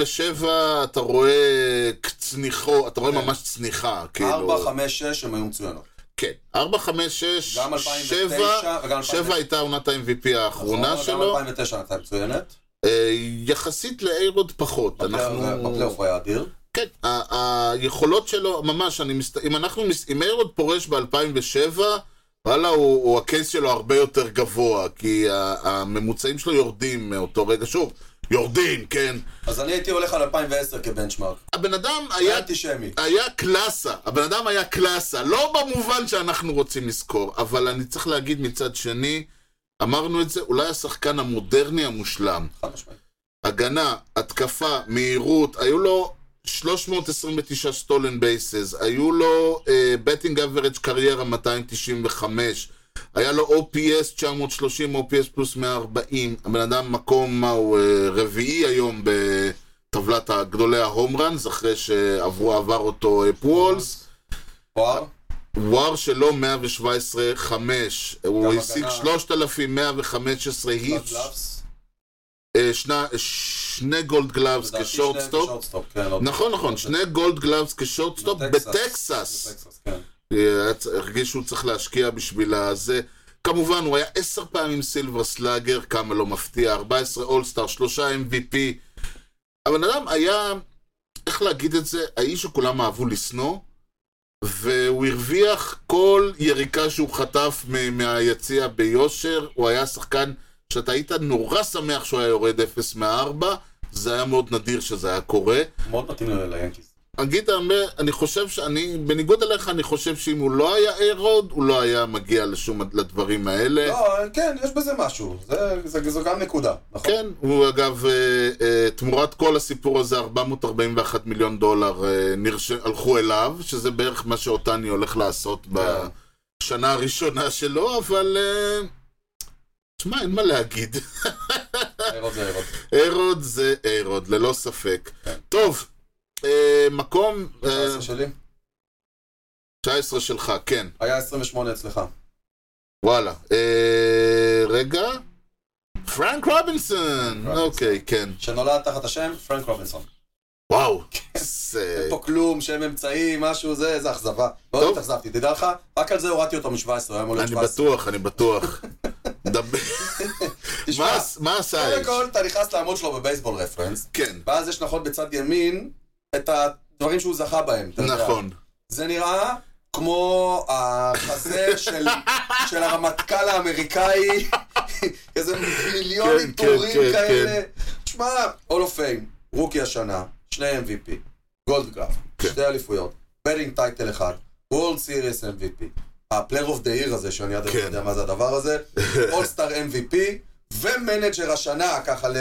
Speaker 3: מ-2007 אתה רואה צניחו, אתה רואה
Speaker 1: כן.
Speaker 3: ממש צניחה. כאילו.
Speaker 1: ארבע, חמש, שש הם היו מצוינות.
Speaker 3: כן, 4, 5, 6,
Speaker 1: גם 2009 וגם
Speaker 3: 7, 7
Speaker 1: 2009.
Speaker 3: הייתה עונת ה-MVP האחרונה
Speaker 1: נכון,
Speaker 3: שלו,
Speaker 1: גם 2009 הייתה מצוינת.
Speaker 3: אה, יחסית לאיירוד פחות, אנחנו...
Speaker 1: בפלייאוף הוא היה אדיר.
Speaker 3: כן, ה- היכולות שלו, ממש, אני מסת... אם אנחנו, מס... אם איירוד פורש ב-2007, וואלה, הוא, הוא הקייס שלו הרבה יותר גבוה, כי ה- הממוצעים שלו יורדים מאותו רגע, שוב, יורדים, כן.
Speaker 1: אז אני הייתי הולך על 2010 כבנצ'מארק.
Speaker 3: הבן אדם
Speaker 1: היה
Speaker 3: היה
Speaker 1: אנטישמי.
Speaker 3: היה קלאסה, הבן אדם היה קלאסה, לא במובן שאנחנו רוצים לזכור, אבל אני צריך להגיד מצד שני, אמרנו את זה, אולי השחקן המודרני המושלם.
Speaker 1: חד משמעית.
Speaker 3: הגנה, התקפה, מהירות, היו לו 329 סטולן בייסס, היו לו בטינג אברג' קריירה 295, היה לו OPS 930, OPS פלוס 140, הבן אדם מקום, מה הוא, אה, רביעי היום בטבלת הגדולי ההום ראנס, אחרי שעברו, עבר אותו אה, פוולס, אה,
Speaker 1: פואר?
Speaker 3: וואר שלו 117-5, הוא
Speaker 1: גם
Speaker 3: השיג
Speaker 1: הגנה.
Speaker 3: 3,115 היטס.
Speaker 1: גלאבס?
Speaker 3: אה, שנה, שני גולד גלאבס
Speaker 1: לדעתי
Speaker 3: כשורטסטופ.
Speaker 1: שניהם כשורטסטופ, כן, לא-
Speaker 3: נכון, נכון, שני גולד גלאבס כשורטסטופ
Speaker 1: בטקסס.
Speaker 3: בטקסס.
Speaker 1: בטקסס, כן.
Speaker 3: אה, היה צ- הרגיש שהוא צריך להשקיע בשביל הזה. כמובן, הוא היה עשר פעמים סילבר סלאגר, כמה לא מפתיע, 14 אולסטאר, שלושה MVP. הבן אדם היה, איך להגיד את זה, האיש שכולם אהבו לשנוא, והוא הרוויח כל יריקה שהוא חטף מ- מהיציע ביושר. הוא היה שחקן שאתה היית נורא שמח שהוא היה יורד 0 מ-4, זה היה מאוד נדיר שזה היה קורה.
Speaker 1: מאוד מתאים ליאנקיס.
Speaker 3: אגיד, הרבה, אני חושב שאני, בניגוד אליך, אני חושב שאם הוא לא היה איירוד, הוא לא היה מגיע לשום, לדברים האלה.
Speaker 1: לא, כן, יש בזה משהו. זה- זה- זו גם נקודה, נכון?
Speaker 3: כן, הוא אגב, אה, אה, תמורת כל הסיפור הזה, 441 מיליון דולר אה, נרש... הלכו אליו, שזה בערך מה שאותני הולך לעשות
Speaker 1: כן.
Speaker 3: בשנה הראשונה שלו, אבל... אה, שמע, אין מה להגיד. [LAUGHS] כן.
Speaker 1: איירוד זה איירוד.
Speaker 3: איירוד זה איירוד, ללא ספק.
Speaker 1: כן.
Speaker 3: טוב, אה, מקום אה,
Speaker 1: 19 שלי?
Speaker 3: 19 שלך, כן,
Speaker 1: היה 28 אצלך.
Speaker 3: וואלה. אה, רגע. פרנק רובינסון!
Speaker 1: רובינסון.
Speaker 3: אוקיי, כן.
Speaker 1: שנולד תחת השם פרנק רובינסון.
Speaker 3: וואו. זה-
Speaker 1: אין כן. פה כלום, שם אמצעי, משהו, זה, איזה אכזבה. מאוד
Speaker 3: אה. טוב.
Speaker 1: התאכזבתי, תדע לך, רק על זה הורדתי אותו מ-17, הוא היה אמור להיות
Speaker 3: אני
Speaker 1: 17.
Speaker 3: בטוח, אני
Speaker 1: [LAUGHS]
Speaker 3: בטוח. דבר-
Speaker 1: תשמע,
Speaker 3: מה עש- מה עשה
Speaker 1: קודם
Speaker 3: האיש?
Speaker 1: כל, אתה נכנס לעמוד שלו בבייסבול רפרנס,
Speaker 3: כן,
Speaker 1: ואז יש נכון בצד ימין את הדברים שהוא זכה בהם. אתה יודע.
Speaker 3: נכון.
Speaker 1: זה נראה כמו החזה
Speaker 3: [LAUGHS]
Speaker 1: של, של הרמטכ"ל האמריקאי, [LAUGHS] איזה מיליונים
Speaker 3: כן, כן,
Speaker 1: טורים
Speaker 3: כן,
Speaker 1: כאלה. תשמע, All of Fame, רוקי השנה, שני MVP, גולד גרף,
Speaker 3: כן.
Speaker 1: שתי אליפויות, בדינג טייטל אחד, World Series MVP, הפלייר אוף דה עיר הזה, שאני עד היום לא
Speaker 3: כן.
Speaker 1: יודע מה זה הדבר
Speaker 3: [LAUGHS]
Speaker 1: הזה, אולסטאר MVP, ומנג'ר השנה, ככה
Speaker 3: אה,
Speaker 1: ל...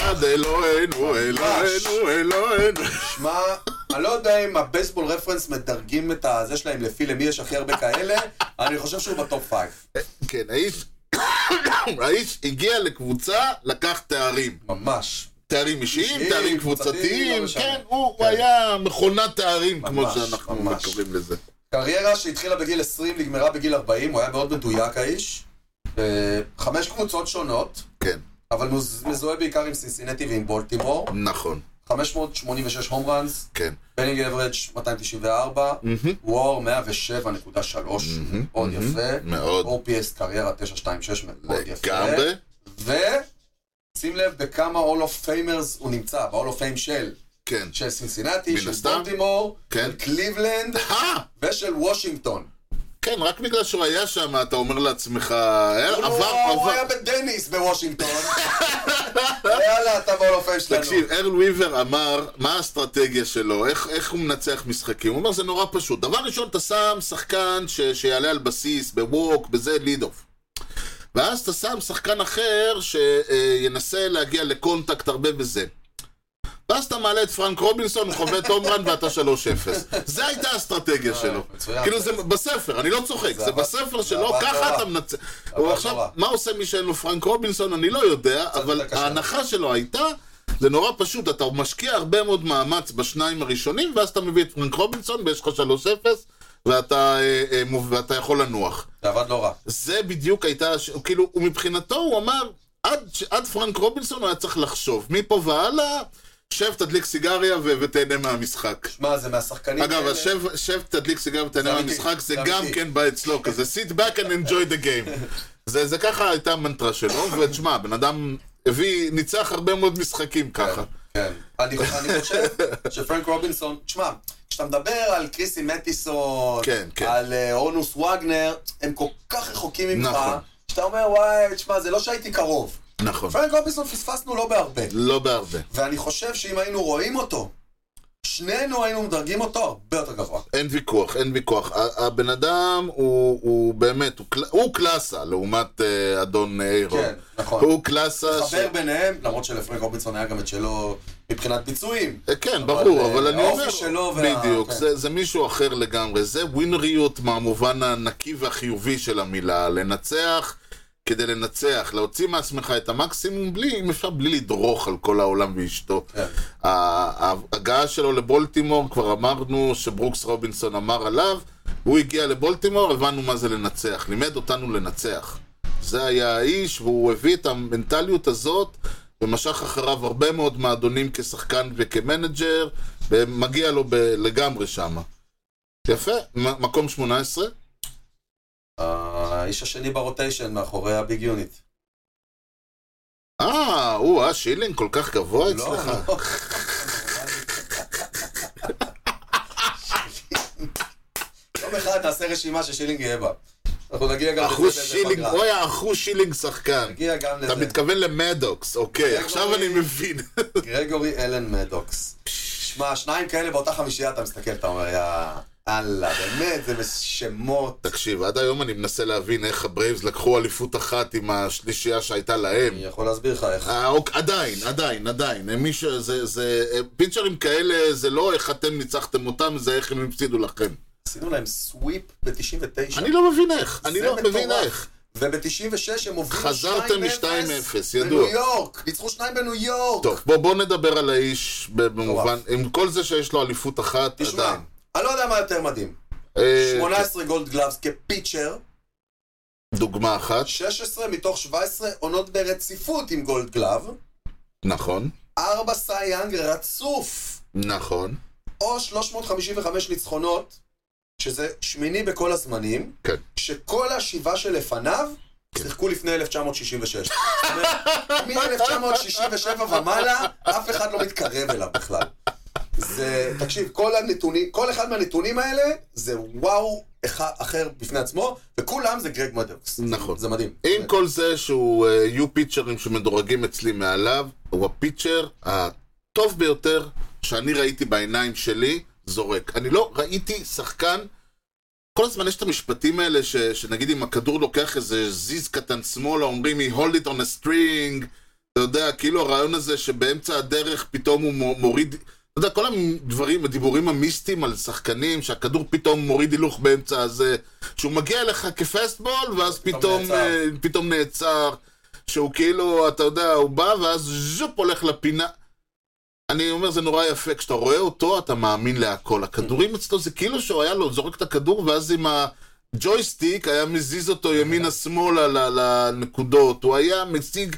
Speaker 3: אחד אלוהינו, אלוהינו, אלוהינו.
Speaker 1: שמע, אני לא יודע אם הבייסבול רפרנס מדרגים את הזה שלהם לפי למי יש הכי הרבה כאלה, אני חושב שהוא בטופ פייב.
Speaker 3: כן, האיש... [COUGHS] האיש הגיע לקבוצה, לקח תארים.
Speaker 1: ממש.
Speaker 3: תארים אישיים,
Speaker 1: אישיים,
Speaker 3: תארים
Speaker 1: קבוצתיים, לא
Speaker 3: קבוצתיים,
Speaker 1: משנה.
Speaker 3: כן, הוא
Speaker 1: כן.
Speaker 3: הוא היה מכונת תארים, כמו
Speaker 1: ממש,
Speaker 3: שאנחנו
Speaker 1: ממש.
Speaker 3: קוראים לזה.
Speaker 1: קריירה שהתחילה בגיל 20, נגמרה בגיל 40, הוא היה מאוד מדויק האיש. אה, חמש קבוצות שונות,
Speaker 3: כן,
Speaker 1: אבל מוז- מזוהה בעיקר עם סינסינטי ועם בולטימור.
Speaker 3: נכון,
Speaker 1: 586 הום ראנס,
Speaker 3: כן.
Speaker 1: בנינג אברג' 294,
Speaker 3: מהמם.
Speaker 1: וור 107.3,
Speaker 3: מהמם,
Speaker 1: מאוד
Speaker 3: מהמם,
Speaker 1: יפה.
Speaker 3: מאוד.
Speaker 1: OPS קריירה 926, מאוד יפה.
Speaker 3: לגמרי.
Speaker 1: ושים לב בכמה All of Famers הוא נמצא, ב-All of Fame של,
Speaker 3: כן.
Speaker 1: של סינסינטי,
Speaker 3: מן
Speaker 1: של
Speaker 3: הסתם.
Speaker 1: בולטימור,
Speaker 3: כן.
Speaker 1: של קליבלנד
Speaker 3: אה!
Speaker 1: ושל וושינגטון.
Speaker 3: כן, רק בגלל שהוא היה שם, אתה אומר לעצמך,
Speaker 1: הוא-
Speaker 3: "אה, עבר,
Speaker 1: לא, הוא היה
Speaker 3: עבר.
Speaker 1: בדניס
Speaker 3: [LAUGHS]
Speaker 1: בוושינגטון. יאללה, אתה ב-All of Fame שלנו.
Speaker 3: תקשיב, ארל וויבר אמר, מה האסטרטגיה שלו, איך, איך הוא מנצח משחקים? הוא אומר, זה נורא פשוט. דבר ראשון, אתה שם שחקן ש, שיעלה על בסיס, בווק, בזה, ליד אוף. ואז אתה שם שחקן אחר שינסה להגיע לקונטקט הרבה בזה. ואז אתה מעלה את פרנק רובינסון, הוא חווה את הומרן ואתה 3-0. זה הייתה האסטרטגיה שלו.
Speaker 1: אה, מצוין.
Speaker 3: כאילו זה בספר, אני לא צוחק,
Speaker 1: זה
Speaker 3: זה
Speaker 1: עבד-
Speaker 3: בספר
Speaker 1: זה
Speaker 3: שלו,
Speaker 1: עבד נורא.
Speaker 3: ככה אתה מנצח. הוא
Speaker 1: עבד
Speaker 3: עכשיו,
Speaker 1: נורא.
Speaker 3: מה עושה מי שאין לו פרנק רובינסון, אני לא יודע, אבל
Speaker 1: קשה.
Speaker 3: ההנחה שלו הייתה, זה נורא פשוט, אתה משקיע הרבה מאוד מאמץ בשניים הראשונים, ואז אתה מביא את פרנק רובינסון ויש לך 3-0, ואתה, אה, אה, מוב- ואתה יכול לנוח.
Speaker 1: זה עבד לא רע.
Speaker 3: זה בדיוק הייתה, הש- הוא כאילו, הוא מבחינתו, הוא אמר, עד, ש- עד פרנק רובינסון הוא היה צריך לחשוב. מפה והלאה, שב, תדליק סיגריה ו- ותהנה מהמשחק.
Speaker 1: שמע, זה מהשחקנים
Speaker 3: אגב,
Speaker 1: האלה.
Speaker 3: השב, שב, תדליק סיגר
Speaker 1: אוקיי, זה
Speaker 3: ותענה
Speaker 1: אמיתי,
Speaker 3: מהמשחק, זה
Speaker 1: זה
Speaker 3: גם
Speaker 1: אמיתי.
Speaker 3: כן בא אצלו כזה, sit back and enjoy the
Speaker 1: [LAUGHS]
Speaker 3: game. זה, זה ככה הייתה המנטרה שלו, ותשמע, בן אדם הביא, ניצח הרבה מאוד משחקים ככה.
Speaker 1: כן. אני אני חושב שפרנק רובינסון, תשמע, כשאתה מדבר על קריסי מטיסון,
Speaker 3: כן, כן.
Speaker 1: על אה, אונוס וגנר, הם כל כך רחוקים ממך,
Speaker 3: נכון.
Speaker 1: שאתה אומר, וואי, תשמע, זה לא שהייתי קרוב.
Speaker 3: נכון.
Speaker 1: פרנק רובינסון פספסנו לא בהרבה.
Speaker 3: לא בהרבה.
Speaker 1: ואני חושב שאם היינו רואים אותו, שנינו היינו מדרגים אותו הרבה יותר גבוה.
Speaker 3: אין ויכוח, אין ויכוח. ה- הבן אדם הוא, הוא באמת, הוא, קל, הוא קלאסה לעומת אה, אדון איירון.
Speaker 1: כן, נכון.
Speaker 3: הוא קלאסה אה, ש...
Speaker 1: חבר ביניהם, למרות שלפרנק רובינסון היה גם את שלו מבחינת ביצועים.
Speaker 3: אה, כן, ברור,
Speaker 1: אה,
Speaker 3: אבל אני
Speaker 1: האופי
Speaker 3: אומר,
Speaker 1: שלו וה-
Speaker 3: בדיוק,
Speaker 1: כן.
Speaker 3: זה, זה מישהו אחר לגמרי, זה ווינריות מהמובן הנקי והחיובי של המילה, לנצח כדי לנצח, להוציא מעצמך את המקסימום בלי, אם אפשר בלי לדרוך על כל העולם ואשתו.
Speaker 1: כן.
Speaker 3: ה- ההגעה שלו לבולטימור, כבר אמרנו שברוקס רובינסון אמר עליו, הוא הגיע לבולטימור, הבנו מה זה לנצח, לימד אותנו לנצח. זה היה האיש, והוא הביא את המנטליות הזאת, ומשך אחריו הרבה מאוד מועדונים כשחקן וכמנג'ר, ומגיע לו ב- לגמרי שמה. יפה, מ- מקום 18,
Speaker 1: האיש השני ברוטיישן מאחורי הביג יוניט.
Speaker 3: אה, הוא, אה, שילינג כל כך גבוה
Speaker 1: לא,
Speaker 3: אצלך.
Speaker 1: לא. יום אחד נעשה רשימה ששילינג יהיה בה. אנחנו נגיע גם
Speaker 3: אחוז
Speaker 1: לזה באיזה
Speaker 3: שילינג,
Speaker 1: פגרה.
Speaker 3: אוי, האחוז שילינג שחקן.
Speaker 1: נגיע גם לזה.
Speaker 3: אתה מתכוון למדוקס, אוקיי,
Speaker 1: זה
Speaker 3: עכשיו
Speaker 1: כבר-
Speaker 3: אני מבין.
Speaker 1: גרגורי אלן מדוקס. שמע, שניים כאלה באותה חמישייה, אתה מסתכל, אתה אומר, יא... אללה, באמת, זה שמות.
Speaker 3: [LAUGHS] תקשיב, עד היום אני מנסה להבין איך הברייבס לקחו אליפות אחת עם השלישייה שהייתה להם.
Speaker 1: אני יכול להסביר לך איך.
Speaker 3: אה, אוק- עדיין, עדיין, עדיין. הם מי שזה, זה, הם- פיצ'רים כאלה, זה לא איך אתם ניצחתם אותם, זה איך הם הפסידו לכם.
Speaker 1: עשינו להם סוויפ ב-99.
Speaker 3: אני לא מבין איך, אני
Speaker 1: זה
Speaker 3: לא מבין
Speaker 1: מטורף.
Speaker 3: איך.
Speaker 1: וב-96 הם הובילו 2-0.
Speaker 3: חזרתם מ- 2-0, ידוע.
Speaker 1: בניו יורק, ניצחו שניים בניו יורק.
Speaker 3: טוב, בוא, בוא נדבר על האיש במובן,
Speaker 1: מטורף. עם
Speaker 3: עם כל זה שיש לו אליפות אחת,
Speaker 1: תשמע,
Speaker 3: עדיין.
Speaker 1: אני לא יודע מה יותר מדהים.
Speaker 3: אה,
Speaker 1: 18 גולד גלאבס כפיצ'ר,
Speaker 3: כן, דוגמה אחת,
Speaker 1: 16 מתוך 17 עונות ברציפות עם גולד גלאב,
Speaker 3: נכון,
Speaker 1: 4 סייאנג רצוף,
Speaker 3: נכון,
Speaker 1: או 355 ניצחונות, שזה שמיני בכל הזמנים,
Speaker 3: כן.
Speaker 1: כשכל השבעה שלפניו שיחקו לפני 1966. זאת אומרת, מ-1967 ומעלה, אף אחד לא מתקרב אליו בכלל. זה, תקשיב, כל הנתונים, כל אחד מהנתונים האלה, זה וואו אח, אחר בפני עצמו, וכולם זה גרג מדוקס.
Speaker 3: נכון.
Speaker 1: זה מדהים.
Speaker 3: עם כל זה שהוא, אה, יהיו פיצ'רים שמדורגים אצלי מעליו, הוא הפיצ'ר הטוב ביותר שאני ראיתי בעיניים שלי זורק. אני לא ראיתי שחקן, כל הזמן יש את המשפטים האלה ש, שנגיד אם הכדור לוקח איזה זיז קטן שמאלה, אומרים he hold it on a string, אתה יודע, כאילו הרעיון הזה שבאמצע הדרך פתאום הוא מו- מוריד... אתה יודע, כל הדברים, הדיבורים המיסטיים על שחקנים, שהכדור פתאום מוריד הילוך באמצע הזה, שהוא מגיע אליך כפסטבול, ואז
Speaker 1: פתאום
Speaker 3: פתאום,
Speaker 1: נעצר.
Speaker 3: אה, פתאום נעצר, שהוא כאילו, אתה יודע, הוא בא ואז ז'ופ הולך לפינה. אני אומר, זה נורא יפה, כשאתה רואה אותו, אתה מאמין להכל. הכדורים אצלו, זה כאילו שהוא היה לו, זורק את הכדור, ואז עם הג'ויסטיק היה מזיז אותו ימינה-שמאלה ל- לנקודות. הוא היה מציג,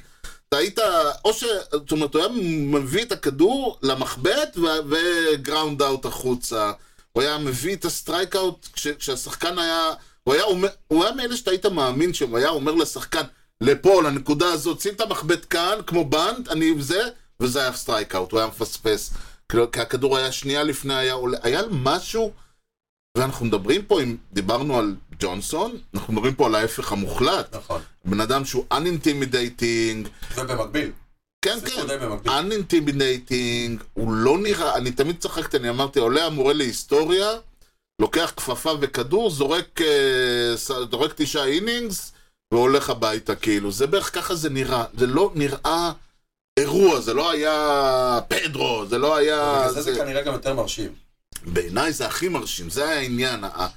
Speaker 3: אתה היית, או ש... זאת אומרת, הוא היה מביא את הכדור למחבט ו- וגראונד אאוט החוצה. הוא היה מביא את הסטרייק אאוט כש- כשהשחקן היה... הוא היה, אומר, הוא היה מאלה שאתה היית מאמין שהוא היה אומר לשחקן, לפה, לנקודה הזאת, שים את המחבט כאן, כמו בנד, אני עם זה, וזה היה סטרייק אאוט, הוא היה מפספס. כאילו, כי הכדור היה שנייה לפני, היה עולה, היה משהו, ואנחנו מדברים פה, אם דיברנו על ג'ונסון, אנחנו מדברים פה על ההפך המוחלט.
Speaker 1: נכון.
Speaker 3: בן אדם שהוא unintimidation,
Speaker 1: ובמקביל.
Speaker 3: כן,
Speaker 1: זה
Speaker 3: כן,
Speaker 1: די במקביל.
Speaker 3: unintimidation, הוא לא נראה, אני תמיד צחקתי, אני אמרתי, עולה המורה להיסטוריה, לוקח כפפה וכדור, זורק, אה, ס- זורק תשעה אינינגס, והולך הביתה, כאילו. זה בערך ככה זה נראה. זה לא נראה אירוע, זה לא היה פדרו, זה לא היה...
Speaker 1: בגלל זה זה כנראה גם יותר מרשים.
Speaker 3: בעיניי זה הכי מרשים, זה היה העניין, ה-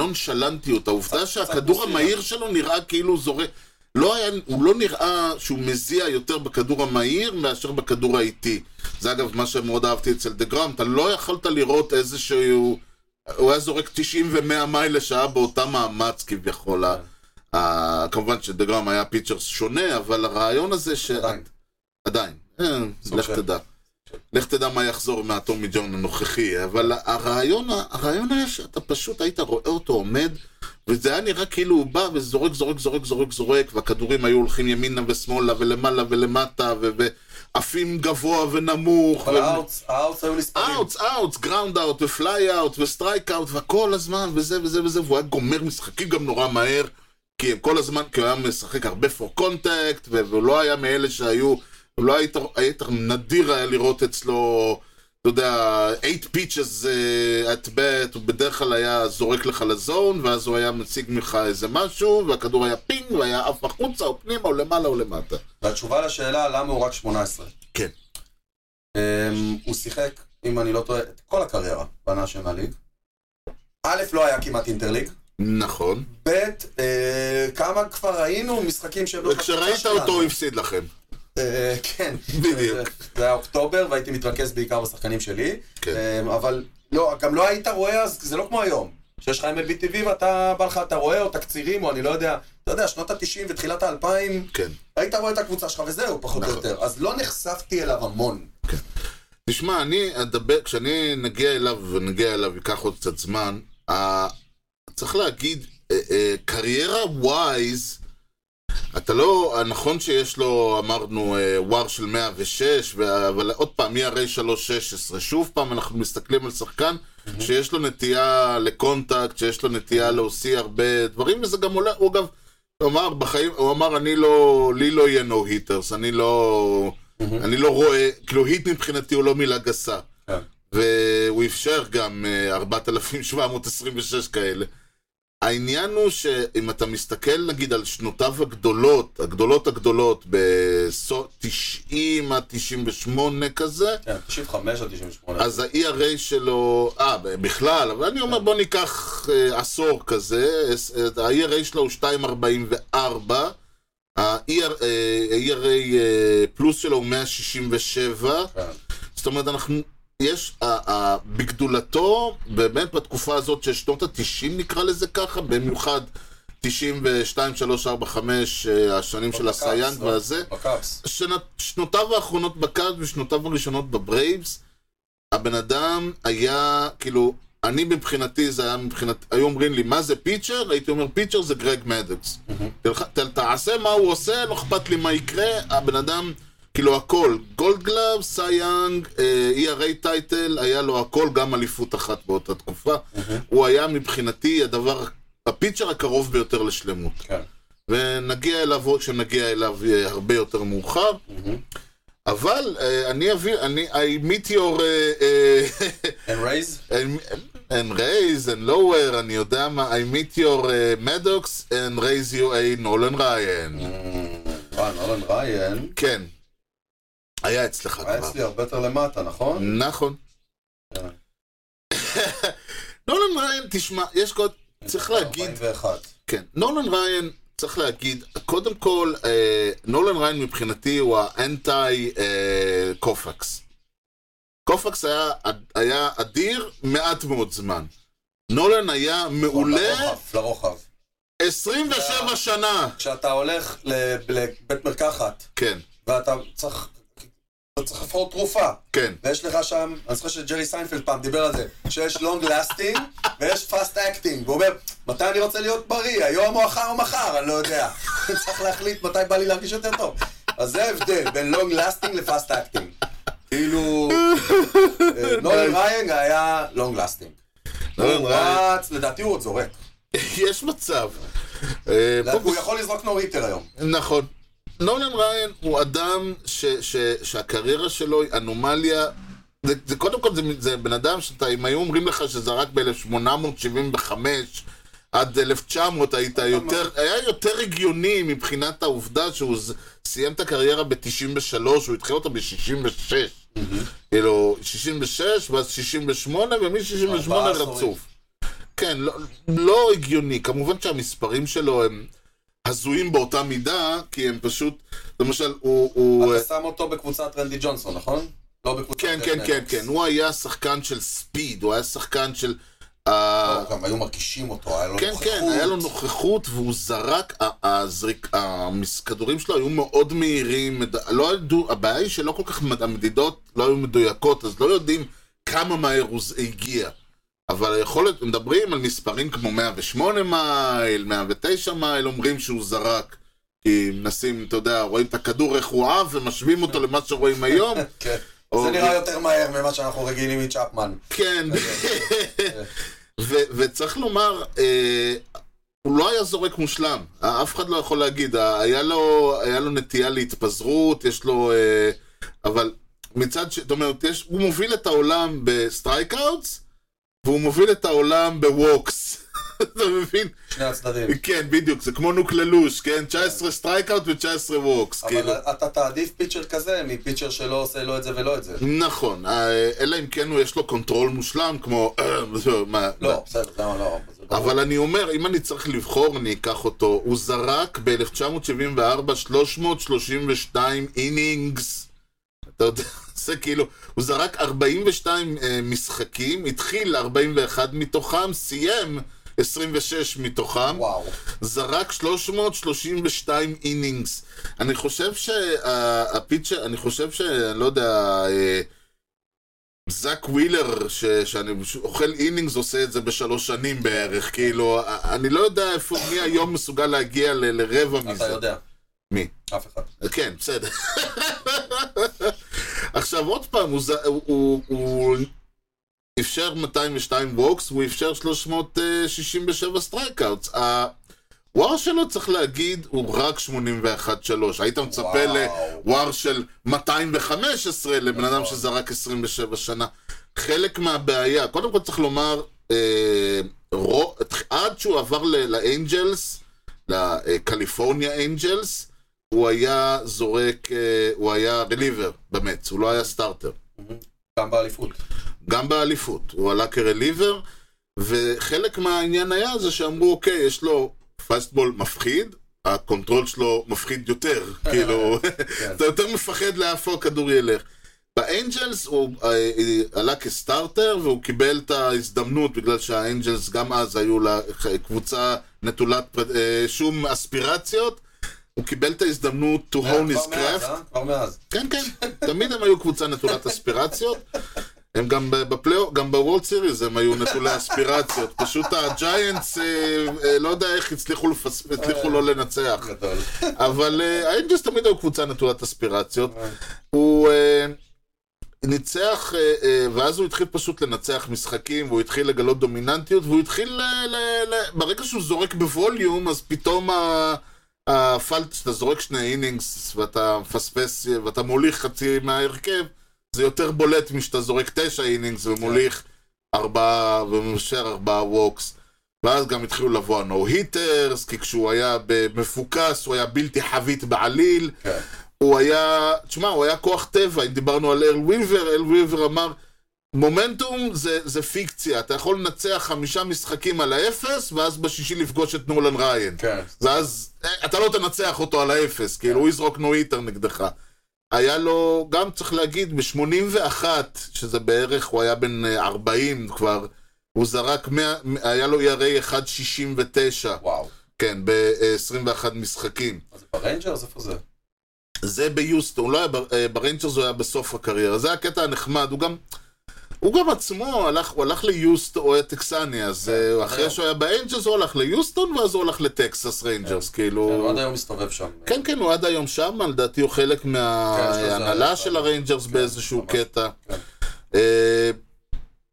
Speaker 3: הנונשלנטיות, העובדה
Speaker 1: קצת-
Speaker 3: שהכדור
Speaker 1: קצת
Speaker 3: המהיר שלו נראה כאילו הוא זורק... לא היה, הוא לא נראה שהוא מזיע יותר בכדור המהיר מאשר בכדור האיטי. זה אגב מה שמאוד אהבתי אצל דה גראם, אתה לא יכולת לראות איזשהו... הוא היה זורק 90 ו-100 מייל לשעה באותה מאמץ כביכול. ה- ה- כמובן שדה גראם היה פיצ'ר שונה, אבל הרעיון הזה ש...
Speaker 1: עדיין.
Speaker 3: עדיין. אה, לך
Speaker 1: אוקיי.
Speaker 3: תדע. לך תדע מה יחזור מהטומי ג'ון הנוכחי, אבל הרעיון, ה- הרעיון היה שאתה פשוט היית רואה אותו עומד, וזה היה נראה כאילו הוא בא וזורק, זורק, זורק, זורק, זורק, והכדורים היו הולכים ימינה ושמאלה ולמעלה ולמטה, ו- ועפים גבוה ונמוך.
Speaker 1: אבל
Speaker 3: ו-
Speaker 1: האוטס, האוטס היו נספרים.
Speaker 3: אאוטס, אאוטס, גראונד אאוט ופליי אאוט וסטרייק אאוט והכל הזמן וזה וזה וזה והוא היה גומר משחקים גם נורא מהר כי הם כל הזמן, כי הוא היה משחק הרבה פור קונטקט והוא לא היה מאלה שהיו, הוא לא היית, היית נדיר היה לראות אצלו אתה יודע, 8 pitches uh, at bat, הוא בדרך כלל היה זורק לך לזון, ואז הוא היה מציג ממך איזה משהו, והכדור היה פינג, והיה עף החוצה, או פנימה, או למעלה, או למטה.
Speaker 1: והתשובה לשאלה למה הוא רק 18.
Speaker 3: כן.
Speaker 1: אמ, הוא שיחק, אם אני לא טועה, את כל הקריירה בנאשונל ליג. א', לא היה כמעט אינטרליג.
Speaker 3: נכון.
Speaker 1: ב', אה, כמה כבר ראינו משחקים שהם לא... בקבוצה
Speaker 3: וכשראית
Speaker 1: שלנו.
Speaker 3: אותו, הוא הפסיד לכם.
Speaker 1: אה, כן.
Speaker 3: בדיוק.
Speaker 1: זה היה אוקטובר, והייתי מתרכז בעיקר בשחקנים שלי.
Speaker 3: כן.
Speaker 1: אמ, אבל לא, גם לא היית רואה, אז זה לא כמו היום. שיש לך MLB TV ואתה בא לך, אתה רואה, או תקצירים, או אני לא יודע. אתה יודע, שנות ה-90 ותחילת ה-2000,
Speaker 3: כן.
Speaker 1: היית רואה את הקבוצה שלך וזהו, פחות או
Speaker 3: נכון.
Speaker 1: יותר. אז לא נחשפתי אליו המון.
Speaker 3: תשמע, אני אדבר, כשאני נגיע אליו, ונגיע אליו ייקח עוד קצת זמן, אה, צריך להגיד, אה, אה, קריירה ווייז, אתה לא, נכון שיש לו, אמרנו, אה, וואר של 106, ו- אבל עוד פעם, ERA 316, שוב פעם אנחנו מסתכלים על שחקן שיש לו נטייה לקונטקט, שיש לו נטייה להוציא הרבה דברים, וזה גם עולה, הוא אגב, הוא אמר בחיים, הוא אמר, אני לא, לי לא יהיה נו
Speaker 1: כן,
Speaker 3: היטרס, אני לא, אני לא רואה, כאילו היט מבחינתי הוא לא מילה גסה. והוא אפשר גם אה, 4,726 כאלה. העניין הוא שאם אתה מסתכל נגיד על שנותיו הגדולות, הגדולות הגדולות, ב-90 עד 98 כזה,
Speaker 1: כן, 95 עד 98.
Speaker 3: אז ה-ERA שלו, אה, בכלל, אבל אני אומר בוא ניקח אה, עשור כזה, אז, אה, ה-ERA שלו הוא 2.44, אה, ה-ERA אה, פלוס שלו הוא 167,
Speaker 1: כן.
Speaker 3: זאת אומרת, אנחנו, יש, ה- ה- בגדולתו, באמת בתקופה הזאת של שנות ה-90 נקרא לזה ככה, במיוחד 92, 3, 4, 5, אה, השנים של
Speaker 1: בקאפס,
Speaker 3: הסייאנג
Speaker 1: לא?
Speaker 3: והזה,
Speaker 1: בקאפס.
Speaker 3: שנת- שנותיו האחרונות בקארד ושנותיו הראשונות בברייבס, הבן אדם היה, כאילו, אני מבחינתי, זה היה מבחינת, היו אומרים לי, מה זה פיצ'ר? הייתי אומר, פיצ'ר זה גרג מדקס. תלך- ת- תעשה מה הוא עושה, לא אכפת לי מה יקרה, הבן אדם, כאילו הכל, גולד גלאב, אה, סייאנג, ERA E טייטל, היה לו הכל, גם אליפות אחת באותה תקופה. הוא היה מבחינתי הדבר, הפיצ'ר הקרוב ביותר לשלמות.
Speaker 1: כן.
Speaker 3: ונגיע אליו עוד כשנגיע אליו אה, הרבה יותר מאוחר. אבל אה, אני אביא, אני, I meet your, אה,
Speaker 1: אין רייז?
Speaker 3: [LAUGHS] and raise and lower, אני יודע מה, I meet your uh, Maddox and raise you a נולן
Speaker 1: Mm.
Speaker 3: ריין.
Speaker 1: רן, אלן ריין.
Speaker 3: כן. היה אצלך
Speaker 1: היה
Speaker 3: כבר.
Speaker 1: אצלי הרבה יותר למטה, נכון?
Speaker 3: נכון. [LAUGHS]
Speaker 1: כן.
Speaker 3: נולן ריין, תשמע, יש קוד, צריך להגיד,
Speaker 1: 41.
Speaker 3: כן, נולן ריין, צריך להגיד, קודם כל, אה, נולן ריין מבחינתי הוא האנטי אה, קופקס. קופקס היה, היה אדיר מעט מאוד זמן. נולן היה מעולה
Speaker 1: לרוחב, לרוחב.
Speaker 3: 27 שנה.
Speaker 1: כשאתה הולך ל- לבית מרקחת,
Speaker 3: כן,
Speaker 1: ואתה צריך... אתה צריך לבחור תרופה,
Speaker 3: כן. [LAUGHS]
Speaker 1: ויש לך שם, אני זוכר שג'רי סיינפלד פעם דיבר על זה, שיש לונג לסטינג ויש פאסט אקטינג, והוא אומר, מתי אני רוצה להיות בריא, היום או אחר או מחר, אני לא יודע. [LAUGHS] צריך להחליט מתי בא לי להרגיש יותר טוב. אז זה ההבדל בין לונג לסטינג לפאסט אקטינג. כאילו, אה, נורן
Speaker 3: [LAUGHS]
Speaker 1: ריינג היה לונג לסטינג.
Speaker 3: נולן
Speaker 1: הוא
Speaker 3: ריין,
Speaker 1: רץ, לדעתי הוא עוד זורק.
Speaker 3: יש מצב. אה, פה-
Speaker 1: לא, הוא יכול לזרוק נוריטר היום.
Speaker 3: נכון. נולן ריין הוא אדם ש, ש, שהקריירה שלו היא אנומליה. זה, זה קודם כל, זה, זה בן אדם שאתה, אם היו אומרים לך שזה רק ב-1875 עד 1900, היית
Speaker 1: נכון.
Speaker 3: יותר, היה יותר הגיוני מבחינת העובדה שהוא ז- סיים את הקריירה ב-93, הוא התחיל אותה ב-66. כאילו, 66, ואז 68, ומ-68
Speaker 1: אה, ארבעה עשורים.
Speaker 3: רצוף. כן, לא, לא הגיוני. כמובן שהמספרים שלו הם הזויים באותה מידה, כי הם פשוט, למשל, הוא... הוא
Speaker 1: אתה שם אותו בקבוצת רנדי ג'ונסון, נכון? לא בקבוצת...
Speaker 3: כן,
Speaker 1: רנדי
Speaker 3: כן, כן,
Speaker 1: ג'ונסון.
Speaker 3: כן. הוא היה שחקן של ספיד, הוא היה שחקן של...
Speaker 1: לא,
Speaker 3: אה,
Speaker 1: גם היו מרגישים אותו, היה לו
Speaker 3: כן,
Speaker 1: נוכחות.
Speaker 3: כן, היה לו נוכחות, והוא זרק, ה- הזריק- הכדורים שלו היו מאוד מהירים, מד- לא ידעו, הבעיה היא שלא כל כך, מד- המדידות לא היו מדויקות, אז לא יודעים כמה מהר הוא ז- הגיע. אבל היכולת, מדברים על מספרים כמו 108 מייל, 109 מייל, אומרים שהוא זרק. כי מנסים, אתה יודע, רואים את הכדור איך הוא עף ומשווים אותו למה שרואים היום.
Speaker 1: כן.
Speaker 3: או-
Speaker 1: זה נראה יותר מהר ממה שאנחנו רגילים מצ'פמן. [LAUGHS]
Speaker 3: כן. ו- וצריך לומר, אה, הוא לא היה זורק מושלם, אה, אף אחד לא יכול להגיד, אה, היה לו, היה לו נטייה להתפזרות, יש לו... אה, אבל מצד ש... זאת אומרת, יש, הוא מוביל את העולם בסטרייקאוטס, והוא מוביל את העולם בווקס. [LAUGHS] אתה מבין?
Speaker 1: שני הצדדים.
Speaker 3: כן, בדיוק, זה כמו נוקללוש, כן? 19 סטרייקאוט ו-19 ווקס, [LAUGHS] כאילו.
Speaker 1: אבל אתה תעדיף פיצ'ר כזה מפיצ'ר שלא עושה לא את זה ולא את
Speaker 3: [LAUGHS]
Speaker 1: זה.
Speaker 3: נכון, אה, אלא אם כן הוא יש לו קונטרול מושלם, כמו... [CLEARS THROAT] מה-
Speaker 1: לא, בסדר, למה לא? זה ברור.
Speaker 3: אבל אני אומר, אם אני צריך לבחור, אני אקח אותו. הוא זרק ב-1974 332 אינינגס. אתה יודע, [LAUGHS] זה כאילו, הוא זרק 42 אה, משחקים, התחיל 41 מתוכם, סיים 26 מתוכם,
Speaker 1: וואו.
Speaker 3: זרק 332 אינינגס. אני חושב שהפיצ'ר, אני חושב ש... אני לא יודע... אה, זאק ווילר, ש, שאני ש- אוכל אינינגס, עושה את זה בשלוש שנים בערך, כאילו, א- אני לא יודע איפה, מי היום מסוגל להגיע ל, לרבע מזה.
Speaker 1: אתה יודע.
Speaker 3: מי?
Speaker 1: אף אחד.
Speaker 3: כן, בסדר. עכשיו, עוד פעם, הוא, ז- הוא, הוא, הוא אפשר 202 ווקס, הוא אפשר 367 סטרייקאוטס. ה- וואר שלו, צריך להגיד, הוא רק 81-3. היית מצפה
Speaker 1: וואו.
Speaker 3: לוואר של 215 לבן אדם שזרק 27 שנה. חלק מהבעיה, קודם כל צריך לומר, אה, רו, עד שהוא עבר ל- לאנג'לס, לקליפורניה אנג'לס, הוא היה זורק, אה, הוא היה רליבר במץ, הוא לא היה סטארטר.
Speaker 1: גם באליפות.
Speaker 3: גם באליפות, הוא עלה כרליבר, וחלק מהעניין היה זה שאמרו, אוקיי, יש לו פסטבול מפחיד, הקונטרול שלו מפחיד יותר, כאילו,
Speaker 1: כן.
Speaker 3: אתה יותר מפחד לאיפה הכדור ילך. באנג'לס הוא אה, אה, עלה כסטארטר והוא קיבל את ההזדמנות בגלל שהאנג'לס גם אז היו לה ח- קבוצה נטולת פר- אה, שום אספירציות. הוא קיבל את ההזדמנות to
Speaker 1: כבר
Speaker 3: hone his
Speaker 1: מאז,
Speaker 3: craft.
Speaker 1: אה? כבר מאז.
Speaker 3: כן, כן, תמיד הם היו קבוצה נטולת אספירציות. הם גם ב- בפלייאוף, גם בוולד סיריס הם היו נטולי אספירציות. פשוט הג'יינטס, אה, אה, לא יודע איך הצליחו לפס- הצליחו לא לנצח. [LAUGHS]
Speaker 1: גדול.
Speaker 3: אבל אה, האנג'לס תמיד היו קבוצה נטולת אספירציות. הוא אה, ניצח, אה, אה, ואז הוא התחיל פשוט לנצח משחקים, והוא התחיל לגלות דומיננטיות, והוא התחיל, ל- ל- ל- ברגע שהוא זורק בווליום, אז פתאום ה- הפלט, שאתה זורק שני אינינגס, ואתה מפספס, אה, ואתה מוליך חצי מההרכב, זה יותר בולט משאתה זורק תשע אינינגס ומוליך ארבעה, ומאשר ארבעה ווקס. ואז גם התחילו לבוא הנו היטרס, כי כשהוא היה מפוקס, הוא היה בלתי חבית בעליל.
Speaker 1: כן.
Speaker 3: הוא היה, תשמע, הוא היה כוח טבע, אם דיברנו על אל ווילבר, אל ווילבר אמר, מומנטום זה, זה פיקציה, אתה יכול לנצח חמישה משחקים על האפס, ואז בשישי לפגוש את נולן ריין.
Speaker 1: כן.
Speaker 3: ואז אה, אתה לא תנצח אותו על האפס, כאילו הוא יזרוק נו היטר נגדך. היה לו, גם צריך להגיד, ב-81, שזה בערך, הוא היה בן אה, 40 כבר, הוא זרק 100, היה לו ERA 1.69,
Speaker 1: וואו.
Speaker 3: כן, ב-21 משחקים.
Speaker 1: אז זה בריינג'רס? איפה זה?
Speaker 3: זה ביוסטון, הוא לא היה בר- אה, בריינג'רס, הוא היה בסוף הקריירה. זה הקטע הנחמד, הוא גם... הוא גם עצמו הלך, הוא הלך ליוסטון, הוא היה טקסני, אז אה, אחרי
Speaker 1: היום.
Speaker 3: שהוא היה באנג'רס הוא הלך ליוסטון, ואז הוא הלך לטקסס ריינג'רס,
Speaker 1: כן, הוא
Speaker 3: כאילו...
Speaker 1: עד היום מסתובב שם.
Speaker 3: כן, כן, הוא עד היום שם, לדעתי הוא חלק
Speaker 1: כן, יש לו זה
Speaker 3: מההנהלה
Speaker 1: עליו.
Speaker 3: של הריינג'רס
Speaker 1: כן,
Speaker 3: באיזשהו
Speaker 1: ממש.
Speaker 3: קטע.
Speaker 1: כן.
Speaker 3: אה,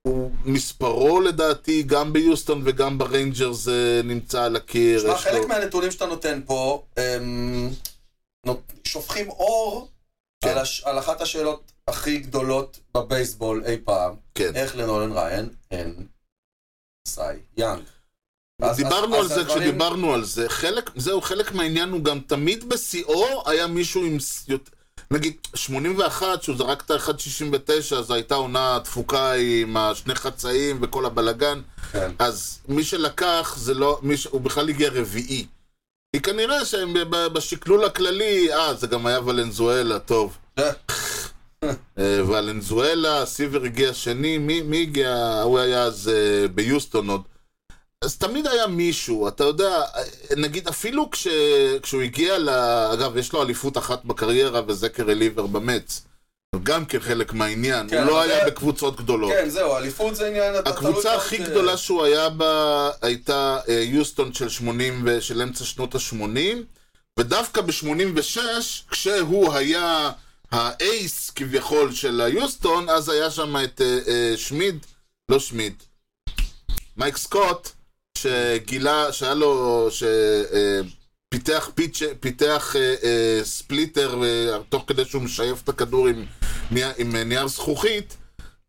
Speaker 3: הוא- מספרו לדעתי, גם ביוסטון וגם בריינג'רס אה, נמצא על הקיר.
Speaker 1: תשמע,
Speaker 3: יש לו-
Speaker 1: חלק מהנתונים שאתה נותן פה, אמ, נות- שופכים אור
Speaker 3: כן.
Speaker 1: על הש- על אחת השאלות הכי גדולות בבייסבול אי פעם.
Speaker 3: כן.
Speaker 1: איך לנולן ריין אין סאי יאנג. אז-
Speaker 3: דיברנו
Speaker 1: אז-
Speaker 3: על
Speaker 1: אז
Speaker 3: זה
Speaker 1: הדברים-
Speaker 3: כשדיברנו על זה. חלק, זהו, חלק מהעניין הוא גם תמיד בשיאו היה מישהו עם... ס- יות- נגיד, 81, שהוא זרק את ה-1.69, אז הייתה עונה תפוקה עם השני חצאים וכל הבלגן.
Speaker 1: כן.
Speaker 3: אז מי שלקח, זה לא... מי ש... הוא בכלל הגיע רביעי. כי כנראה שהם ב- ב- בשקלול הכללי, אה, זה גם היה ולנזואלה,
Speaker 1: [LAUGHS]
Speaker 3: טוב.
Speaker 1: אה.
Speaker 3: אה, ולנזואלה, סיבר הגיע שני, מי, מי הגיע? הוא היה אז אה, ביוסטון עוד. אז תמיד היה מישהו, אתה יודע, אה, נגיד אפילו כש, כשהוא הגיע ל... אגב, יש לו אליפות אחת בקריירה וזה כרליבר במץ. גם כן חלק מהעניין,
Speaker 1: כן,
Speaker 3: הוא לא
Speaker 1: אבל
Speaker 3: היה
Speaker 1: זה-
Speaker 3: בקבוצות גדולות.
Speaker 1: כן, זהו, אליפות זה עניין... אתה תלוי
Speaker 3: הקבוצה
Speaker 1: מאוד,
Speaker 3: הכי
Speaker 1: אה,
Speaker 3: גדולה שהוא היה בה הייתה אה, יוסטון של 80 ו- של אמצע שנות ה-80, ודווקא ב-86, כשהוא היה האייס כביכול של היוסטון, אז היה שם את אה, אה, שמיד, לא שמיד, מייק סקוט, שגילה, שהיה לו, שפיתח פיצ' פיתח אה, אה, ספליטר אה, תוך כדי שהוא משייף את הכדור עם, נייר- עם אה, נייר זכוכית.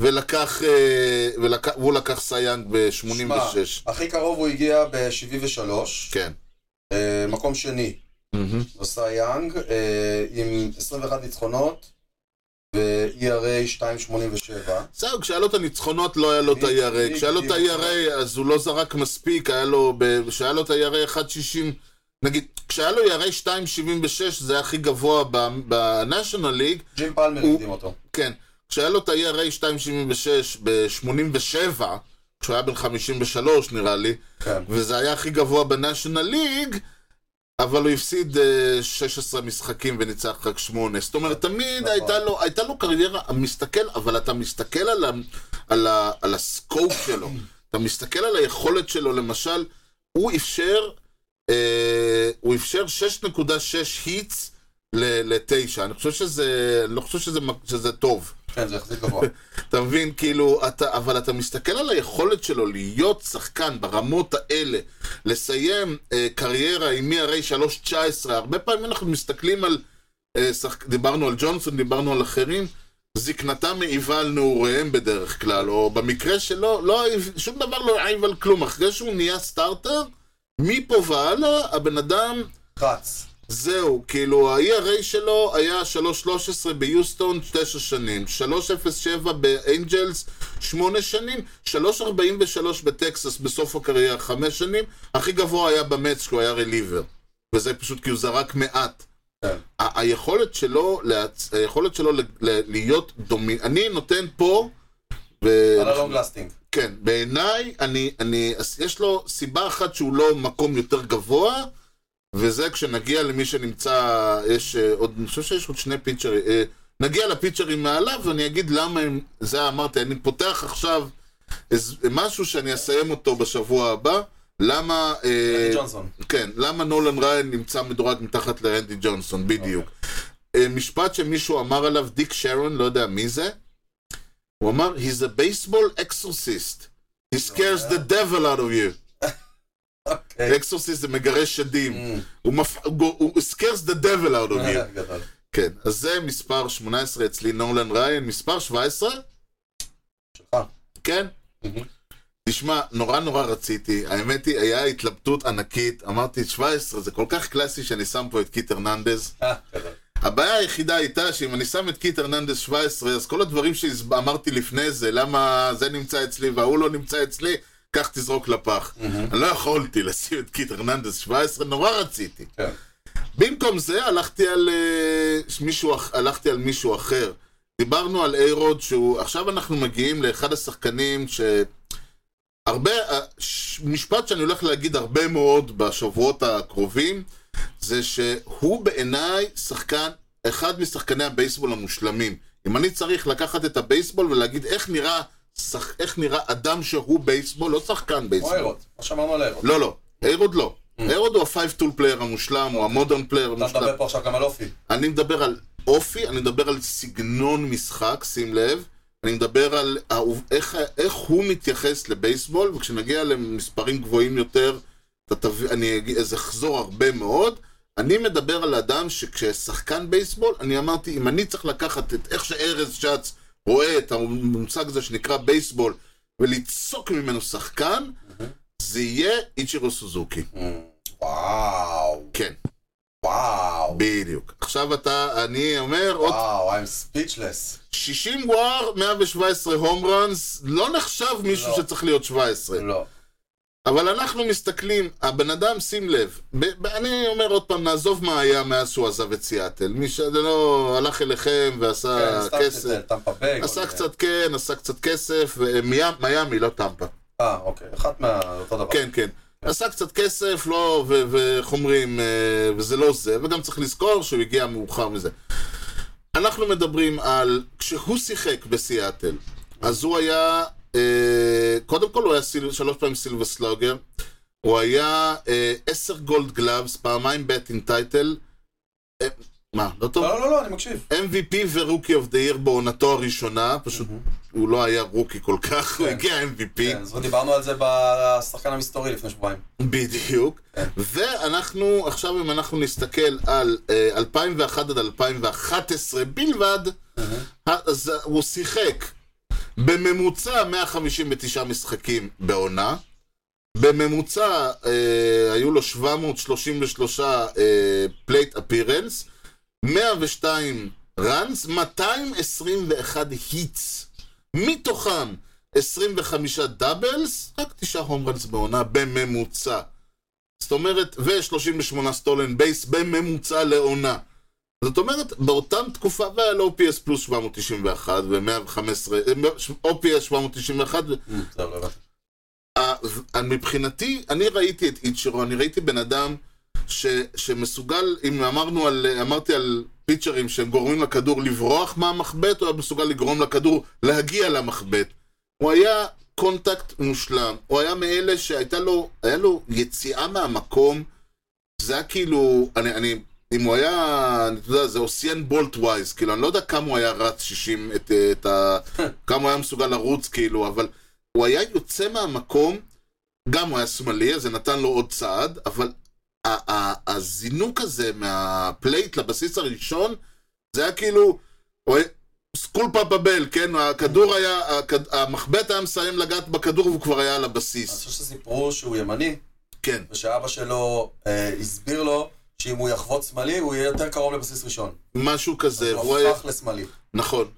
Speaker 3: ולקח, אה, ולקח, והוא לקח סייאנג ב-86.
Speaker 1: שמע, הכי קרוב הוא הגיע ב-73,
Speaker 3: כן.
Speaker 1: מקום שני.
Speaker 3: מהמם.
Speaker 1: נוסע יאנג, אה, עם 21 ניצחונות ו-ERA 2.87.
Speaker 3: זהו, כשהיה לו את הניצחונות לא היה לו את ה-ERA. כשהיה לו את ה-ERA אז הוא לא זרק מספיק, היה לו, ב- כשהיה לו את ה-ERA 1.60, נגיד, כשהיה לו ERA 2.76 זה היה הכי גבוה בניישונל ליג,
Speaker 1: ג'ים פלמר
Speaker 3: הוא-
Speaker 1: הקדים אותו.
Speaker 3: כן, כשהיה לו את ה-ERA 2.76 ב-87, כשהוא היה בן 53 נראה לי,
Speaker 1: כן.
Speaker 3: וזה היה הכי גבוה בניישונל ליג, אבל הוא הפסיד אה, 16 משחקים וניצח רק 8. זאת אומרת, תמיד
Speaker 1: נכון.
Speaker 3: הייתה לו, הייתה לו קריירה, מסתכל, אבל אתה מסתכל על, ה, על, ה, על הסקופ שלו, אתה מסתכל על היכולת שלו, למשל, הוא אפשר, אה, הוא אפשר 6.6 היטס ל-9. אני חושב שזה, אני לא חושב שזה, מ- שזה טוב.
Speaker 1: כן, זה יחסית
Speaker 3: [LAUGHS]
Speaker 1: גבוה.
Speaker 3: אתה מבין, כאילו, אתה, אבל אתה מסתכל על היכולת שלו להיות שחקן ברמות האלה, לסיים אה, קריירה עם מהרי 3.19, הרבה פעמים אנחנו מסתכלים על, אה, שחק... דיברנו על ג'ונסון, דיברנו על אחרים, זקנתם מעיבה על נעוריהם בדרך כלל, או במקרה שלו, לא, העיב- שום דבר לא העיב על כלום, אחרי שהוא נהיה סטארטר, מפה והלאה, הבן אדם
Speaker 1: רץ.
Speaker 3: זהו, כאילו ה-ERA שלו היה 3.13 ביוסטון 9 שנים, 3.07 באנג'לס 8 שנים, 3.43 בטקסס בסוף הקריירה 5 שנים, הכי גבוה היה במץ שהוא היה רליבר, וזה פשוט כי הוא זרק מעט.
Speaker 1: כן.
Speaker 3: ה- היכולת שלו, להצ... היכולת שלו ל... ל... להיות דומי... אני נותן פה... ו...
Speaker 1: על הלונגלסטינג.
Speaker 3: כן, בעיניי, אני, אני, אז יש לו סיבה אחת שהוא לא מקום יותר גבוה, וזה כשנגיע למי שנמצא, יש אה, עוד, אני חושב שיש עוד שני פיצ'רים, אה, נגיע לפיצ'רים מעליו, ואני אגיד למה הם, זה אמרתי, אני פותח עכשיו איז, משהו שאני אסיים אותו בשבוע הבא, למה, אה,
Speaker 1: ג'ונסון.
Speaker 3: כן, למה נולן ריין נמצא מדורג מתחת לאנדי ג'ונסון, בדיוק. אה, משפט שמישהו אמר עליו, דיק שרון, לא יודע מי זה, הוא אמר, he's a baseball exorcist. He scares the devil out of you.
Speaker 1: אוקיי.
Speaker 3: אקסורסיסט זה מגרש שדים.
Speaker 1: אמ,
Speaker 3: הוא מפ- הוא הוא scares the devil out of you.
Speaker 1: גדול.
Speaker 3: כן, אז זה מספר 18 אצלי, נורלן ריין. מספר 17?
Speaker 1: שלך.
Speaker 3: כן.
Speaker 1: מהמם.
Speaker 3: תשמע, נורא נורא רציתי, האמת היא, היה התלבטות ענקית, אמרתי 17, זה כל כך קלאסי שאני שם פה את קיט הרננדז.
Speaker 1: אה, גדול.
Speaker 3: הבעיה היחידה הייתה שאם אני שם את קיט הרננדס 17, אז כל הדברים שאמרתי לפני זה, למה זה נמצא אצלי וההוא לא נמצא אצלי, כך תזרוק לפח.
Speaker 1: אה,
Speaker 3: אני לא יכולתי לשים את קיט הרננדס 17, נורא רציתי.
Speaker 1: כן.
Speaker 3: במקום זה הלכתי על, אה, מישהו, אח- הלכתי על מישהו אחר. דיברנו על איירוד שהוא... עכשיו אנחנו מגיעים לאחד השחקנים ש... הרבה... אה, ש- משפט שאני הולך להגיד הרבה מאוד בשבועות הקרובים, זה שהוא בעיניי שחקן, אחד משחקני הבייסבול המושלמים. אם אני צריך לקחת את הבייסבול ולהגיד איך נראה, שח, איך נראה אדם שהוא בייסבול, לא שחקן
Speaker 1: כמו
Speaker 3: בייסבול.
Speaker 1: איירות. מה שאמרנו על איירות.
Speaker 3: לא, לא. איירוד לא. איירוד הוא ה-5 tool player המושלם, הוא המודרן פלייר
Speaker 1: Mm. אתה
Speaker 3: המושלם.
Speaker 1: מדבר פה עכשיו גם על אופי.
Speaker 3: אני מדבר על אופי, אני מדבר על סגנון משחק, שים לב. אני מדבר על האו- איך, איך הוא מתייחס לבייסבול, וכשנגיע למספרים גבוהים יותר, אתה תביא, אני אגיד- אז אחזור הרבה מאוד. אני מדבר על אדם שכששחקן בייסבול, אני אמרתי, אם אני צריך לקחת את איך שארז שץ רואה את המושג הזה שנקרא בייסבול, וליצוק ממנו שחקן, זה יהיה איצ'ירו סוזוקי.
Speaker 1: אמ, וואו.
Speaker 3: כן,
Speaker 1: וואו.
Speaker 3: בדיוק. עכשיו אתה, אני אומר, עוד
Speaker 1: וואו, I'm speechless.
Speaker 3: 60 וואר, 117 הום ראנס, לא נחשב מישהו
Speaker 1: לא.
Speaker 3: שצריך להיות 17.
Speaker 1: לא.
Speaker 3: אבל אנחנו מסתכלים, הבן אדם, שים לב, ב- ב- אני אומר עוד פעם, נעזוב מה היה מאז שהוא עזב את סיאטל. מי שלא הלך אליכם
Speaker 1: כן,
Speaker 3: ועשה
Speaker 1: סתם
Speaker 3: כסף.
Speaker 1: כזה, טמפה אה. ביי. כל
Speaker 3: עשה
Speaker 1: מיני.
Speaker 3: קצת כן, עשה קצת כסף, ומיאמי, מיאמי, לא טמפה.
Speaker 1: אה, אוקיי. אחת מה... אותו דבר.
Speaker 3: כן, כן. עשה קצת כסף, לא, ו- ואיך אומרים, אה, וזה לא זה, וגם צריך לזכור שהוא הגיע מאוחר מזה. אנחנו מדברים על, כשהוא שיחק בסיאטל, אז הוא היה, אה, קודם כל הוא היה סיל, שלוש פעמים סילבר סלוגר, הוא היה אה, עשר גולד גלאבס, פעמיים בטינג טייטל, אה, מה, לא טוב?
Speaker 1: לא, לא, לא, לא, אני מקשיב.
Speaker 3: MVP ורוקי אוף דה עיר בעונתו הראשונה, פשוט הוא לא היה רוקי כל כך, הוא
Speaker 1: כן.
Speaker 3: הגיע MVP.
Speaker 1: כן, אז דיברנו על זה בשחקן המסתורי לפני שבועיים.
Speaker 3: בדיוק. ואנחנו, עכשיו אם אנחנו נסתכל על אה, 2001 עד 2011 בלבד, אז הוא שיחק בממוצע 159 משחקים בעונה, בממוצע אה, היו לו 733 אה, פלייט אפירנס, 102 ראנס, 221 היטס. מתוכם 25 דאבלס, רק 9 הום ראנס בעונה בממוצע. זאת אומרת, ו-38 סטולן בייס בממוצע לעונה. זאת אומרת, באותם תקופה, והיה לו OPS פלוס 791 ו-115, OPS 791,
Speaker 1: אמ, זהו, לא הבנתי.
Speaker 3: אה, ו- מבחינתי, אני ראיתי את איצ'רו, אני ראיתי בן אדם ש, שמסוגל, אם אמרנו על, אמרתי על פיצ'רים שהם גורמים לכדור לברוח מהמחבט, הוא היה מסוגל לגרום לכדור להגיע למחבט. הוא היה קונטקט מושלם, הוא היה מאלה שהייתה לו, היה לו יציאה מהמקום, זה היה כאילו, אני, אני אם הוא היה, אתה יודע, זה אוסיאן בולט ווייז, כאילו, אני לא יודע כמה הוא היה רץ 60 את, אה,
Speaker 1: [LAUGHS]
Speaker 3: את ה... כמה הוא היה מסוגל לרוץ, כאילו, אבל הוא היה יוצא מהמקום, גם הוא היה שמאלי, אז זה נתן לו עוד צעד, אבל ה- ה- הזינוק הזה מהפלייט לבסיס הראשון, זה היה כאילו, הוא היה- סקול פאפאבל, כן? הכדור היה, הכד- המחבט היה מסיים לגעת בכדור והוא כבר היה על
Speaker 1: אני
Speaker 3: הבסיס.
Speaker 1: חושב שסיפרו שהוא ימני,
Speaker 3: כן.
Speaker 1: ושאבא שלו אה, הסביר לו שאם הוא יחבוט שמאלי, הוא יהיה יותר קרוב לבסיס ראשון.
Speaker 3: משהו
Speaker 1: אז
Speaker 3: כזה,
Speaker 1: הוא
Speaker 3: והוא היה...
Speaker 1: הפך לשמאלי.
Speaker 3: נכון,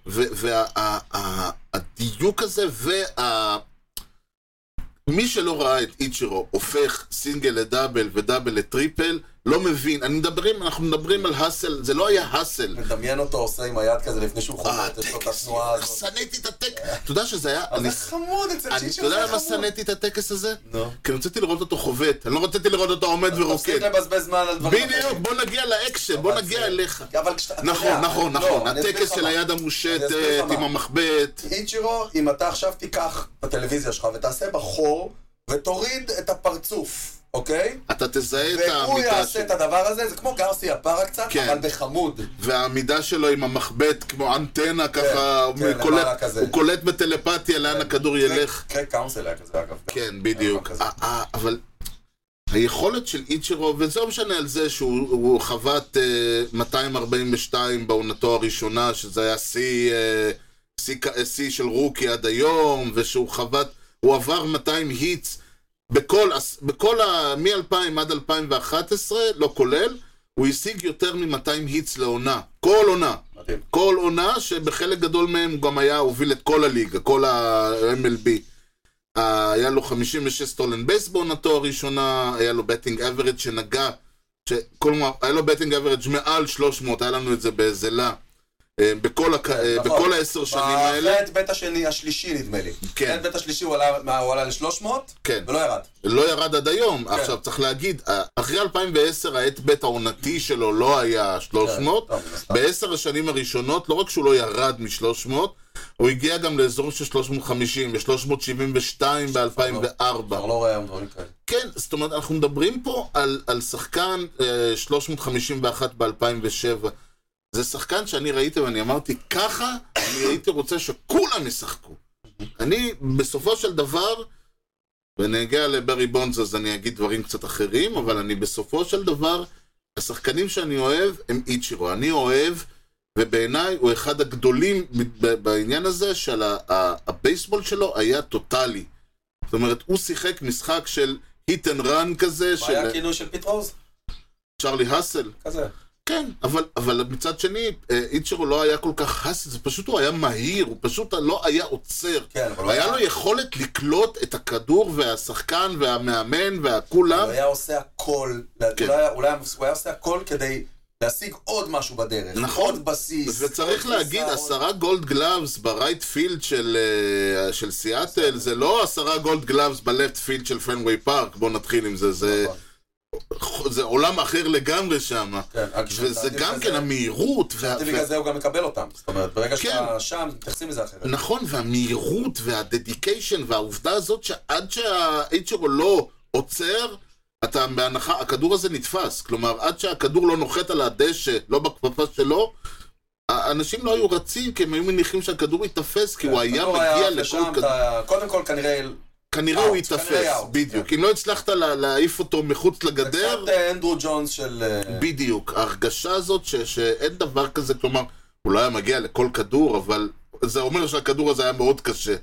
Speaker 3: והדיוק הזה, וה... מי שלא ראה את איצ'ירו הופך סינגל לדאבל ודאבל לטריפל, לא מבין. אני מדברים, אנחנו מדברים על האסל, זה לא היה האסל.
Speaker 1: מדמיין אותו עושה עם היד כזה לפני שהוא
Speaker 3: אה,
Speaker 1: חובט, יש לו את
Speaker 3: הטקס,
Speaker 1: התנועה
Speaker 3: איך
Speaker 1: הזאת. אה.
Speaker 3: שנאתי את הטקס. אתה יודע שזה היה...
Speaker 1: אבל
Speaker 3: אני-
Speaker 1: זה חמוד אצל
Speaker 3: אני-
Speaker 1: צ'יצ'ר,
Speaker 3: אתה יודע
Speaker 1: זה
Speaker 3: למה
Speaker 1: חמוד.
Speaker 3: שנאתי את הטקס הזה?
Speaker 1: נו.
Speaker 3: כי אני רציתי לראות אותו חובט, אני לא רציתי לראות אותו עומד
Speaker 1: תפסיק
Speaker 3: ורוקד.
Speaker 1: לבזבז זמן על דברים
Speaker 3: בדיוק, בוא נגיע לאקשן, בוא
Speaker 1: אבל
Speaker 3: נגיע
Speaker 1: זה-
Speaker 3: אליך.
Speaker 1: אבל כשאתה... לא,
Speaker 3: נכון, נכון, נכון, הטקס של היד
Speaker 1: אני אסביר
Speaker 3: המושטת
Speaker 1: לך
Speaker 3: עם
Speaker 1: מה.
Speaker 3: המחבט.
Speaker 1: איצ'ירו, אם אתה עכשיו תיקח את הטלוויזיה שלך ותעשה בחור ותוריד את הפרצוף, אוקיי?
Speaker 3: אתה תזהה את
Speaker 1: והוא
Speaker 3: העמידה
Speaker 1: יעשה
Speaker 3: שלו.
Speaker 1: את הדבר הזה, זה כמו גרסי הפרה קצת,
Speaker 3: כן.
Speaker 1: אבל בחמוד.
Speaker 3: והעמידה שלו עם המחבט כמו אנטנה ככה, הוא
Speaker 1: כן,
Speaker 3: קולט-
Speaker 1: למעלה כזה.
Speaker 3: הוא קולט בטלפתיה לאן הכדור ילך.
Speaker 1: קרק קאונסל היה כזה, אגב.
Speaker 3: כן, בדיוק.
Speaker 1: כזה.
Speaker 3: אה, אה, אבל היכולת של איצ'רו, וזה לא משנה על זה שהוא הוא חבט אה, 242 בעונתו הראשונה, שזה היה שיא, אה, שיא כ- אה, שיא של רוקי עד היום, ושהוא חבט, הוא עבר 200 היטס בכל, הס- בכל ה... מ-2000 עד 2011, לא כולל, הוא השיג יותר מ-200 היטס לעונה. כל עונה.
Speaker 1: מדהים.
Speaker 3: כל עונה שבחלק גדול מהם הוא גם היה הוביל את כל הליגה, כל ה-MLB. אה, היה לו 56 סטולן בייס בעונתו הראשונה, היה לו בטינג אברג' שנגע, כלומר, היה לו בטינג אברג' מעל 300, היה לנו את זה באזלה. אה, בכל הכ- אה,
Speaker 1: נכון.
Speaker 3: בכל העשר שנים האלה,
Speaker 1: בחטא בית השני, השלישי נדמה לי.
Speaker 3: כן.
Speaker 1: חטא בית השלישי הוא עלה- מה, הוא עלה ל-300,
Speaker 3: כן.
Speaker 1: ולא כן. ירד.
Speaker 3: לא ירד עד היום. עכשיו, צריך להגיד, אה, אחרי 2010 העט בית העונתי שלו לא היה 300,
Speaker 1: כן, טוב, מן הסתם.
Speaker 3: בעשר השנים הראשונות, לא רק שהוא לא ירד מ-300, הוא הגיע גם לאזור של 350, ל-372 ב-2004.
Speaker 1: כבר לא רואה היום דברים כאלה.
Speaker 3: כן, זאת אומרת, אנחנו מדברים פה על, על שחקן אה, 351 ב-2007. זה שחקן שאני ראיתי ואני אמרתי, ככה אני הייתי רוצה שכולם ישחקו. אני, בסופו של דבר, ואני אגיע לברי בונדס אז אני אגיד דברים קצת אחרים, אבל אני בסופו של דבר, השחקנים שאני אוהב הם איצ'ירו. אני אוהב, ובעיניי הוא אחד הגדולים ב- ב- בעניין הזה, של ה- ה- הבייסבול שלו היה טוטאלי. זאת אומרת, הוא שיחק משחק של hit and run כזה,
Speaker 1: מה
Speaker 3: של
Speaker 1: היה כינוי של פיט רוז?
Speaker 3: צ'רלי האסל.
Speaker 1: כזה.
Speaker 3: כן, אבל, אבל מצד שני, אה, איצ'רו לא היה כל כך האסל, זה פשוט הוא היה מהיר, הוא פשוט לא היה עוצר.
Speaker 1: כן, אבל הוא
Speaker 3: היה לו יכולת לקלוט את הכדור והשחקן והמאמן והכולם.
Speaker 1: הוא היה עושה הכל,
Speaker 3: כן.
Speaker 1: אולי- אולי הוא לא היה עושה הכל כדי להשיג עוד משהו בדרך.
Speaker 3: נכון.
Speaker 1: עוד בסיס.
Speaker 3: וצריך
Speaker 1: עוד
Speaker 3: להגיד,
Speaker 1: תפיסה, עוד-
Speaker 3: עשרה גולד גלאבס ברייט פילד של, אה, של סיאטל, זה לא עשרה גולד גלאבס בלפט פילד של פנוויי פארק, בואו נתחיל עם זה, זה,
Speaker 1: נכון.
Speaker 3: זה עולם אחר לגמרי שם.
Speaker 1: כן, רק
Speaker 3: וזה
Speaker 1: שלדעתי
Speaker 3: גם
Speaker 1: בגלל
Speaker 3: כן
Speaker 1: זה-
Speaker 3: המהירות, וה-
Speaker 1: לדעתי
Speaker 3: וה-
Speaker 1: בגלל זה הוא גם מקבל אותם. זאת אומרת, ברגע
Speaker 3: כן.
Speaker 1: שאתה שם, מתייחסים לזה אחרת.
Speaker 3: נכון, והמהירות והדדיקיישן והעובדה הזאת שעד שהאיצ'רו לא עוצר, אתה בהנחה, הכדור הזה נתפס. כלומר, עד שהכדור לא נוחת על הדשא, לא בכפפה שלו, האנשים לא היו רצים כי הם היו מניחים שהכדור ייתפס, כי הוא היה
Speaker 1: כן, הכדור
Speaker 3: מגיע
Speaker 1: עף
Speaker 3: לכל
Speaker 1: לשם,
Speaker 3: כדור.
Speaker 1: אתה- קודם כל כנראה...
Speaker 3: כנראה הוא
Speaker 1: out,
Speaker 3: ייתפס,
Speaker 1: כנראה out, כן.
Speaker 3: בדיוק. אם לא הצלחת לה- להעיף אותו מחוץ לגדר,
Speaker 1: קצת אה, אנדרו ג'ונס של... אה,
Speaker 3: בדיוק, ההרגשה הזאת ש, שאין דבר כזה, כלומר, הוא לא היה מגיע לכל כדור, אבל זה אומר שהכדור הזה היה מאוד קשה.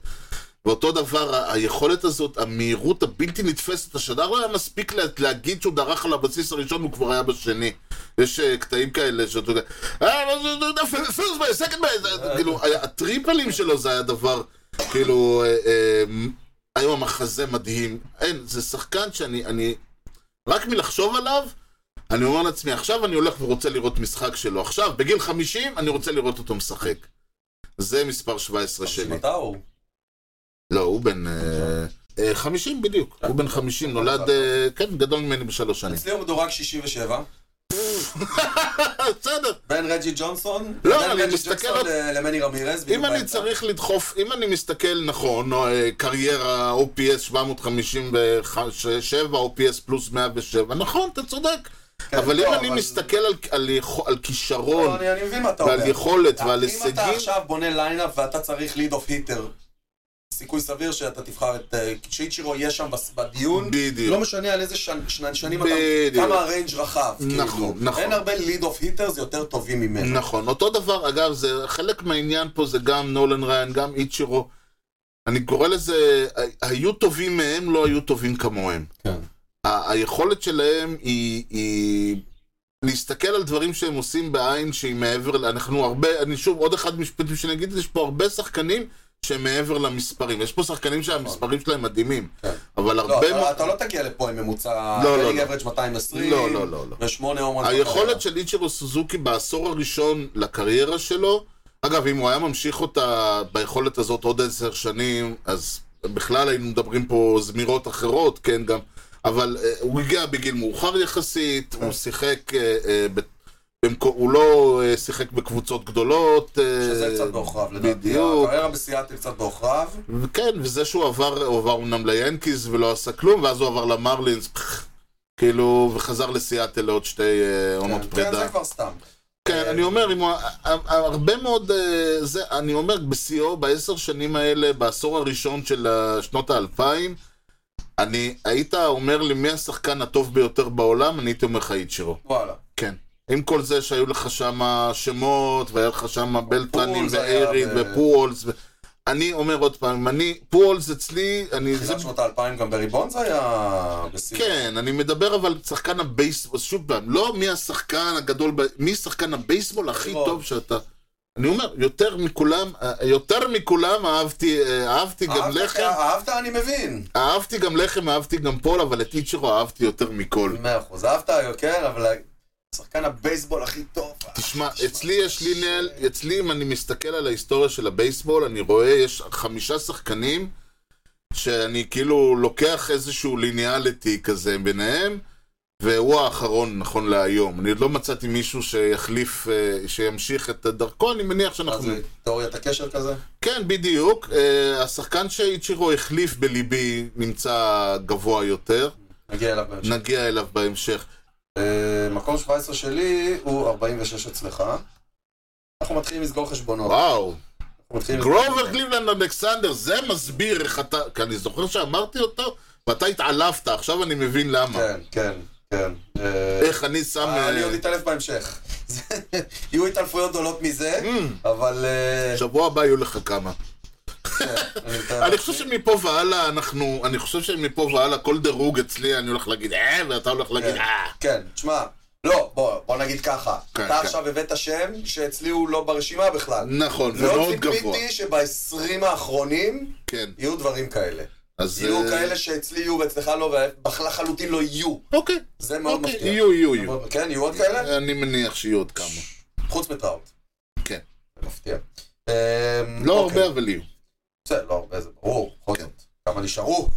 Speaker 3: ואותו דבר, ה- היכולת הזאת, המהירות הבלתי נתפסת, השדר לא היה מספיק לה, להגיד שהוא דרך על הבסיס הראשון, הוא כבר היה בשני. יש אה, קטעים כאלה שאתה יודע, אה, מה זה, אתה יודע, first base, second base, כאילו, היה- הטריפלים שלו זה היה דבר, כאילו, אה, אה, היום המחזה מדהים. אין, זה שחקן שאני, אני, רק מלחשוב עליו, אני אומר לעצמי, עכשיו אני הולך ורוצה לראות משחק שלו. עכשיו, בגיל 50, אני רוצה לראות אותו משחק. זה מספר 17 שלי.
Speaker 1: מתי הוא?
Speaker 3: לא, הוא בן... אה, אה, 50 בדיוק. הוא בן 50, נולד... אה, כן, גדול ממני בשלוש שנים.
Speaker 1: אצלי הוא מדורג 67. אה,
Speaker 3: [LAUGHS] בסדר.
Speaker 1: בין רג'י ג'ונסון,
Speaker 3: לא,
Speaker 1: בין
Speaker 3: אני
Speaker 1: רג'י
Speaker 3: מסתכל
Speaker 1: ג'ונסון
Speaker 3: על-
Speaker 1: ל- למני רמירז. בדיוק
Speaker 3: אם אני
Speaker 1: באמצע.
Speaker 3: צריך לדחוף, אם אני מסתכל נכון, או, אה, קריירה OPS 757, OPS פלוס 107, נכון, אתה צודק.
Speaker 1: כן,
Speaker 3: אבל אם
Speaker 1: לא,
Speaker 3: אני מסתכל על- על יכו- על
Speaker 1: לא,
Speaker 3: כישרון,
Speaker 1: אני אני מבין מה אתה אומר. אה,
Speaker 3: ועל יכולת ועל
Speaker 1: אם אתה
Speaker 3: הישגים,
Speaker 1: עכשיו בונה ליינאפ ואתה צריך ליד אוף היטר, סיכוי סביר שאתה תבחר את... אה, שאיצ'ירו יהיה שם בס- בדיון.
Speaker 3: בדיוק.
Speaker 1: לא משנה על איזה שנ- שנ- שנים אתה...
Speaker 3: בדיוק.
Speaker 1: כמה הריינג' רחב. כאילו.
Speaker 3: נכון, נכון.
Speaker 1: אין הרבה ליד אוף היטרס יותר טובים ממנו.
Speaker 3: נכון, אותו דבר, אגב, זה חלק מהעניין פה זה גם נולן ריין, גם איצ'ירו. אני קורא לזה, ה- היו טובים מהם, לא היו טובים כמוהם.
Speaker 1: כן.
Speaker 3: ה- היכולת שלהם היא, היא להסתכל על דברים שהם עושים בעין שהיא מעבר, ל- אנחנו הרבה, אני שוב, עוד אחד משפטים שאני אגיד, יש פה הרבה שחקנים שהם מעבר למספרים. יש פה שחקנים שהמספרים שלהם מדהימים,
Speaker 1: כן.
Speaker 3: אבל
Speaker 1: לא,
Speaker 3: הרבה...
Speaker 1: אתה-
Speaker 3: מאוד-
Speaker 1: אתה לא תגיע לפה עם ממוצע...
Speaker 3: לא, לא,
Speaker 1: קרינג
Speaker 3: לא.
Speaker 1: אברג' 220.
Speaker 3: לא, לא, לא, לא.
Speaker 1: ושמונה הומרנס.
Speaker 3: היכולת של איצ'ירו סוזוקי בעשור הראשון לקריירה שלו, אגב, אם הוא היה ממשיך אותה ביכולת הזאת עוד עשר שנים, אז בכלל היינו מדברים פה זמירות אחרות, כן, גם, אבל אה, הוא הגיע בגיל מאוחר יחסית,
Speaker 1: כן.
Speaker 3: הוא שיחק, אה, אה, ב- במקו- הוא לא אה, שיחק בקבוצות גדולות. אה,
Speaker 1: שזה קצת בעוכריו, לדעתי. אה,
Speaker 3: בדיוק.
Speaker 1: הקריירה בסיאטל קצת בעוכריו.
Speaker 3: כן, וזה שהוא עבר, הוא עבר אומנם ליאנקיז ולא עשה כלום, ואז הוא עבר למרלינס, פח, כאילו, וחזר לסיאטל לעוד שתי אה, עונות
Speaker 1: כן,
Speaker 3: פרידה.
Speaker 1: כן, זה כבר סתם.
Speaker 3: כן, אני אומר, אם הוא- הרבה מאוד, אה, זה, אני אומר, בשיאו, בעשר שנים האלה, בעשור הראשון של אה, שנות האלפיים, אני, היית אומר לי מי השחקן הטוב ביותר בעולם, אני הייתי אומר לך איצ'ירו.
Speaker 1: וואלה.
Speaker 3: כן. עם כל זה שהיו לך שם שמות, והיה לך שם בלטרנים
Speaker 1: פולס היה
Speaker 3: ואיירין
Speaker 1: ב-
Speaker 3: ופולס, ו... אני אומר עוד פעם, אני, פולס אצלי, אני... זה-
Speaker 1: תחילת שנות האלפיים גם ברי בונדס היה בסיום.
Speaker 3: כן, אני מדבר אבל שחקן הבייסבול, שוב פעם, לא מי השחקן הגדול, ב- מי שחקן הבייסבול הכי
Speaker 1: מאוד.
Speaker 3: טוב שאתה... אני אומר, יותר מכולם, אה, יותר מכולם אהבתי, אה, אהבתי גם
Speaker 1: אהבת- אה,
Speaker 3: לחם,
Speaker 1: אהבת, אני מבין.
Speaker 3: אהבתי גם לחם, אהבתי גם פול, אבל את איצ'רו אהבתי יותר מכל.
Speaker 1: מאה אחוז. אהבת, כן, אבל שחקן הבייסבול הכי טוב.
Speaker 3: תשמע, אצלי יש לי נהל, אצלי אם אני מסתכל על ההיסטוריה של הבייסבול, אני רואה, יש חמישה שחקנים שאני כאילו לוקח איזשהו ליניאליטי כזה ביניהם, והוא האחרון נכון להיום. אני עוד לא מצאתי מישהו שיחליף, אה, שימשיך את דרכו, אני מניח
Speaker 1: מה
Speaker 3: שאנחנו...
Speaker 1: אה, זה, תיאוריית הקשר כזה?
Speaker 3: כן, בדיוק. אה, השחקן שאיצ'ירו החליף בליבי נמצא גבוה יותר,
Speaker 1: נגיע אליו בהמשך.
Speaker 3: נגיע אליו בהמשך.
Speaker 1: אה, מקום 17 שלי הוא 46 אצלך. אנחנו מתחילים לסגור חשבונות.
Speaker 3: וואו.
Speaker 1: אנחנו מתחילים לסגור
Speaker 3: גרובר
Speaker 1: חשבונות.
Speaker 3: קליבלנד אלכסנדר, זה מסביר איך אתה... כי אני זוכר שאמרתי אותו, ואתה התעלפת, עכשיו אני מבין למה.
Speaker 1: כן, כן, כן. אה,
Speaker 3: איך אני שם...
Speaker 1: אה, אני
Speaker 3: אה,
Speaker 1: עוד אתעלף בהמשך. [LAUGHS] זה- יהיו התעלפויות גדולות מזה,
Speaker 3: אמ,
Speaker 1: אבל... אה,
Speaker 3: שבוע הבא יהיו לך כמה.
Speaker 1: כן. אני מתאר
Speaker 3: אני
Speaker 1: לעצמי.
Speaker 3: חושב שמפה והלאה אנחנו... אני חושב שמפה והלאה כל דירוג אצלי, אני הולך להגיד אה, ואתה הולך להגיד
Speaker 1: כן.
Speaker 3: אה.
Speaker 1: כן, תשמע, לא, בוא, בוא נגיד ככה.
Speaker 3: כן,
Speaker 1: אתה
Speaker 3: כן.
Speaker 1: עכשיו הבאת שם שאצלי הוא לא ברשימה בכלל.
Speaker 3: נכון, זה
Speaker 1: לא
Speaker 3: מאוד גבוה.
Speaker 1: ציפיתי שב-20 האחרונים
Speaker 3: כן.
Speaker 1: יהיו דברים כאלה.
Speaker 3: אז...
Speaker 1: יהיו
Speaker 3: אה,
Speaker 1: כאלה שאצלי יהיו ואצלך לא, ולחלוטין לא יהיו.
Speaker 3: אוקיי.
Speaker 1: זה מאוד אוקיי.
Speaker 3: אוקיי,
Speaker 1: מפתיע.
Speaker 3: יהיו, יהיו, יהיו.
Speaker 1: כן, יהיו עוד כאלה?
Speaker 3: אני מניח שיהיו עוד כמה.
Speaker 1: חוץ מטראוט.
Speaker 3: כן.
Speaker 1: זה מפתיע. אמ,
Speaker 3: לא
Speaker 1: אוקיי.
Speaker 3: הרבה, אבל יהיו.
Speaker 1: בסדר, לא הרבה, זה ברור, בכל
Speaker 3: כן.
Speaker 1: זאת. כמה נשארו?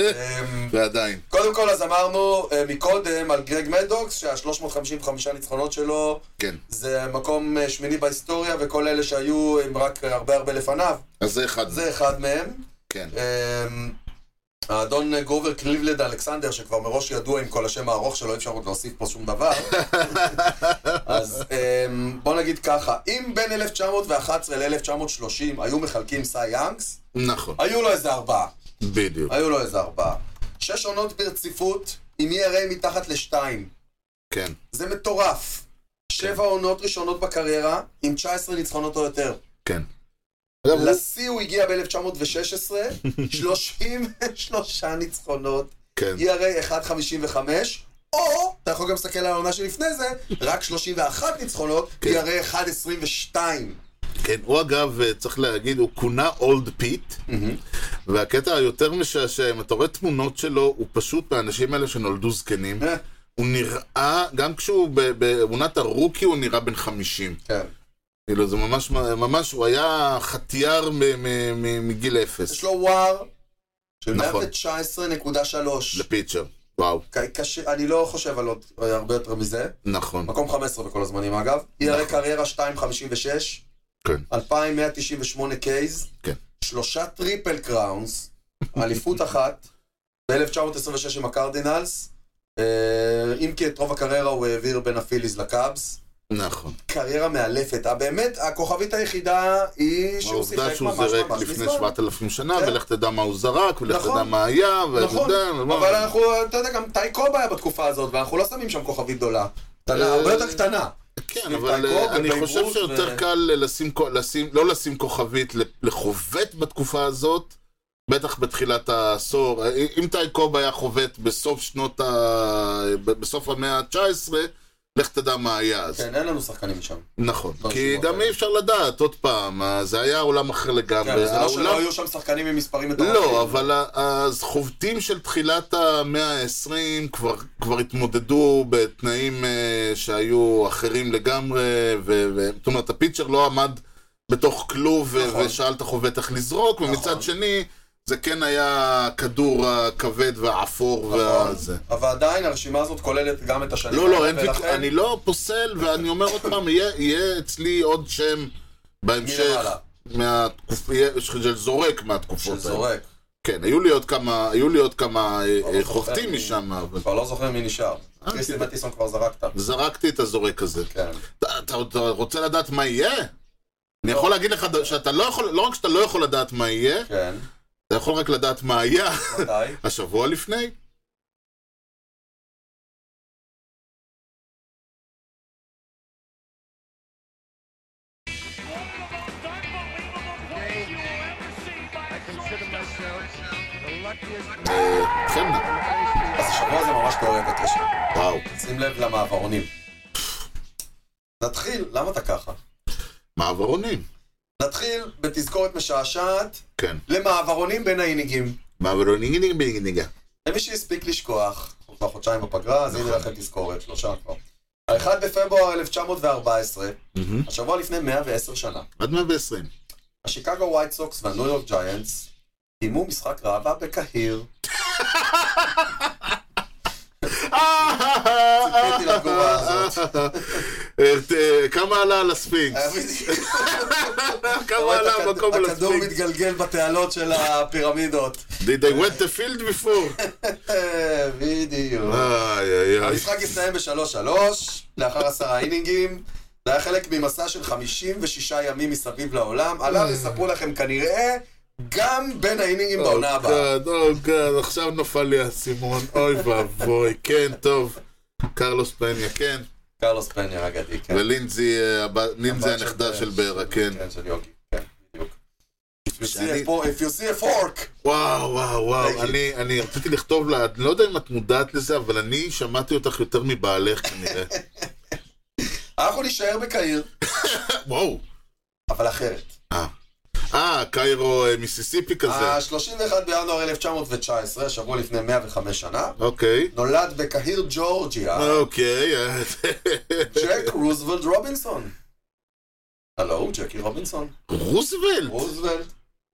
Speaker 1: אמ,
Speaker 3: ועדיין.
Speaker 1: קודם כל, אז אמרנו אה, מקודם על גרג מדוקס, שה-355 ניצחונות שלו
Speaker 3: כן.
Speaker 1: זה מקום אה, שמיני בהיסטוריה, וכל אלה שהיו הם רק אה, הרבה הרבה לפניו.
Speaker 3: אז זה אחד.
Speaker 1: זה אחד מהם.
Speaker 3: כן. [LAUGHS]
Speaker 1: אמ, האדון אה, גרובר קליבלד אלכסנדר, שכבר מראש ידוע עם כל השם הארוך שלו, אי אפשר עוד להוסיף פה שום
Speaker 3: [LAUGHS]
Speaker 1: דבר. אז אמ, בוא נגיד ככה, אם בין 1911 ל-1930 היו מחלקים סי יאנגס,
Speaker 3: נכון.
Speaker 1: היו לו איזה ארבעה.
Speaker 3: בדיוק.
Speaker 1: היו לו איזה ארבעה. שש עונות ברציפות, עם ERA מתחת לשתיים.
Speaker 3: כן.
Speaker 1: זה מטורף. שבע עונות ראשונות בקריירה, עם 19 ניצחונות או יותר.
Speaker 3: כן. אגב, הוא-
Speaker 1: לשיא הוא הגיע ב-1916,
Speaker 3: [LAUGHS]
Speaker 1: 33 ניצחונות, E
Speaker 3: כן.
Speaker 1: ERA 1.55, או, אתה יכול גם להסתכל על העונה שלפני
Speaker 3: [LAUGHS]
Speaker 1: זה, רק 31 ניצחונות, E
Speaker 3: כן.
Speaker 1: ERA 1.22.
Speaker 3: כן, הוא אגב, אה, צריך להגיד, הוא כונה אולד פיט, והקטע היותר משעשע, אם אתה רואה תמונות שלו, הוא פשוט מהאנשים האלה שנולדו זקנים.
Speaker 1: אה,
Speaker 3: הוא נראה, גם כשהוא ב- בעונת הרוקי, הוא נראה בן 50.
Speaker 1: כן.
Speaker 3: כאילו, זה ממש, ממש, הוא היה חטיאר מ- מ- מ- מגיל אפס
Speaker 1: יש לו וואר של
Speaker 3: נכון.
Speaker 1: 119.3.
Speaker 3: לפיצ'ר. וואו,
Speaker 1: ק- קשה, אני לא חושב על עוד אה, הרבה יותר מזה.
Speaker 3: נכון.
Speaker 1: מקום 15 בכל הזמנים אגב. ERA קריירה 2.56.
Speaker 3: כן.
Speaker 1: 2,198 קייז,
Speaker 3: כן.
Speaker 1: שלושה טריפל קראונס, אליפות אחת, ב-1926 עם הקרדינלס, אה, אם כי את רוב הקריירה הוא העביר בין הפיליז לקאבס.
Speaker 3: נכון.
Speaker 1: קריירה מאלפת. אה, באמת, הכוכבית היחידה היא שהוא
Speaker 3: העובדה
Speaker 1: שיחק
Speaker 3: שהוא
Speaker 1: ממש
Speaker 3: זירק
Speaker 1: ממש
Speaker 3: לפני
Speaker 1: מזמן.
Speaker 3: 7,000 שנה,
Speaker 1: כן.
Speaker 3: ולך תדע מה הוא זרק, ולך
Speaker 1: נכון.
Speaker 3: תדע מה היה, ואתה
Speaker 1: נכון,
Speaker 3: יודע, מה-
Speaker 1: אבל אנחנו, אתה יודע, גם טייקוב היה בתקופה הזאת, ואנחנו לא שמים שם כוכבית גדולה. קטנה,
Speaker 3: אה,
Speaker 1: הרבה יותר קטנה.
Speaker 3: כן,
Speaker 1: סטיב
Speaker 3: אבל
Speaker 1: טייקוב
Speaker 3: אה, אני
Speaker 1: ובייב
Speaker 3: חושב
Speaker 1: רות
Speaker 3: שיותר
Speaker 1: ו-
Speaker 3: קל אה, לשים, כ- לשים, לא לשים כוכבית לחובט בתקופה הזאת, בטח בתחילת העשור. אה, אם טייקוב היה חובט בסוף שנות ה... ב- בסוף המאה ה-19, לך תדע מה היה אז.
Speaker 1: כן, אין לנו שחקנים שם.
Speaker 3: נכון.
Speaker 1: לא
Speaker 3: כי
Speaker 1: שמות
Speaker 3: גם
Speaker 1: האלה.
Speaker 3: אי אפשר לדעת, עוד פעם, אה, זה היה עולם אחר לגמרי.
Speaker 1: כן, זה לא
Speaker 3: העולם-
Speaker 1: שלא היו שם שחקנים עם מספרים מטורפים.
Speaker 3: לא, אבל ה- אז חובטים של תחילת המאה ה-20 כבר, כבר התמודדו בתנאים אה, שהיו אחרים לגמרי, ו- ו- זאת אומרת, הפיצ'ר לא עמד בתוך כלוב ו-
Speaker 1: נכון.
Speaker 3: ושאל את החובט איך לזרוק, ומצד
Speaker 1: נכון.
Speaker 3: שני, זה כן היה הכדור הכבד והאפור
Speaker 1: נכון.
Speaker 3: והזה.
Speaker 1: אבל עדיין הרשימה הזאת כוללת גם את השנים.
Speaker 3: לא, לא,
Speaker 1: האלה,
Speaker 3: אין ויכוח,
Speaker 1: ולכן-
Speaker 3: אני לא פוסל, ואני אומר עוד פעם, יהיה- יהיה אצלי עוד שם בהמשך.
Speaker 1: מלמעלה.
Speaker 3: מהתקופ... יהיה- של זורק מהתקופות האלה.
Speaker 1: שזורק.
Speaker 3: כן, היו לי עוד כמה, היו לי עוד כמה אה,
Speaker 1: לא
Speaker 3: אה,
Speaker 1: זוכר
Speaker 3: חובטים
Speaker 1: מי.
Speaker 3: משם, אבל
Speaker 1: כבר לא זוכר מי נשאר.
Speaker 3: אה,
Speaker 1: קריסטי
Speaker 3: כן.
Speaker 1: מטיסון כבר זרקת.
Speaker 3: זרקתי את הזורק הזה.
Speaker 1: כן.
Speaker 3: אתה- אתה אתה רוצה לדעת מה יהיה? אני יכול להגיד לך ד- שאתה לא יכול, לא רק שאתה לא יכול לדעת מה יהיה,
Speaker 1: כן.
Speaker 3: אתה יכול רק לדעת מה היה [LAUGHS]
Speaker 1: מתי?
Speaker 3: השבוע לפני. אה, התחלנו.
Speaker 1: אז השבוע זה ממש תיאוריה בקשר.
Speaker 3: וואו,
Speaker 1: שים לב למעברונים. נתחיל, למה אתה ככה?
Speaker 3: מעברונים.
Speaker 1: נתחיל בתזכורת משעשעת
Speaker 3: כן.
Speaker 1: למעברונים בין האיניגים.
Speaker 3: מעברונים בניגה.
Speaker 1: למי שהספיק לשכוח, אנחנו כבר חודשיים בפגרה, אז הנה לכם תזכורת, שלושה כבר. האחד בפברואר 1914, השבוע לפני 110 שנה,
Speaker 3: עד 120.
Speaker 1: השיקגו ווייט סוקס והניו יורק ג'יינטס קיימו משחק ראווה בקהיר. ציפיתי לתגובה הזאת.
Speaker 3: אה, ת- כמה עלה על הספינקס?
Speaker 1: היה [LAUGHS] בדיוק- אתה
Speaker 3: כמה
Speaker 1: רואה את
Speaker 3: עלה
Speaker 1: הכד-
Speaker 3: המקום על
Speaker 1: הכדור
Speaker 3: הספינקס?
Speaker 1: מתגלגל בתעלות של הפירמידות. [LAUGHS]
Speaker 3: Did they wet the field before?
Speaker 1: אה, בדיוק.
Speaker 3: איי איי איי.
Speaker 1: המשחק הסתיים בשלוש-שלוש, לאחר עשרה אינינגים. זה היה חלק ממסע של 56 ימים מסביב לעולם. עליו יספרו לכם כנראה גם בין האינינגים בעונה
Speaker 3: Oh,
Speaker 1: הבאה.
Speaker 3: גאד, או גאד, עכשיו נפל לי האסימון, אוי ואבוי, כן, טוב. קרלוס פניה, כן.
Speaker 1: קרלוס פניאר אגדי, כן.
Speaker 3: ולינזי, אה, הבת- לינזי
Speaker 1: הבת של-
Speaker 3: הנכדה של ברה, כן.
Speaker 1: כן, של יוגי, כן, בדיוק. If you see
Speaker 3: שאני-
Speaker 1: a por- if you see a fork,
Speaker 3: וואו, וואו,
Speaker 1: Thank
Speaker 3: וואו,
Speaker 1: you.
Speaker 3: אני, אני רציתי לכתוב לה, אני לא יודע אם את מודעת לזה, אבל אני שמעתי אותך יותר מבעלך
Speaker 1: [LAUGHS]
Speaker 3: כנראה.
Speaker 1: אנחנו נישאר בקהיר,
Speaker 3: וואו.
Speaker 1: אבל אחרת.
Speaker 3: אה. אה, קיירו אה, מיסיסיפי כזה.
Speaker 1: ה-31 בינואר 1919, שבוע לפני 105 שנה,
Speaker 3: אוקיי.
Speaker 1: נולד בקהיר ג'ורג'יה,
Speaker 3: אוקיי. אה,
Speaker 1: ג'ק רוזוולד רובינסון. הלו, ג'קי רובינסון.
Speaker 3: רוזוולט.
Speaker 1: רוזוולט,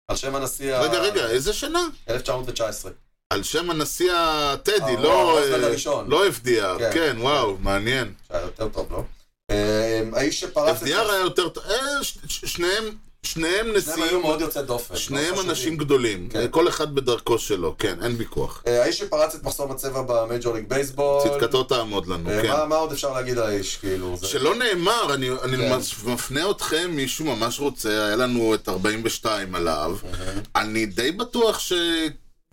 Speaker 1: על שם הנשיא ה...
Speaker 3: רגע, רגע, איזה שנה?
Speaker 1: 1919.
Speaker 3: על שם הנשיא הטדי,
Speaker 1: אה,
Speaker 3: לא...
Speaker 1: רוזוולט
Speaker 3: אה,
Speaker 1: הראשון.
Speaker 3: לא FDR,
Speaker 1: כן.
Speaker 3: כן, וואו, מעניין.
Speaker 1: שהיה יותר טוב, לא? אה, האיש שפרץ...
Speaker 3: FDR היה יותר... טוב. אה, ש- ש- שניהם, שניהם
Speaker 1: שניהם היו
Speaker 3: נשיאים,
Speaker 1: מאוד יוצאי דופן.
Speaker 3: שניהם
Speaker 1: מאוד
Speaker 3: אנשים
Speaker 1: חשובים.
Speaker 3: גדולים.
Speaker 1: כן.
Speaker 3: אה, כל אחד בדרכו שלו, כן, אין ויכוח.
Speaker 1: אה, האיש שפרץ את מחסום הצבע במייג'ור ליג בייסבול.
Speaker 3: צדקתו תעמוד לנו,
Speaker 1: אה,
Speaker 3: כן.
Speaker 1: מה- מה עוד אפשר להגיד על האיש, כאילו? זה-
Speaker 3: שלא נאמר, אני, אני
Speaker 1: כן.
Speaker 3: מש- מפנה אתכם, מישהו ממש רוצה, היה לנו את 42 עליו. אני די בטוח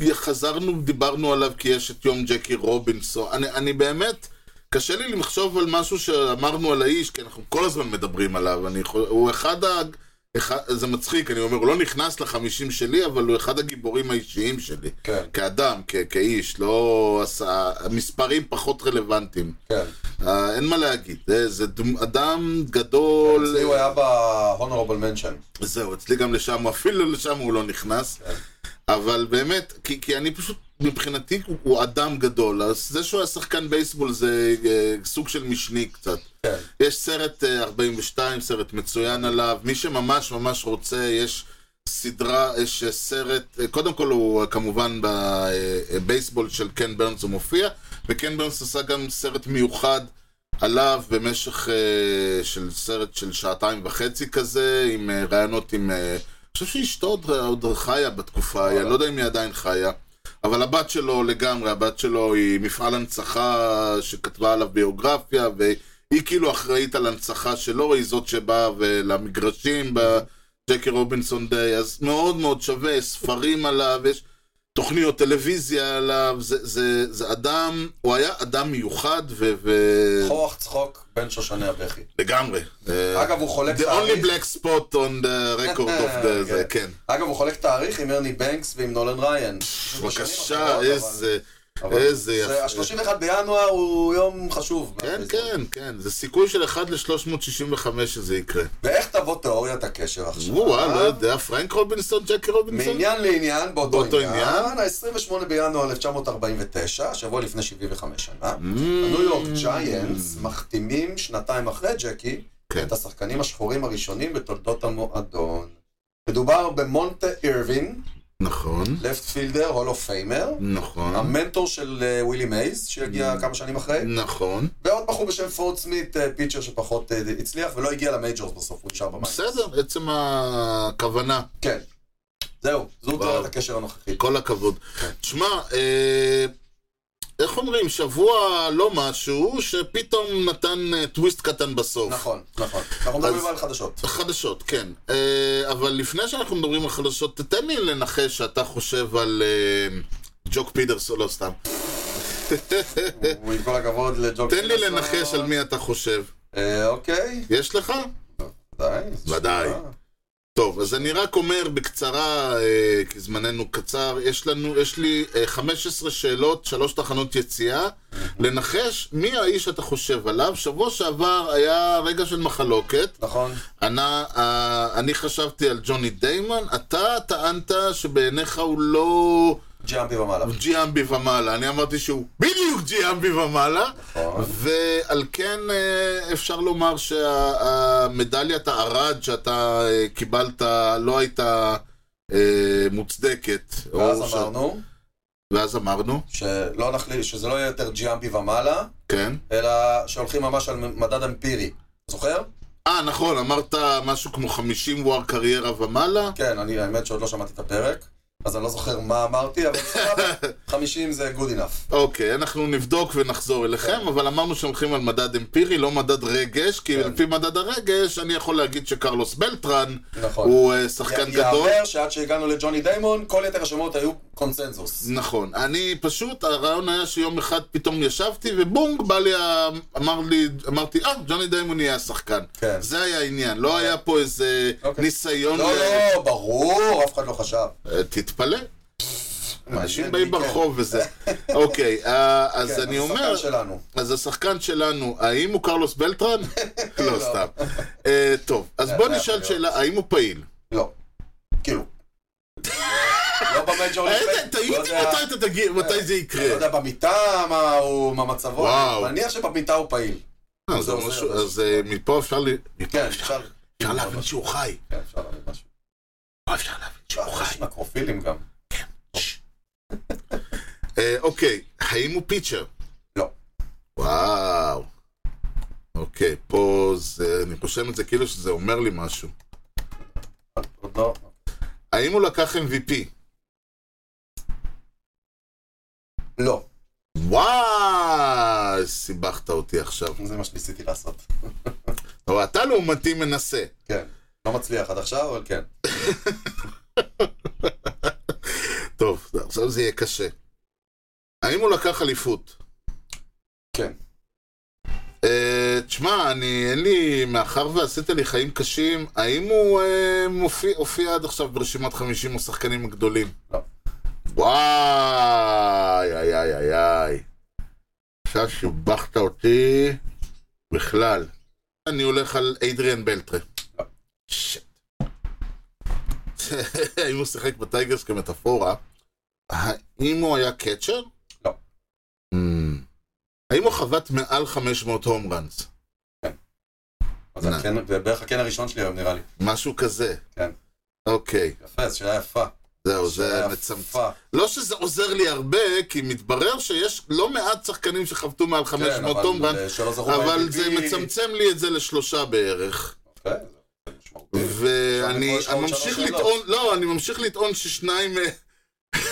Speaker 3: שחזרנו, דיברנו עליו כי יש את יום ג'קי רובינסון. אני, אני באמת, קשה לי לחשוב על משהו שאמרנו על האיש, כי אנחנו כל הזמן מדברים עליו. אני, יכול- הוא אחד ה... אחד, זה מצחיק, אני אומר, הוא לא נכנס לחמישים שלי, אבל הוא אחד הגיבורים האישיים שלי.
Speaker 1: כן,
Speaker 3: כאדם, כ- כאיש, לא... עשה- המספרים פחות רלוונטיים.
Speaker 1: כן.
Speaker 3: אה, אין מה להגיד, זה, זה דמ- אדם גדול. אה,
Speaker 1: אצלי הוא היה ב-Honorable Mention.
Speaker 3: זהו, אצלי גם לשם, [LAUGHS] הוא- אפילו לשם הוא לא נכנס. אבל באמת, כי, כי אני פשוט, מבחינתי הוא, הוא אדם גדול, אז זה שהוא היה שחקן בייסבול זה אה, סוג של משני קצת.
Speaker 1: כן.
Speaker 3: יש סרט אה, 42, סרט מצוין עליו, מי שממש ממש רוצה, יש סדרה, יש אה, סרט, אה, קודם כל הוא אה, כמובן בבייסבול של קן ברנס הוא מופיע, וקן ברנס עשה גם סרט מיוחד עליו במשך אה, של סרט של שעתיים וחצי כזה, עם אה, ראיונות עם... אה, אני חושב שאשתו עוד, עוד חיה בתקופה, אני לא יודע אם היא עדיין חיה. אבל הבת שלו לגמרי, הבת שלו היא מפעל הנצחה שכתבה עליו ביוגרפיה, והיא כאילו אחראית על הנצחה שלו, היא זאת שבאה למגרשים בג'קי רובינסון דיי, אז מאוד מאוד שווה, ספרים עליו, יש תוכניות טלוויזיה עליו, זה, זה, זה אדם, הוא היה אדם מיוחד, ו... ו...
Speaker 1: כוח צחוק בין שושני הבכי.
Speaker 3: לגמרי.
Speaker 1: נכון. אגב, הוא חולק
Speaker 3: The only
Speaker 1: תאריך.
Speaker 3: black spot on the record of the...
Speaker 1: [LAUGHS]
Speaker 3: זה, כן.
Speaker 1: אה, אגב, הוא חולק תאריך עם הרני בנקס ועם נולן ריין.
Speaker 3: בבקשה, איזה... איזה אה, יפה.
Speaker 1: ה-31 בינואר הוא יום חשוב.
Speaker 3: כן,
Speaker 1: בפייסבוק.
Speaker 3: כן, כן, זה סיכוי של 1 ל-365 שזה יקרה.
Speaker 1: ואיך תבוא תיאוריית הקשר עכשיו? אה?
Speaker 3: וואו, לא יודע, פרנק רובינסון, ג'קי רובינסון?
Speaker 1: מעניין לעניין, באותו
Speaker 3: באותו
Speaker 1: עניין,
Speaker 3: עניין?
Speaker 1: ה-28 בינואר 1949, שבוע לפני 75 שנה,
Speaker 3: Mm.
Speaker 1: הניו יורק ג'יינטס מחתימים שנתיים אחרי ג'קי
Speaker 3: כן.
Speaker 1: את השחקנים השחורים הראשונים בתולדות המועדון. מדובר במונטה אירווין,
Speaker 3: נכון,
Speaker 1: לפט פילדר, הולו פיימר,
Speaker 3: נכון,
Speaker 1: המנטור של אה, ווילי מייז, שהגיע
Speaker 3: Mm.
Speaker 1: כמה שנים אחרי,
Speaker 3: נכון.
Speaker 1: ועוד בחור בשם פורד סמית, אה, פיצ'ר שפחות אה, הצליח ולא הגיע למייג'ורס בסוף, הוא נשאר במים.
Speaker 3: בסדר, עצם הכוונה.
Speaker 1: כן. זהו, זו
Speaker 3: וואו.
Speaker 1: תיאוריית הקשר הנוכחית.
Speaker 3: כל הכבוד.
Speaker 1: כן.
Speaker 3: תשמע, אה, איך אומרים, שבוע לא משהו, שפתאום נתן אה, טוויסט קטן בסוף.
Speaker 1: נכון, נכון. אנחנו מדברים
Speaker 3: אז-
Speaker 1: על
Speaker 3: [LAUGHS]
Speaker 1: חדשות.
Speaker 3: חדשות, כן. אה, אבל לפני שאנחנו מדברים על חדשות, תתן לי לנחש שאתה חושב על אה, ג'וק פידרסון, לא סתם.
Speaker 1: עם כל הכבוד לג'וק
Speaker 3: תן לי
Speaker 1: פילסון.
Speaker 3: לנחש על מי אתה חושב.
Speaker 1: אה, אוקיי,
Speaker 3: יש לך?
Speaker 1: ודאי.
Speaker 3: ודאי.
Speaker 1: אה,
Speaker 3: טוב, אז אני רק אומר בקצרה, אה, כי זמננו קצר, יש לנו, יש לי אה, 15 שאלות, שלוש תחנות יציאה, לנחש מי האיש שאתה חושב עליו. שבוע שעבר היה רגע של מחלוקת,
Speaker 1: נכון.
Speaker 3: אני, אה, אני חשבתי על ג'וני דיימן, אתה טענת שבעיניך הוא לא
Speaker 1: ג'אמפי אמ ומעלה.
Speaker 3: ג'יאמבי ומעלה, אני אמרתי שהוא בדיוק ג'יאמבי ומעלה,
Speaker 1: נכון.
Speaker 3: ועל כן אה, אפשר לומר שהמדליית הארד שאתה אה, קיבלת לא הייתה אה, מוצדקת.
Speaker 1: ואז
Speaker 3: או ש-
Speaker 1: אמרנו
Speaker 3: ואז אמרנו,
Speaker 1: שלא נחליט, שזה לא יהיה יותר ג'יאמפי ומעלה,
Speaker 3: כן.
Speaker 1: אלא שהולכים ממש על מדד אמפירי. זוכר?
Speaker 3: אה, נכון, אמרת משהו כמו 50 וואר קריירה ומעלה?
Speaker 1: כן, אני, האמת שעוד לא שמעתי את הפרק, אז אני לא זוכר מה אמרתי, אבל
Speaker 3: [LAUGHS]
Speaker 1: סבבה, 50 זה good enough.
Speaker 3: אוקיי, אנחנו נבדוק ונחזור אליכם, אבל אמרנו שהולכים על מדד אמפירי, לא מדד רגש, כי
Speaker 1: כן.
Speaker 3: על פי מדד הרגש, אני יכול להגיד שקרלוס בלטרן
Speaker 1: נכון.
Speaker 3: הוא אה, שחקן גדול.
Speaker 1: יאמר שעד שהגענו לג'וני דיימון, כל יתר השמות היו קונצנזוס.
Speaker 3: נכון. אני פשוט, הרעיון היה שיום אחד פתאום ישבתי, ובונג, בא לי, ה- אמר לי, אמרתי, אה, ג'וני דיימון יהיה השחקן.
Speaker 1: כן.
Speaker 3: זה היה העניין, לא היה פה איזה
Speaker 1: אוקיי.
Speaker 3: ניסיון...
Speaker 1: לא,
Speaker 3: ל-
Speaker 1: לא, ברור, אף אחד לא חשב.
Speaker 3: אה, תתפלא,
Speaker 1: מעניין,
Speaker 3: אנשים באים
Speaker 1: כן.
Speaker 3: ברחוב
Speaker 1: [LAUGHS]
Speaker 3: וזה. אוקיי, אה, אז
Speaker 1: כן,
Speaker 3: אני
Speaker 1: השחקן
Speaker 3: אומר...
Speaker 1: שלנו.
Speaker 3: אז השחקן שלנו, האם הוא קרלוס
Speaker 1: [LAUGHS]
Speaker 3: בלטרן? לא, סתם. אה, טוב, אז
Speaker 1: זה
Speaker 3: בוא
Speaker 1: לא יכול
Speaker 3: נשאל
Speaker 1: להיות.
Speaker 3: שאלה, האם הוא פעיל?
Speaker 1: לא.
Speaker 3: [LAUGHS]
Speaker 1: כאילו. לא במייג'ור
Speaker 3: אה,
Speaker 1: ליג. לא
Speaker 3: תהיתי
Speaker 1: יודע-
Speaker 3: מתי אתה תגיע, מתי זה
Speaker 1: לא
Speaker 3: יקרה.
Speaker 1: יודע במיטה, מה הוא, מה מצבו.
Speaker 3: וואו.
Speaker 1: מניח שבמיטה הוא פעיל.
Speaker 3: אה, זה
Speaker 1: זה עוזר,
Speaker 3: משהו-
Speaker 1: זה
Speaker 3: אז אה, מפה אפשר ל- מפה
Speaker 1: כן,
Speaker 3: אפשר
Speaker 1: אפשר.
Speaker 3: אפשר להבין שהוא חי.
Speaker 1: כן, אפשר להבין משהו. אה,
Speaker 3: פה אפשר להבין שהוא חי.
Speaker 1: יש מקרופילים גם.
Speaker 3: אה, אוקיי, האם הוא פיצ'ר?
Speaker 1: לא.
Speaker 3: וואו. אוקיי, פה זה, אני רושם את זה כאילו שזה אומר לי משהו.
Speaker 1: עוד לא.
Speaker 3: האם הוא לקח MVP?
Speaker 1: לא.
Speaker 3: וואי, סיבכת אותי עכשיו.
Speaker 1: זה מה שניסיתי לעשות.
Speaker 3: אבל אתה לעומתי מנסה.
Speaker 1: כן. לא מצליח עד עכשיו, אבל כן.
Speaker 3: טוב, עכשיו זה יהיה קשה. האם הוא לקח אליפות?
Speaker 1: כן.
Speaker 3: אה, תשמע, אני, אין לי, מאחר ועשית לי חיים קשים, האם הוא אה, מופיע, הופיע עד עכשיו ברשימת 50 השחקנים הגדולים?
Speaker 1: לא.
Speaker 3: וואי, איי, איי, איי, איי. עכשיו שיבחת אותי בכלל. אני הולך על אדריאן בלטרה.
Speaker 1: לא.
Speaker 3: שיט. [LAUGHS] האם הוא שיחק בטייגרס כמטאפורה? האם הוא היה קאצ'ר?
Speaker 1: לא.
Speaker 3: Hmm. האם הוא חבט מעל 500 הום ראנס?
Speaker 1: אז זה
Speaker 3: נא.
Speaker 1: כן- זה בערך הקן הראשון שלי היום, נראה לי.
Speaker 3: משהו כזה.
Speaker 1: כן.
Speaker 3: אוקיי,
Speaker 1: יפה, זו שאלה יפה.
Speaker 3: זהו, זה
Speaker 1: שאלה
Speaker 3: מצמצם.
Speaker 1: יפה.
Speaker 3: לא שזה עוזר לי הרבה, כי מתברר שיש לא מעט שחקנים שחבטו מעל
Speaker 1: כן,
Speaker 3: 500 הום ראנס,
Speaker 1: אבל שלא זכו
Speaker 3: אבל
Speaker 1: ב-MVP.
Speaker 3: זה מצמצם לי את זה לשלושה בערך.
Speaker 1: כן, זה משמעותי.
Speaker 3: ואני
Speaker 1: יש לך עוד
Speaker 3: ממשיך
Speaker 1: שלוש
Speaker 3: לטעון, לא, אני ממשיך לטעון ששניים... אה, [LAUGHS]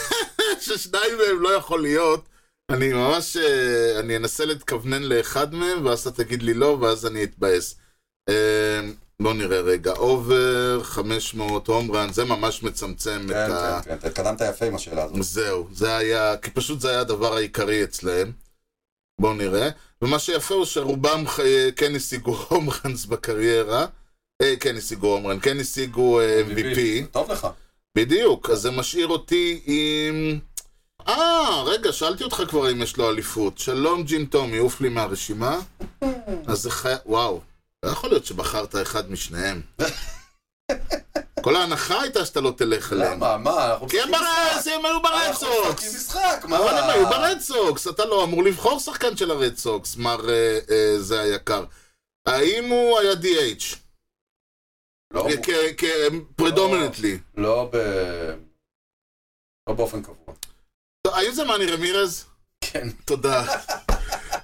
Speaker 3: ששניים מהם לא יכול להיות. אני ממש, אה, אני אנסה להתכוונן לאחד מהם, ואז אתה תגיד לי לא, ואז אני אתבאס. אה, בוא נראה רגע, אובר 500 הומרן, זה ממש מצמצם את ה...
Speaker 1: כן, כן, כן, התקדמת יפה עם השאלה הזאת.
Speaker 3: זהו, זה היה, כי פשוט זה היה הדבר העיקרי אצלהם. בואו נראה. ומה שיפה הוא שרובם חי... כן השיגו הום ראנס בקריירה. אה, כן השיגו הום ראנס, כן השיגו אה, MVP.
Speaker 1: טוב לך.
Speaker 3: בדיוק, אז זה משאיר אותי עם... אה, רגע, שאלתי אותך כבר אם יש לו אליפות. שלום ג'ים טומי, עוף לי מהרשימה. אז זה חי... וואו, לא יכול להיות שבחרת אחד משניהם. כל ההנחה הייתה שאתה לא תלך אליהם.
Speaker 1: למה? מה? אנחנו
Speaker 3: כי הם
Speaker 1: משחקים
Speaker 3: ברדס, הם היו
Speaker 1: אנחנו משחקים
Speaker 3: ברדסוקס.
Speaker 1: משחק, מה?
Speaker 3: אבל הם היו ברדסוקס, אתה לא אמור לבחור שחקן של הרדסוקס, מר אה, אה, זה היקר. האם הוא היה DH?
Speaker 1: לא,
Speaker 3: פרדומנטלי.
Speaker 1: לא ב... לא באופן קבוע.
Speaker 3: האם זה מאני רמירז?
Speaker 1: לא. כן.
Speaker 3: תודה.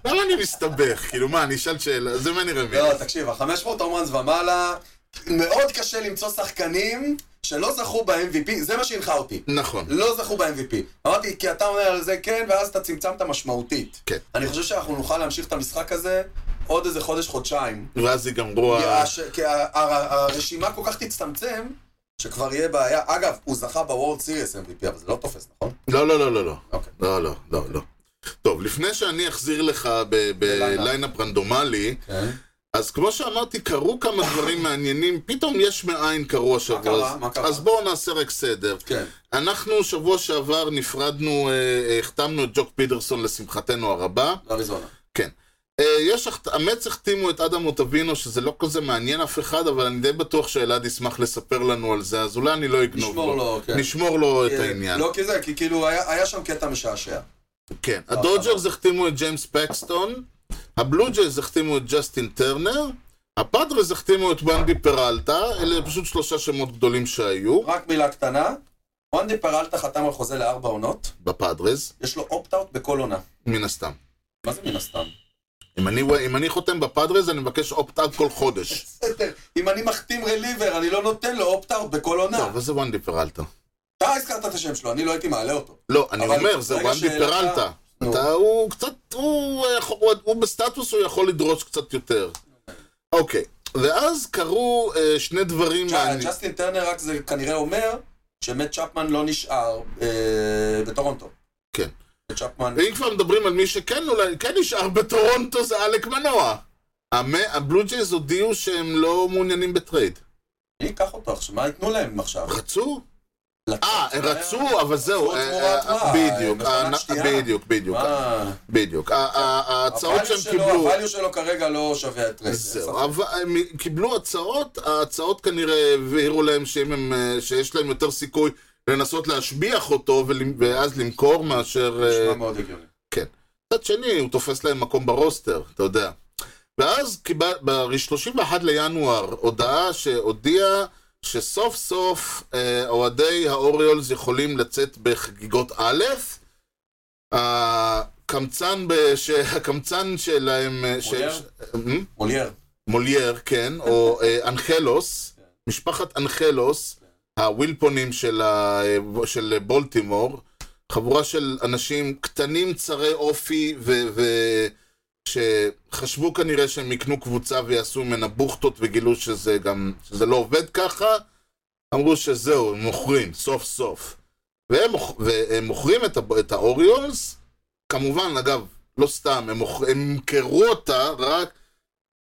Speaker 3: למה אני מסתבך? כאילו מה, אני אשאל שאלה, זה מאני
Speaker 1: לא,
Speaker 3: רמירז.
Speaker 1: תקשיב, ה-500 הומרנס ומעלה, מאוד קשה למצוא שחקנים שלא זכו ב-MVP, זה מה שהנחה אותי.
Speaker 3: נכון.
Speaker 1: לא זכו ב-MVP. אמרתי, כי אתה אומר על זה כן, ואז אתה צמצמת משמעותית.
Speaker 3: כן.
Speaker 1: אני חושב שאנחנו נוכל להמשיך את המשחק הזה עוד איזה חודש-חודשיים.
Speaker 3: ואז ייגמרו
Speaker 1: כי
Speaker 3: ה...
Speaker 1: הש- כי ה- ה- הרשימה כל כך תצטמצם, שכבר יהיה בעיה. אגב, הוא זכה בוורד סיריס MVP, אבל זה לא תופס, נכון?
Speaker 3: לא, לא, לא, לא, לא.
Speaker 1: אוקיי.
Speaker 3: לא, לא, לא, לא. טוב, לפני שאני אחזיר לך ב- בליינאפ רנדומלי,
Speaker 1: כן.
Speaker 3: אז כמו שאמרתי, קרו כמה דברים מעניינים, פתאום יש מאין קרו השבוע.
Speaker 1: קרה?
Speaker 3: אז-
Speaker 1: מה קרה?
Speaker 3: אז בואו נעשה רק סדר.
Speaker 1: כן.
Speaker 3: אנחנו שבוע שעבר נפרדנו, אה, אה, החתמנו את ג'וק פידרסון לשמחתנו הרבה.
Speaker 1: אריזונה.
Speaker 3: כן. אה, יש, החת- המץ החתימו את אדם מוטבינו, שזה לא כזה מעניין אף אחד, אבל אני די בטוח שאלעד ישמח לספר לנו על זה, אז אולי אני לא אגנוב
Speaker 1: נשמור לו, כן.
Speaker 3: נשמור לו את
Speaker 1: אה,
Speaker 3: העניין.
Speaker 1: לא כי זה, כי כאילו היה היה שם קטע משעשע.
Speaker 3: כן,
Speaker 1: לא,
Speaker 3: הדודג'רס החתימו את ג'יימס פקסטון, הבלו ג'ייז החתימו את ג'סטין טרנר, הפאדרס החתימו את ונדי פרלטה, אלה פשוט שלושה שמות גדולים שהיו
Speaker 1: רק מילה קטנה, וונדי פרלטה חתם על חוזה לארבע עונות,
Speaker 3: בפאדרס,
Speaker 1: יש לו אופט-אאוט בכל עונה.
Speaker 3: מן הסתם.
Speaker 1: מה זה מן הסתם?
Speaker 3: אם אני, אם אני חותם בפאדרס, אני מבקש אופט-אאוט כל חודש.
Speaker 1: בסדר, אם אני מחתים רליבר, אני לא נותן לו אופט-אאוט בכל
Speaker 3: טוב,
Speaker 1: עונה.
Speaker 3: אבל זה וונדי פרלטה.
Speaker 1: אתה הזכרת את השם שלו, אני לא הייתי מעלה אותו.
Speaker 3: לא, אני
Speaker 1: אבל
Speaker 3: אומר, זה
Speaker 1: ברגע
Speaker 3: וונדי
Speaker 1: שהעלית-
Speaker 3: פרלטה.
Speaker 1: נו.
Speaker 3: אתה, הוא קצת, הוא, אה, יכול- הוא, הוא בסטטוס, הוא יכול לדרוש קצת יותר. אוקיי, ואז קרו אה, שני דברים
Speaker 1: תשמע,
Speaker 3: מעניינים.
Speaker 1: ג'סטין טרנר רק זה כנראה אומר שמט צ'פמן לא נשאר אה, בטורונטו.
Speaker 3: כן.
Speaker 1: מט צ'פמן,
Speaker 3: ואם כבר מדברים על מי שכן אולי, כן נשאר בטורונטו זה עלק מנוע. המ... הבלו ג'ייז הודיעו שהם לא מעוניינים בטרייד.
Speaker 1: מי ייקח אותו עכשיו? מה ייתנו להם עכשיו?
Speaker 3: רצו?
Speaker 1: לצאת?
Speaker 3: אה, הם רצו, אבל זהו.
Speaker 1: רצו
Speaker 3: אה,
Speaker 1: תמורת
Speaker 3: אה,
Speaker 1: מה?
Speaker 3: בדיוק,
Speaker 1: מכונת
Speaker 3: אה,
Speaker 1: שתייה.
Speaker 3: בדיוק, בדיוק,
Speaker 1: מה?
Speaker 3: בדיוק. ה- ה- ההצעות
Speaker 1: הvalue
Speaker 3: אה, שהם
Speaker 1: שלו-
Speaker 3: קיבלו... אה,
Speaker 1: הvalue שלו כרגע לא שווה את טרייד.
Speaker 3: זהו, אבל הם קיבלו הצעות, ההצעות כנראה הבהירו להם שאם הם, אה, שיש להם יותר סיכוי לנסות להשביח אותו ול- ואז למכור מאשר... אה,
Speaker 1: נשמע מאוד הגיוני.
Speaker 3: כן. מצד שני, הוא תופס להם מקום ברוסטר, אתה יודע. ואז קיבל, ב-31 לינואר, הודעה שהודיעה שסוף סוף אה, אוהדי האוריולס יכולים לצאת בחגיגות א', הקמצן, ב- [LAUGHS] ש- הקמצן שלהם... אה, ש-
Speaker 1: מולייר?
Speaker 3: ש- אה,
Speaker 1: מולייר.
Speaker 3: מולייר, כן, או אה, אנחלוס,
Speaker 1: כן.
Speaker 3: משפחת אנחלוס, הווילפונים של, ה, אה, של בולטימור, חבורה של אנשים קטנים, צרי אופי, ו, ו, שחשבו כנראה שהם יקנו קבוצה ויעשו ממנה בוכטות וגילו שזה גם, שזה לא עובד ככה, אמרו שזהו, הם מוכרים, סוף סוף. והם, מוכ- והם מוכרים את, ה- את האוריולס, כמובן, אגב, לא סתם, הם, מוכ, הם ימכרו אותה רק...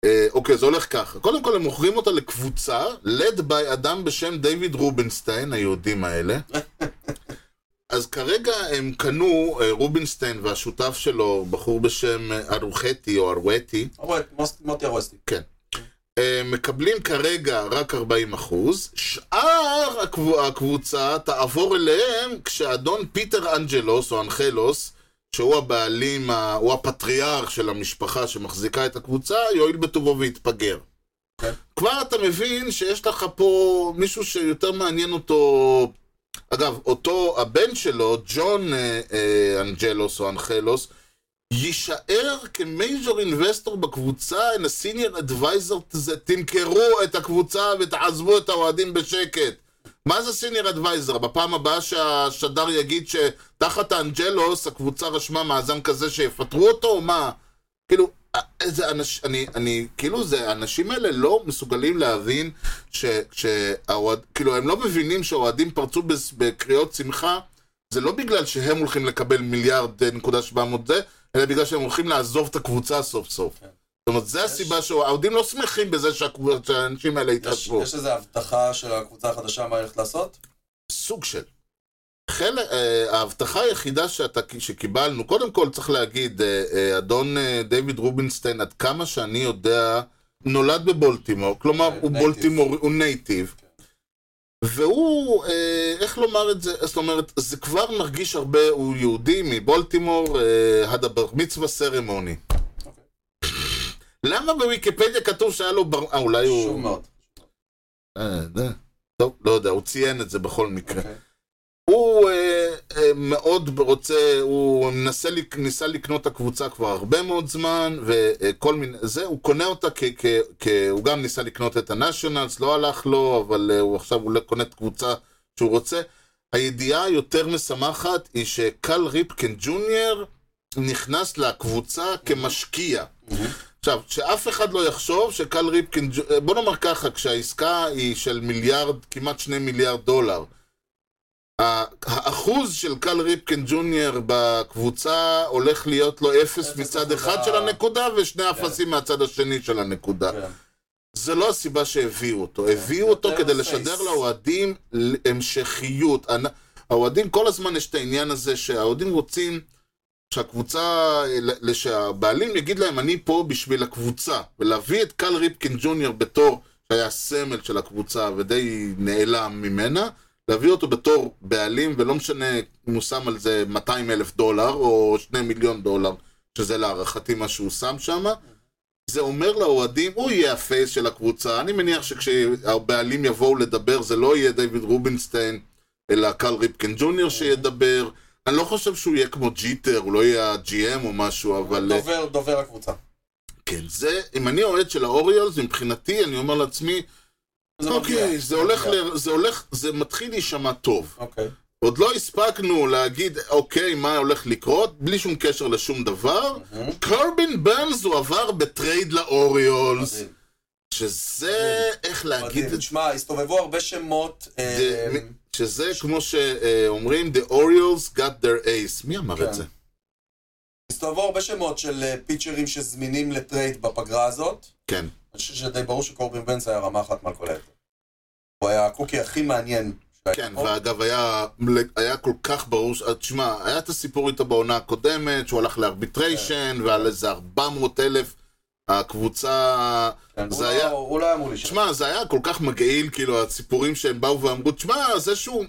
Speaker 3: אה, אוקיי, זה הולך ככה. קודם כל, הם מוכרים אותה לקבוצה, led by אדם בשם דיוויד רובינשטיין, היהודים האלה. אז כרגע הם קנו, אה, רובינשטיין והשותף שלו, בחור בשם אה, ארוחטי או ארווטי,
Speaker 1: רואה, מוס- מוטי הרוסטי.
Speaker 3: אה, מקבלים כרגע רק 40 אחוז, שאר הקב... הקבוצה תעבור אליהם כשאדון פיטר אנג'לוס או אנחלוס, שהוא הבעלים, ה... הוא הפטריארך של המשפחה שמחזיקה את הקבוצה, יואיל בטובו ויתפגר.
Speaker 1: כן.
Speaker 3: כבר אתה מבין שיש לך פה מישהו שיותר מעניין אותו... אגב, אותו הבן שלו, ג'ון אה, אה, אנג'לוס או אנחלוס, יישאר כמייג'ור אינבסטור בקבוצה, and a senior advisor, to the- תמכרו את הקבוצה ותעזבו את האוהדים בשקט. מה זה סיניור אדוויזר? בפעם הבאה שהשדר יגיד שתחת האנג'לוס הקבוצה רשמה מאזן כזה שיפטרו אותו, או מה? כאילו, א- איזה אנשים, אני, אני, כאילו זה, האנשים האלה לא מסוגלים להבין ש... שהאוהד, כאילו, הם לא מבינים שהאוהדים פרצו בס- בקריאות שמחה, זה לא בגלל שהם הולכים לקבל מיליארד אה, נקודה שבע מאות זה, אלא בגלל שהם הולכים לעזוב את הקבוצה סוף סוף.
Speaker 1: כן.
Speaker 3: זאת אומרת, זה הסיבה שהאוהדים לא שמחים בזה שהקבוצ- שהאנשים האלה
Speaker 1: יש,
Speaker 3: התחשבו.
Speaker 1: יש איזו הבטחה של הקבוצה החדשה מה היא הולכת לעשות?
Speaker 3: סוג של. חלק, אה, ההבטחה היחידה שאתה, שקיבלנו, קודם כל צריך להגיד, אה, אה, אדון אה, דיוויד רובינשטיין, עד כמה שאני יודע, נולד בבולטימור, כלומר
Speaker 1: כן,
Speaker 3: הוא
Speaker 1: נייטיב.
Speaker 3: בולטימור, הוא נייטיב. והוא, אה, איך לומר את זה, זאת אומרת, זה כבר מרגיש הרבה, הוא יהודי מבולטימור, אה, עד הבר מצווה סרמוני.
Speaker 1: אוקיי.
Speaker 3: למה בוויקיפדיה כתוב שהיה לו בר... אה, אולי הוא...
Speaker 1: שוב מאוד.
Speaker 3: אה, זה- טוב, לא יודע, הוא ציין את זה בכל מקרה.
Speaker 1: אוקיי.
Speaker 3: הוא אה, אה, מאוד רוצה, הוא מנסה, לק- ניסה לקנות את הקבוצה כבר הרבה מאוד זמן, וכל מיני, זה, הוא קונה אותה כ... כ, כ הוא גם ניסה לקנות את הנשיונלס, לא הלך לו, אבל אה, הוא עכשיו אולי קונה את הקבוצה שהוא רוצה. הידיעה היותר משמחת היא שקל ריפקן ג'וניור נכנס לקבוצה כמשקיע.
Speaker 1: מהמם.
Speaker 3: עכשיו, שאף אחד לא יחשוב שקל ריפקין, ג'- בוא נאמר ככה, כשהעסקה היא של מיליארד, כמעט שני מיליארד דולר, ה- האחוז של קל ריפקין ג'וניור בקבוצה הולך להיות לו אפס
Speaker 1: אפס
Speaker 3: מצד
Speaker 1: נקודה.
Speaker 3: אחד של הנקודה ושני אפסים מהצד השני של הנקודה.
Speaker 1: כן.
Speaker 3: זה לא הסיבה שהביאו אותו, הביאו
Speaker 1: יותר
Speaker 3: אותו כדי
Speaker 1: פייס.
Speaker 3: לשדר לאוהדים ל- המשכיות. אנ- האוהדים, כל הזמן יש את העניין הזה שהאוהדים רוצים שהקבוצה, ל- ל- שהבעלים יגיד להם אני פה בשביל הקבוצה, ולהביא את קל ריפקין ג'וניור בתור, שהיה הסמל של הקבוצה ודי נעלם ממנה, להביא אותו בתור בעלים, ולא משנה אם הוא שם על זה 200 אלף דולר או 2 מיליון דולר, שזה להערכתי מה שהוא שם שם. זה אומר לאוהדים, הוא יהיה הפייס של הקבוצה. אני מניח שכשהבעלים יבואו לדבר, זה לא יהיה דיוויד רובינשטיין, אלא קל ריפקין ג'וניור שידבר. אני לא חושב שהוא יהיה כמו ג'יטר, הוא לא יהיה ה-GM או משהו, אבל... אה,
Speaker 1: דובר, דובר הקבוצה.
Speaker 3: כן, זה... אם אני אוהד של האוריולס, מבחינתי, אני אומר לעצמי,
Speaker 1: זה לא מגיע.
Speaker 3: אוקיי, זה הולך
Speaker 1: מגיע.
Speaker 3: ל... זה הולך... זה מתחיל להישמע טוב.
Speaker 1: אוקיי.
Speaker 3: עוד לא הספקנו להגיד, אוקיי, מה הולך לקרות, בלי שום קשר לשום דבר.
Speaker 1: מהמם.
Speaker 3: קורבין ברנס הוא עבר בטרייד לאוריולס.
Speaker 1: מדהים.
Speaker 3: שזה, איך להגיד
Speaker 1: מדהים.
Speaker 3: את
Speaker 1: תשמע, הסתובבו הרבה שמות.
Speaker 3: זה,
Speaker 1: אה,
Speaker 3: מ- שזה כמו שאומרים, The Orioles got their ace. מי אמר
Speaker 1: כן.
Speaker 3: את זה?
Speaker 1: הסתובבו הרבה שמות של אה, פיצ'רים שזמינים לטרייד בפגרה הזאת.
Speaker 3: כן.
Speaker 1: אני חושב שדי ברור שקורבין בנס היה רמה אחת מעל כל היתר. הוא היה הקוקי הכי מעניין. שהיה
Speaker 3: כן,
Speaker 1: פה.
Speaker 3: ואגב, היה, היה כל כך ברור, ש- אה, תשמע, היה את הסיפור איתו בעונה הקודמת, שהוא הלך
Speaker 1: כן.
Speaker 3: לארביטריישן, ועל איזה 400 אלף הקבוצה...
Speaker 1: כן,
Speaker 3: זה
Speaker 1: הוא לא-
Speaker 3: היה-
Speaker 1: הוא לא היה אמור להישאר.
Speaker 3: תשמע, זה היה כל כך מגעיל, כאילו, הסיפורים שהם באו ואמרו, תשמע, זה שהוא...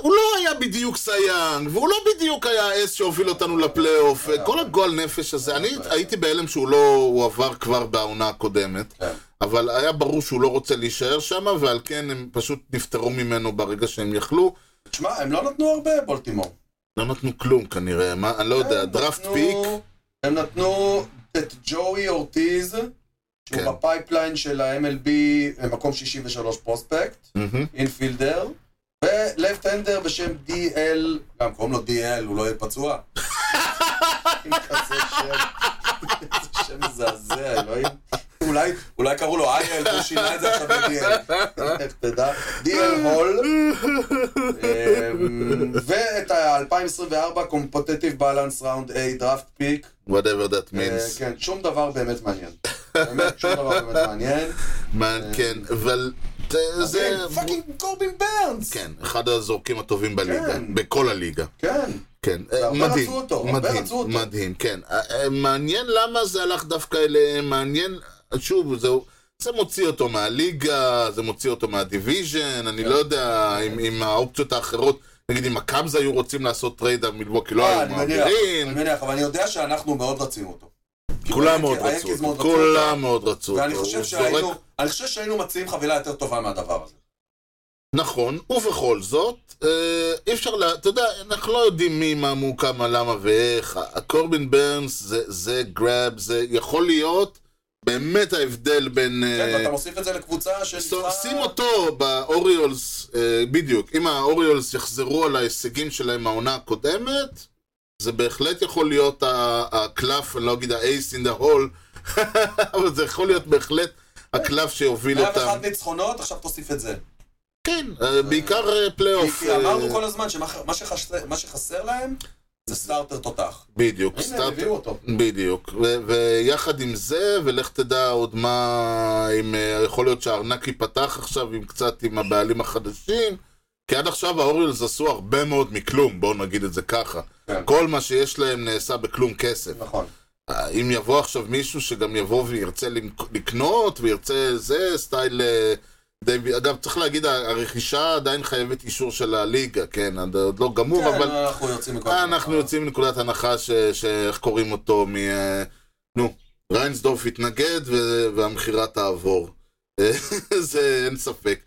Speaker 3: הוא לא היה בדיוק סייאנג, והוא לא בדיוק היה האס שהוביל אותנו לפלייאוף,
Speaker 1: היה.
Speaker 3: כל הגועל נפש הזה, אני
Speaker 1: היה.
Speaker 3: הייתי בהלם שהוא לא, הוא עבר כבר בעונה הקודמת,
Speaker 1: כן.
Speaker 3: אבל היה ברור שהוא לא רוצה להישאר שם, ועל כן הם פשוט נפטרו ממנו ברגע שהם יכלו,
Speaker 1: תשמע, הם לא נתנו הרבה בולטימור.
Speaker 3: לא נתנו כלום כנראה, מה, אני לא יודע,
Speaker 1: הם
Speaker 3: דראפט
Speaker 1: נתנו-
Speaker 3: פיק,
Speaker 1: הם נתנו את ג'וי אורטיז, שהוא
Speaker 3: כן.
Speaker 1: בפייפליין של ה-MLB, מקום 63 פרוספקט,
Speaker 3: מהמם,
Speaker 1: אינפילדר, ולפט-הנדר בשם DL, גם קוראים לו DL, הוא לא יהיה פצוע. עם כזה שם, איזה שם מזעזע, אלוהים. אולי, אולי קראו לו IL, והוא שינה את זה עכשיו ל-DL. איך תדע? DL הול. אמ, ואת ה-2024 קומפוטטיב בלנס ראונד A דראפט פיק.
Speaker 3: [LAUGHS] whatever that means.
Speaker 1: כן, שום דבר באמת מעניין. באמת, שום דבר באמת מעניין.
Speaker 3: מה, כן, אבל זה- זה...
Speaker 1: אה. פאקינג קורבין ברנס!
Speaker 3: כן, אחד הזורקים הטובים בליגה,
Speaker 1: כן.
Speaker 3: בכל הליגה.
Speaker 1: כן.
Speaker 3: כן,
Speaker 1: הרבה
Speaker 3: מדהים,
Speaker 1: רצו אותו, הרבה
Speaker 3: מדהים,
Speaker 1: רצו אותו.
Speaker 3: מדהים, כן. אה, אה, מעניין למה זה הלך דווקא אליהם, מעניין, אה, שוב, זה, זה מוציא אותו מהליגה, זה מוציא אותו מהדיוויז'ן,
Speaker 1: כן.
Speaker 3: אני לא יודע אם אם האופציות האחרות, נגיד אם הקאבס היו רוצים לעשות טרייד על מילווקי, לא
Speaker 1: אה,
Speaker 3: היו
Speaker 1: אני מניח, אני
Speaker 3: מעבירים,
Speaker 1: מניח, אבל אני יודע שאנחנו מאוד רצינו אותו.
Speaker 3: כולם מאוד
Speaker 1: היאנקיז
Speaker 3: רצו
Speaker 1: מאוד
Speaker 3: אותו,
Speaker 1: רצו
Speaker 3: כולם מאוד רצו אותו,
Speaker 1: כן. ואני חושב
Speaker 3: הוא
Speaker 1: שהיינו,
Speaker 3: זורק-
Speaker 1: אני חושב שהיינו מציעים חבילה יותר טובה מהדבר הזה.
Speaker 3: נכון, ובכל זאת, אה, אי אפשר, לה- אתה יודע, אנחנו לא יודעים מי, מה, מו, כמה, למה ואיך. הקורבין ברנס זה- זה גראב, זה יכול להיות באמת ההבדל בין...
Speaker 1: כן,
Speaker 3: אה,
Speaker 1: ואתה מוסיף את זה לקבוצה של...
Speaker 3: שים- שים אותו באוריולס, אה, בדיוק, אם האוריולס יחזרו על ההישגים שלהם מהעונה הקודמת, זה בהחלט יכול להיות ה- הקלף, אני לא אגיד ה-ace in the hole, [LAUGHS] אבל זה יכול להיות בהחלט הקלף שיוביל אותם.
Speaker 1: 101 ניצחונות, עכשיו תוסיף את זה.
Speaker 3: כן, אה, בעיקר אה, פלייאוף.
Speaker 1: כי
Speaker 3: אה,
Speaker 1: אמרנו כל הזמן שמה מה שחסר- מה שחסר להם זה סטארטר תותח.
Speaker 3: בדיוק,
Speaker 1: הנה, הם
Speaker 3: סטארט...
Speaker 1: הביאו אותו.
Speaker 3: בדיוק, ו- ויחד עם זה, ולך תדע עוד מה, אם אה, יכול להיות שהארנק ייפתח עכשיו עם קצת עם הבעלים החדשים, כי עד עכשיו האוריולס עשו הרבה מאוד מכלום, בואו נגיד את זה ככה.
Speaker 1: כן.
Speaker 3: כל מה שיש להם נעשה בכלום כסף.
Speaker 1: נכון.
Speaker 3: אה, אם יבוא עכשיו מישהו שגם יבוא וירצה למק- לקנות, וירצה זה, סטייל... אה, דיווי- אגב, צריך להגיד, הרכישה עדיין חייבת אישור של הליגה, כן, עד- עוד לא גמור,
Speaker 1: כן,
Speaker 3: אבל...
Speaker 1: אנחנו יוצאים מכל...
Speaker 3: אה, אנחנו יוצאים מנקודת הנחה ש... ש- איך קוראים אותו? מ... אה, נו, ריינסדורף יתנגד ו... והמכירה תעבור. אה, [LAUGHS] זה אין ספק.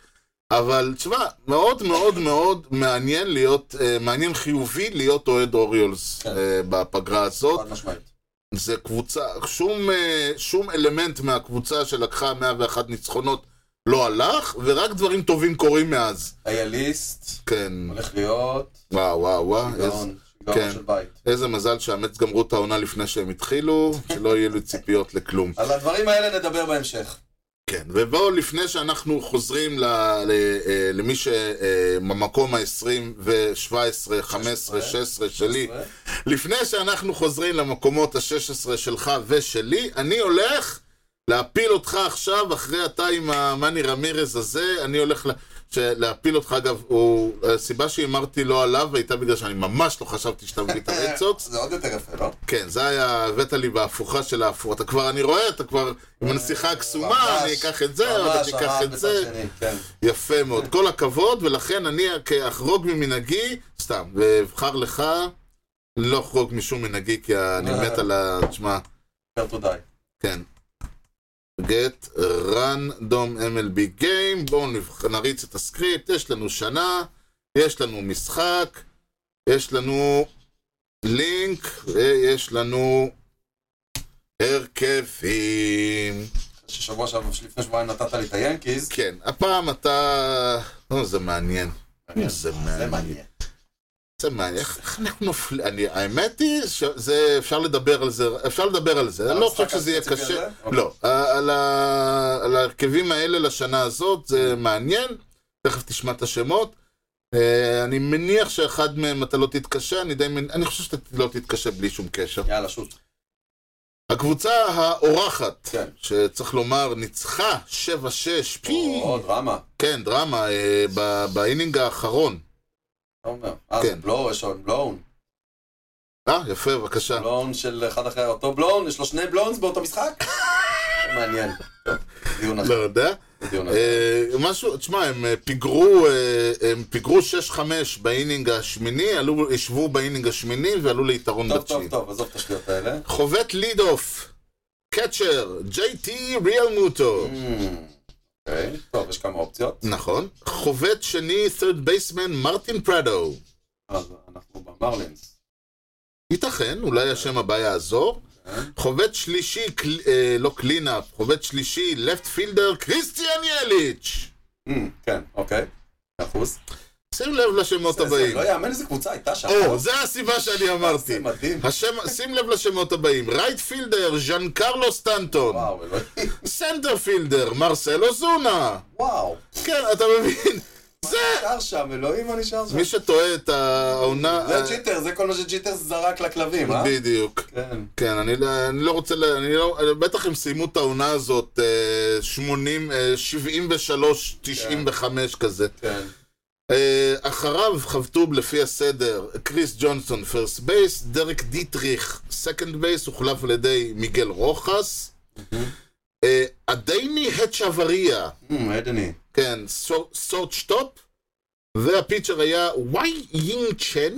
Speaker 3: אבל תשמע, מאוד מאוד מאוד מעניין להיות, אה, מעניין חיובי להיות אוהד אוריולס
Speaker 1: כן.
Speaker 3: אה, בפגרה הזאת.
Speaker 1: חד משמעית.
Speaker 3: זה קבוצה, שום, אה, שום אלמנט מהקבוצה שלקחה 101 ניצחונות לא הלך, ורק דברים טובים קורים מאז.
Speaker 1: אייליסט,
Speaker 3: כן,
Speaker 1: הולך להיות
Speaker 3: וואו וואו וואו, איזה-
Speaker 1: גאון,
Speaker 3: כן.
Speaker 1: גאון של בית.
Speaker 3: איזה מזל שהמץ גמרו את העונה לפני שהם התחילו, שלא יהיו לי ציפיות לכלום.
Speaker 1: על הדברים האלה נדבר בהמשך.
Speaker 3: כן, ובואו לפני שאנחנו חוזרים ל, ל, אה, למי אה, שבמקום ה-20 ו-17, 15, 16 שלי, לפני שאנחנו חוזרים למקומות ה-16 שלך ושלי, אני הולך להפיל אותך עכשיו, אחרי אתה עם המאני רמירז הזה, אני הולך לה, ש- להפיל אותך, אגב, הוא, הסיבה שהימרתי לא עליו הייתה בגלל שאני ממש לא חשבתי שאתה מביא את הרד סוקס.
Speaker 1: זה עוד יותר יפה, לא?
Speaker 3: כן, זה היה, הבאת לי בהפוכה של ההפוך. אתה כבר, אני רואה, אתה כבר עם הנסיכה הקסומה,
Speaker 1: ממש,
Speaker 3: אני אקח את זה, ואתה
Speaker 1: ממש,
Speaker 3: תיקח
Speaker 1: ממש
Speaker 3: את זה.
Speaker 1: בצד שני, כן.
Speaker 3: יפה מאוד. כל הכבוד, ולכן אני אחרוג ממנהגי, סתם, ואבחר לך, לא אחרוג משום מנהגי, כי אני
Speaker 1: אה.
Speaker 3: מת על ה... תשמע,
Speaker 1: יותר תודה.
Speaker 3: כן. get random MLB game, בואו נבח- נריץ את הסקריפט, יש לנו שנה, יש לנו משחק, יש לנו לינק, ויש לנו הרכבים.
Speaker 1: ששבוע שעבר, לפני שבועיים נתת לי את היאנקיז.
Speaker 3: כן, הפעם אתה... לא, זה מעניין. זה
Speaker 1: זה
Speaker 3: מעניין.
Speaker 1: מעניין.
Speaker 3: זה מעניין. איך איך אנחנו נופלים? אני- האמת היא שזה... אפשר לדבר על זה, אפשר לדבר על זה. אני לא חושב
Speaker 1: המשחק
Speaker 3: שזה יהיה
Speaker 1: הספציפי
Speaker 3: קשה.
Speaker 1: הזה? אוקיי.
Speaker 3: לא, ה- על ה- על ההרכבים האלה לשנה הזאת זה מעניין, תכף תשמע את השמות. אה, אני מניח שאחד מהם אתה לא תתקשה, אני, די, מנ- אני חושב שאתה לא תתקשה בלי שום קשר.
Speaker 1: יאללה, שוט.
Speaker 3: הקבוצה האורחת,
Speaker 1: כן.
Speaker 3: שצריך לומר, ניצחה 7-6, פי,
Speaker 1: או, דרמה.
Speaker 3: כן, דרמה, אה, ב- באינינג האחרון.
Speaker 1: אתה אומר. אה,
Speaker 3: כן.
Speaker 1: זה בלואו, יש עוד בלואון.
Speaker 3: אה, יפה, בבקשה.
Speaker 1: בלואון של אחד אחרי אותו בלואון, יש לו שני בלואונס באותו משחק?
Speaker 3: [LAUGHS]
Speaker 1: זה מעניין. טוב, דיון אחר,
Speaker 3: לא יודע.
Speaker 1: דיון אחר.
Speaker 3: אה, משהו, תשמע, הם אה, פיגרו, אה, הם פיגרו 6-5 באינינג השמיני, עלו, ישבו באינינג השמיני ועלו ליתרון
Speaker 1: טוב, טוב,
Speaker 3: בתשיעי.
Speaker 1: טוב, עזוב את השטויות האלה.
Speaker 3: חובט ליד אוף, קצ'ר, ג'יי טי ריאל מוטו.
Speaker 1: אמ, אוקיי, טוב, יש כמה אופציות.
Speaker 3: נכון. חובט שני, third baseman, מרטין פרדו.
Speaker 1: אז אנחנו במרלינס.
Speaker 3: ייתכן, אולי השם הבא יעזור. חובט שלישי, קל- אה, לא קלינאפ, חובט שלישי, לפט פילדר, קריסטיאן יליץ'.
Speaker 1: אמ, כן, אוקיי. מאה אחוז.
Speaker 3: שים לב לשמות
Speaker 1: זה- זה
Speaker 3: הבאים.
Speaker 1: לא יאמן איזה קבוצה הייתה שם.
Speaker 3: או, זה הסיבה שאני אמרתי.
Speaker 1: זה מדהים.
Speaker 3: השם, שים לב לשמות הבאים, רייט פילדר, ז'אן קרלו סטנטון,
Speaker 1: וואו, אלוהים.
Speaker 3: סנטר פילדר, מרסלו זונה.
Speaker 1: וואו.
Speaker 3: כן, אתה
Speaker 1: [LAUGHS]
Speaker 3: מבין?
Speaker 1: זה! נשאר שם, אלוהים מה נשאר שם.
Speaker 3: מי שטועה את העונה... אה,
Speaker 1: זה ג'יטר, זה כל מה שג'יטר זרק לכלבים, אה?
Speaker 3: בדיוק.
Speaker 1: כן.
Speaker 3: כן, אני, לא- אני לא רוצה, ל- אני לא, בטח הם סיימו את העונה הזאת אה, 80, אה, 73, 95 כזה.
Speaker 1: כן.
Speaker 3: אה, אחריו חבטו לפי הסדר קריס ג'ונסון פרסט בייס, דרק דיטריך סקנד בייס, הוחלף על ידי מיגל רוחס. אה, הדייני הצ'אבריה,
Speaker 1: אמ, עדני.
Speaker 3: כן, סור- סורט שטופ, והפיצ'ר היה וואי יינג צ'ן,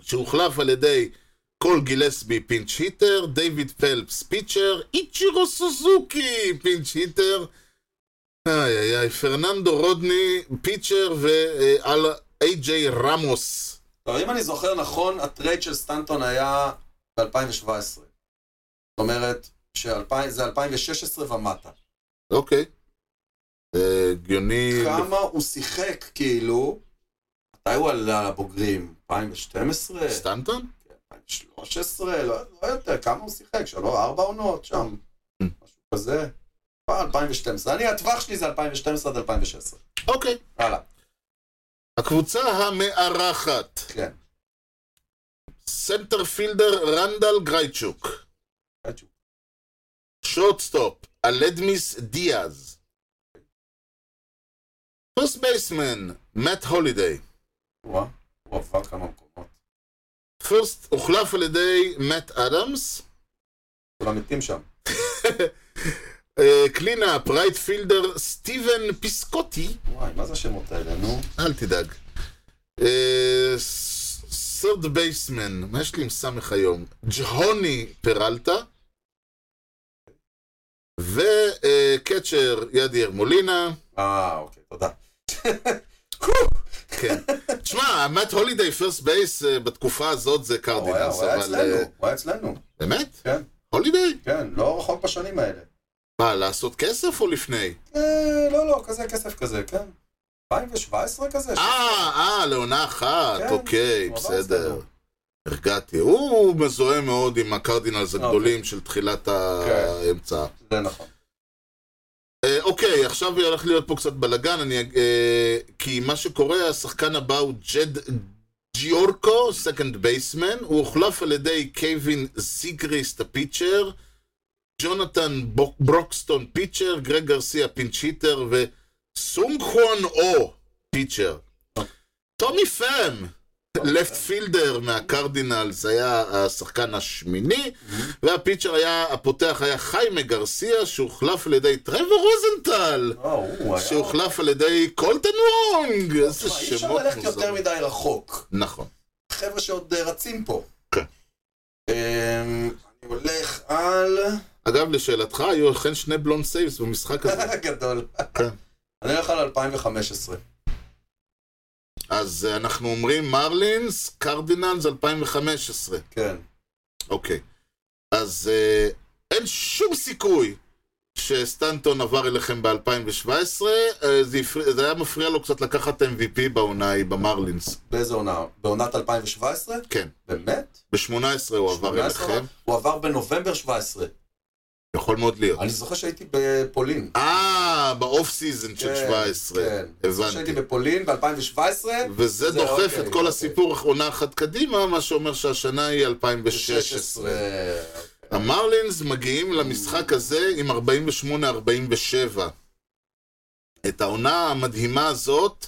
Speaker 3: שהוחלף על ידי קול גילסבי פינץ' היטר, דיוויד פלפס פיצ'ר, איצ'ירו סוזוקי פינץ' היטר, איי איי איי, פרננדו רודני פיצ'ר ועל איי-ג'יי רמוס.
Speaker 1: טוב, אם אני זוכר נכון, הטרייד של סטנטון היה ב-2017. זאת אומרת, שזה 2016 ומטה.
Speaker 3: אוקיי. אה, הגיוני...
Speaker 1: כמה הוא שיחק, כאילו, מתי הוא עלה לבוגרים? 2012?
Speaker 3: סטנטון?
Speaker 1: 2013? לא לא יודע, כמה הוא שיחק? שלוש, ארבע עונות שם,
Speaker 3: Mm.
Speaker 1: משהו כזה. אה, 2012. אני, הטווח שלי זה 2012 עד 2016.
Speaker 3: אוקיי.
Speaker 1: הלאה,
Speaker 3: הקבוצה המארחת,
Speaker 1: כן.
Speaker 3: סנטר פילדר רנדל גרייצ'וק, שורטסטופ, אלדמיס דיאז, פוסט בייסמן, מאט הולידיי,
Speaker 1: וואה, הוא עבר כמה מקומות.
Speaker 3: פרסט הוחלף על ידי מאט אדמס,
Speaker 1: כולם מתים שם.
Speaker 3: Uh, קלינאפ, רייט פילדר, סטיבן פיסקוטי,
Speaker 1: וואי, מה זה השמות האלה, נו?
Speaker 3: אל תדאג, אה, סרד בייסמן, מה יש לי עם סמך היום? ג'הוני פרלטה, וקצ'ר ידיאר מולינה,
Speaker 1: אה, אוקיי, תודה. [LAUGHS]
Speaker 3: כן. תשמע, מאט הולידיי פרסט בייס אה, בתקופה הזאת זה
Speaker 1: הוא היה
Speaker 3: קרדינלס,
Speaker 1: הוא היה
Speaker 3: אבל... אה,
Speaker 1: אצלנו, הוא היה אצלנו,
Speaker 3: באמת?
Speaker 1: כן.
Speaker 3: הולידיי?
Speaker 1: כן, לא רחוק בשנים האלה.
Speaker 3: מה, לעשות כסף או לפני?
Speaker 1: אה, לא, לא, כזה כסף כזה, כן. 2017 כזה?
Speaker 3: אה, אה, לעונה אחת,
Speaker 1: כן,
Speaker 3: אוקיי,
Speaker 1: הוא עבר
Speaker 3: בסדר.
Speaker 1: אצלנו.
Speaker 3: הרגעתי. הוא מזוהה מאוד עם הקרדינלס
Speaker 1: אוקיי.
Speaker 3: הגדולים של תחילת האמצע.
Speaker 1: זה נכון.
Speaker 3: אה, אוקיי, עכשיו הולך להיות פה קצת בלאגן, אני... אג- אה, כי מה שקורה, השחקן הבא הוא ג'ד ג'יורקו, סקנד בייסמן, הוא הוחלף על ידי קייבין זיגריסט הפיצ'ר, ג'ונתן בו- ברוקסטון פיצ'ר, גרג גרסיה פינצ'יטר וסונג חואן או פיצ'ר. טומי פאם, לפט פילדר מהקרדינלס, היה השחקן השמיני, והפיצ'ר היה, הפותח היה חיימה גרסיה, שהוחלף על ידי טרוור רוזנטל,
Speaker 1: לא, הוא היה...
Speaker 3: שהוחלף על ידי קולטן וונג, איזה
Speaker 1: תשמע, אוקיי, לא, אי אפשר
Speaker 3: שמות
Speaker 1: ללכת יותר
Speaker 3: מוזרים.
Speaker 1: מדי רחוק.
Speaker 3: נכון.
Speaker 1: חבר'ה שעוד אה, רצים פה.
Speaker 3: כן.
Speaker 1: אמ, אני הולך על...
Speaker 3: אגב, לשאלתך, היו אכן שני בלונד סייבס במשחק
Speaker 1: [LAUGHS]
Speaker 3: הזה.
Speaker 1: גדול.
Speaker 3: כן.
Speaker 1: אני הולך על 2015.
Speaker 3: אז אה, אנחנו אומרים מרלינס, קרדינלס 2015.
Speaker 1: כן.
Speaker 3: אוקיי. אז אה, אין שום סיכוי שסטנטון עבר אליכם ב-2017. אה, זה, הפר... זה היה מפריע לו קצת לקחת MVP בעונה ההיא במרלינס.
Speaker 1: באיזה עונה? בעונת 2017?
Speaker 3: כן.
Speaker 1: באמת?
Speaker 3: ב-18 הוא עבר
Speaker 1: 18?
Speaker 3: אליכם.
Speaker 1: הוא עבר בנובמבר 17.
Speaker 3: יכול מאוד להיות.
Speaker 1: אני זוכר שהייתי בפולין.
Speaker 3: אה, באוף סיזן של 17.
Speaker 1: כן. אני זוכר
Speaker 3: הבנתי.
Speaker 1: שהייתי בפולין ב-2017.
Speaker 3: וזה
Speaker 1: זה,
Speaker 3: דוחף
Speaker 1: אוקיי,
Speaker 3: את כל
Speaker 1: אוקיי.
Speaker 3: הסיפור עונה אחת קדימה, מה שאומר שהשנה היא 2016. המרלינס מגיעים למשחק הזה עם 48-47. את העונה המדהימה הזאת,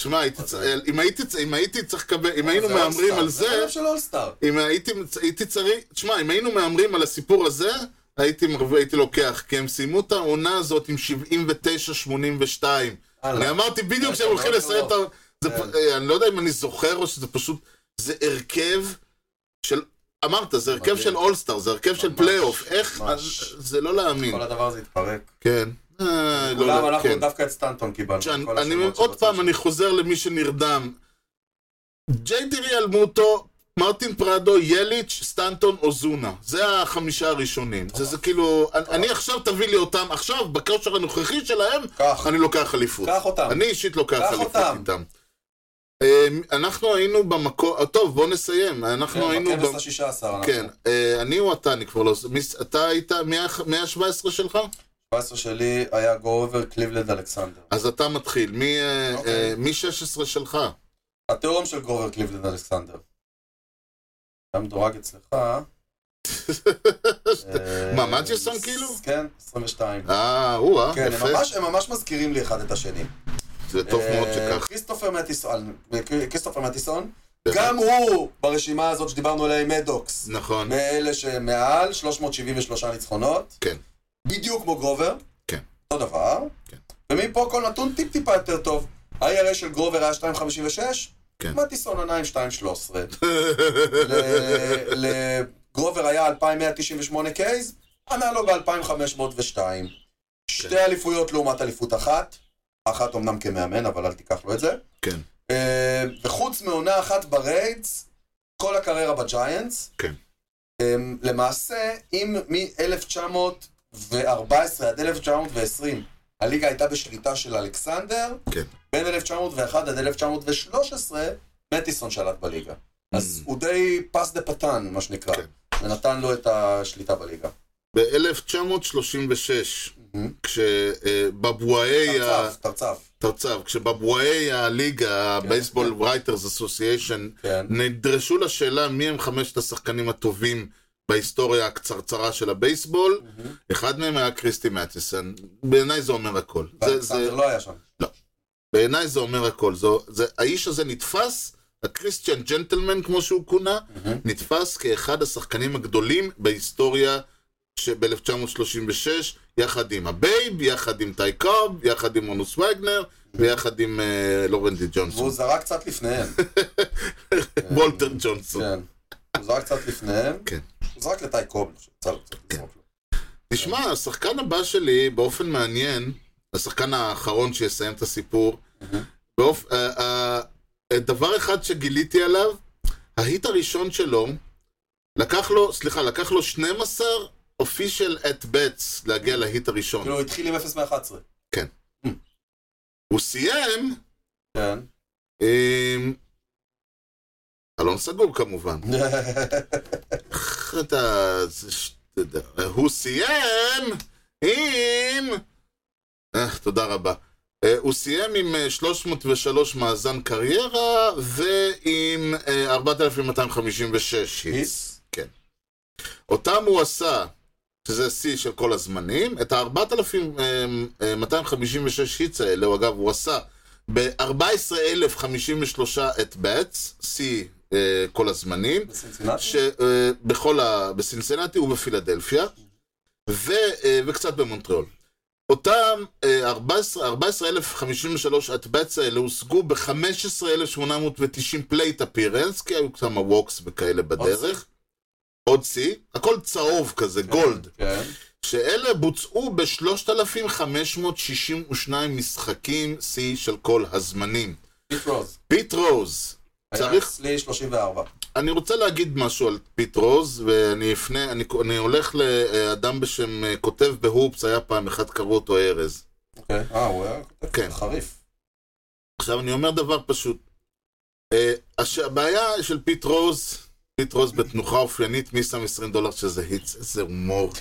Speaker 3: תשמע, הייתי צ- אם הייתי צ- אם הייתי צריך לקבל, אם
Speaker 1: אה,
Speaker 3: היינו
Speaker 1: זה
Speaker 3: מהמרים
Speaker 1: אולסטאר.
Speaker 3: על
Speaker 1: זה
Speaker 3: זה,
Speaker 1: ערב של אולסטאר.
Speaker 3: אם הייתי מצ- הייתי צריך, תשמע, אם היינו מהמרים על הסיפור הזה, הייתי מרווה- הייתי לוקח, כי הם סיימו את העונה הזאת עם 79-82.
Speaker 1: הלאה.
Speaker 3: אני אמרתי בדיוק
Speaker 1: זה
Speaker 3: שהם הולכים
Speaker 1: מאוד
Speaker 3: לסיים את ה...
Speaker 1: קרוב.
Speaker 3: זה
Speaker 1: כן.
Speaker 3: פ- אה, אני לא יודע אם אני זוכר או שזה פשוט... זה הרכב של... אמרת, זה הרכב
Speaker 1: מדהים.
Speaker 3: של אולסטאר, זה הרכב של
Speaker 1: ממש,
Speaker 3: פלייאוף. איך...
Speaker 1: ממש.
Speaker 3: זה לא להאמין.
Speaker 1: כל הדבר הזה התפרק.
Speaker 3: כן. אה, לא
Speaker 1: כולם,
Speaker 3: יודע,
Speaker 1: אנחנו
Speaker 3: כן.
Speaker 1: דווקא את סטנטון קיבלנו.
Speaker 3: שאני-
Speaker 1: כל
Speaker 3: אני
Speaker 1: השמות
Speaker 3: עוד
Speaker 1: שרצו
Speaker 3: פעם,
Speaker 1: שם.
Speaker 3: אני חוזר למי שנרדם. ג'יי דירי אלמוטו, מרטין פרדו, יליץ', סטנטון, אוזונה. זה החמישה הראשונים. זה זה כאילו... אני- אני עכשיו תביא לי אותם, עכשיו, בכושר הנוכחי שלהם,
Speaker 1: קח,
Speaker 3: אני לוקח אליפות.
Speaker 1: קח אותם.
Speaker 3: אני אישית לוקח
Speaker 1: קח
Speaker 3: אליפות
Speaker 1: אותם.
Speaker 3: איתם. אמ, אנחנו היינו במקום, אה, טוב בוא נסיים, אנחנו היינו,
Speaker 1: כן, בכנס
Speaker 3: במ-
Speaker 1: ה-16 אנחנו.
Speaker 3: כן, אה, אני או אתה, אני כבר לא, מי- אתה היית, מי ה- מי ה-17 שלך?
Speaker 1: 17 שלי היה גו-אובר קליבלנד אלכסנדר.
Speaker 3: אז אתה מתחיל, מי, אה,
Speaker 1: אוקיי.
Speaker 3: אה, מי 16 שלך?
Speaker 1: התאום של גו-אובר קליבלנד אלכסנדר. אתה מדורג אצלך. אה,
Speaker 3: מה, מג'יסון כאילו?
Speaker 1: כן, 22.
Speaker 3: אה, או-אה,
Speaker 1: כן, הם
Speaker 3: יפה,
Speaker 1: ממש- הם ממש מזכירים לי אחד את השני.
Speaker 3: זה טוב
Speaker 1: אה,
Speaker 3: מאוד שכך.
Speaker 1: כריסטופר מטיסון, אה, כריסטופר מטיסון, גם הוא ברשימה הזאת שדיברנו עליה עם מדוקס.
Speaker 3: נכון,
Speaker 1: מאלה שמעל 373 ניצחונות.
Speaker 3: כן.
Speaker 1: בדיוק כמו גרובר.
Speaker 3: כן.
Speaker 1: אותו דבר.
Speaker 3: כן.
Speaker 1: ומפה כל נתון טיפ-טיפה יותר טוב. ה-ERA של גרובר היה 2.56.
Speaker 3: כן.
Speaker 1: מטיסון ענה עם 2.13. ל- לגרובר היה 2,198 קייז, ענה לו ב-2,502.
Speaker 3: כן.
Speaker 1: שתי אליפויות לעומת אליפות אחת. אחת אמנם כמאמן, אבל אל תיקח לו את זה.
Speaker 3: כן.
Speaker 1: אה, וחוץ מעונה אחת בריידס, כל הקריירה בג'יינטס.
Speaker 3: כן.
Speaker 1: אמ, למעשה, אם מ-1914 עד 1920 הליגה הייתה בשליטה של אלכסנדר,
Speaker 3: כן.
Speaker 1: בין 1901 עד 1913 מטיסון שלט בליגה. אז הוא די פס דה פתן, מה שנקרא,
Speaker 3: Mm. כן.
Speaker 1: ונתן לו את השליטה בליגה.
Speaker 3: ב-1936, כשבבואי,
Speaker 1: תרצף, תרצף,
Speaker 3: תרצב, כשבבואי הליגה, הבייסבול רייטרס אסוסיישן,
Speaker 1: כן.
Speaker 3: נדרשו לשאלה מי הם חמשת השחקנים הטובים בהיסטוריה הקצרצרה של הבייסבול, אחד מהם היה קריסטי מטיסון. בעיניי זה אומר הכל. זה- זה-
Speaker 1: ואלכסנדר לא היה שם.
Speaker 3: בעיניי זה אומר הכל. זו- זה- האיש הזה נתפס, הקריסטיאן ג'נטלמן כמו שהוא כונה, נתפס כאחד השחקנים הגדולים בהיסטוריה שב-1936, יחד עם הבייב, יחד עם טי קארב, יחד עם אונוס וגנר, ויחד עם אה, לורנדי
Speaker 1: והוא
Speaker 3: ג'ונסון,
Speaker 1: זרק קצת לפניהם,
Speaker 3: [LAUGHS] וולטר ג'ונסון.
Speaker 1: כן. הוא זרק קצת לפניהם.
Speaker 3: כן.
Speaker 1: הוא זרק לטי קוב, אני חושב, צריך לזרוק לו.
Speaker 3: תשמע, השחקן הבא שלי, באופן מעניין, השחקן האחרון שיסיים את הסיפור, באופ... אה, אה, אה, דבר אחד שגיליתי עליו, ההיט הראשון שלו, לקח לו, סליחה, לקח לו 12 official at bets להגיע להיט הראשון.
Speaker 1: כאילו, הוא התחיל עם 0 מ-11.
Speaker 3: הוא סיים,
Speaker 1: כן.
Speaker 3: עם... אלון סגור כמובן. איך אתה... זה ש- אתה יודע, הוא סיים עם... אה, תודה רבה. אה, הוא סיים עם אה, 303 מאזן קריירה ועם אה, 4,256 היטס. כן. אותם הוא עשה, שזה שיא של כל הזמנים, את אה, ה-4,256 היטס האלה, הוא אגב, הוא עשה ב-14,053 את בטס, שיא אה, כל הזמנים.
Speaker 1: בסנסינטי?
Speaker 3: שבכל אה, ה... בסינסנטי ובפילדלפיה, ו... אה, וקצת במונטריאול. אותם אה, 14 14,053 אטבץ האלה הושגו ב-15,890 פלייט אפירנס, כי היו כמה ווקס וכאלה בדרך. עוד שיא, הכל צהוב כזה, גולד.
Speaker 1: כן.
Speaker 3: שאלה בוצעו ב-3,562 משחקים, שיא של כל הזמנים.
Speaker 1: פיט רוז.
Speaker 3: פיט רוז, צריך
Speaker 1: היה אצלי 34.
Speaker 3: אני רוצה להגיד משהו על פיט רוז, ואני אפנה, אני, אני הולך לאדם בשם אה, כותב בהופס, היה פעם אחת קראו אותו ארז.
Speaker 1: אוקיי. אה, הוא היה
Speaker 3: כן.
Speaker 1: חריף.
Speaker 3: עכשיו אני אומר דבר פשוט. אה, הש... הבעיה של פיט רוז, פיט רוז בתנוחה אופיינית, מי שם 20 דולר שזה היטס, איזה הומור.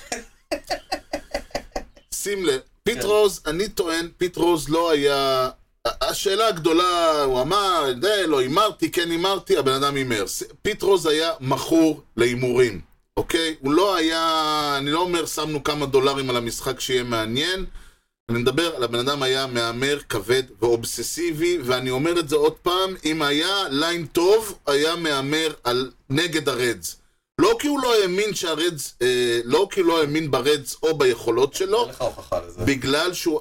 Speaker 3: שים לב, פיט
Speaker 1: כן.
Speaker 3: רוז, אני טוען, פיט רוז לא היה... ה- השאלה הגדולה, הוא אמר, "די, לא הימרתי, כן הימרתי, הבן אדם הימר. ס- פיט רוז היה מכור להימורים, אוקיי? הוא לא היה, אני לא אומר שמנו כמה דולרים על המשחק שיהיה מעניין, אני מדבר על הבן אדם היה מהמר כבד ואובססיבי, ואני אומר את זה עוד פעם, אם היה ליין טוב, היה מהמר על נגד הרדס. לא כי הוא לא האמין שהרדס, אה, לא כי הוא לא האמין ברדס או ביכולות שלו,
Speaker 1: אין לך הוכחה לזה.
Speaker 3: בגלל שהוא...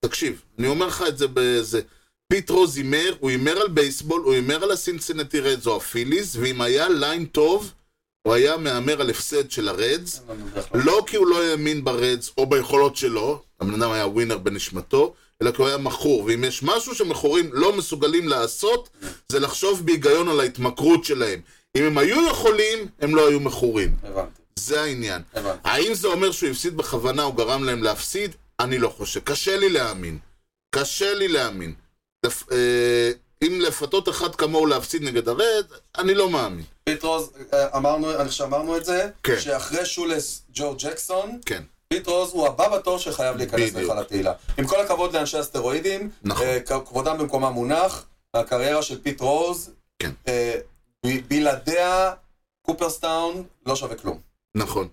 Speaker 3: תקשיב, אני אומר לך את זה בזה. פיט רוז הימר, הוא הימר על בייסבול, הוא הימר על הסינסינטי רדס או הפיליס, ואם היה ליין טוב, הוא היה מהמר על הפסד של הרדס.
Speaker 1: אין לנו דרך לעשות.
Speaker 3: לא כי הוא לא האמין ברדס או ביכולות שלו, הבן אדם היה ווינר בנשמתו, אלא כי הוא היה מכור, ואם יש משהו שמכורים לא מסוגלים לעשות, זה לחשוב בהיגיון על ההתמכרות שלהם. אם הם היו יכולים, הם לא היו מכורים.
Speaker 1: הבנתי.
Speaker 3: זה העניין.
Speaker 1: הבנתי.
Speaker 3: האם זה אומר שהוא הפסיד בכוונה או גרם להם להפסיד? אני לא חושב. קשה לי להאמין. קשה לי להאמין. לפ- אה, אם לפתות אחד כמוהו להפסיד נגד הרד, אני לא מאמין.
Speaker 1: פיט רוז, אה, אמרנו, אני חושב שאמרנו את זה,
Speaker 3: כן.
Speaker 1: שאחרי שולס ג'ו ג'קסון,
Speaker 3: כן.
Speaker 1: פיט רוז הוא הבא בתור שחייב להיכנס
Speaker 3: בדיוק.
Speaker 1: לך לתהילה. עם כל הכבוד לאנשי הסטרואידים,
Speaker 3: נכון.
Speaker 1: אה, כ- כבודם במקומם מונח, הקריירה של פיט רוז,
Speaker 3: כן.
Speaker 1: אה, ב- בלעדיה קופרסטאון לא שווה כלום.
Speaker 3: נכון.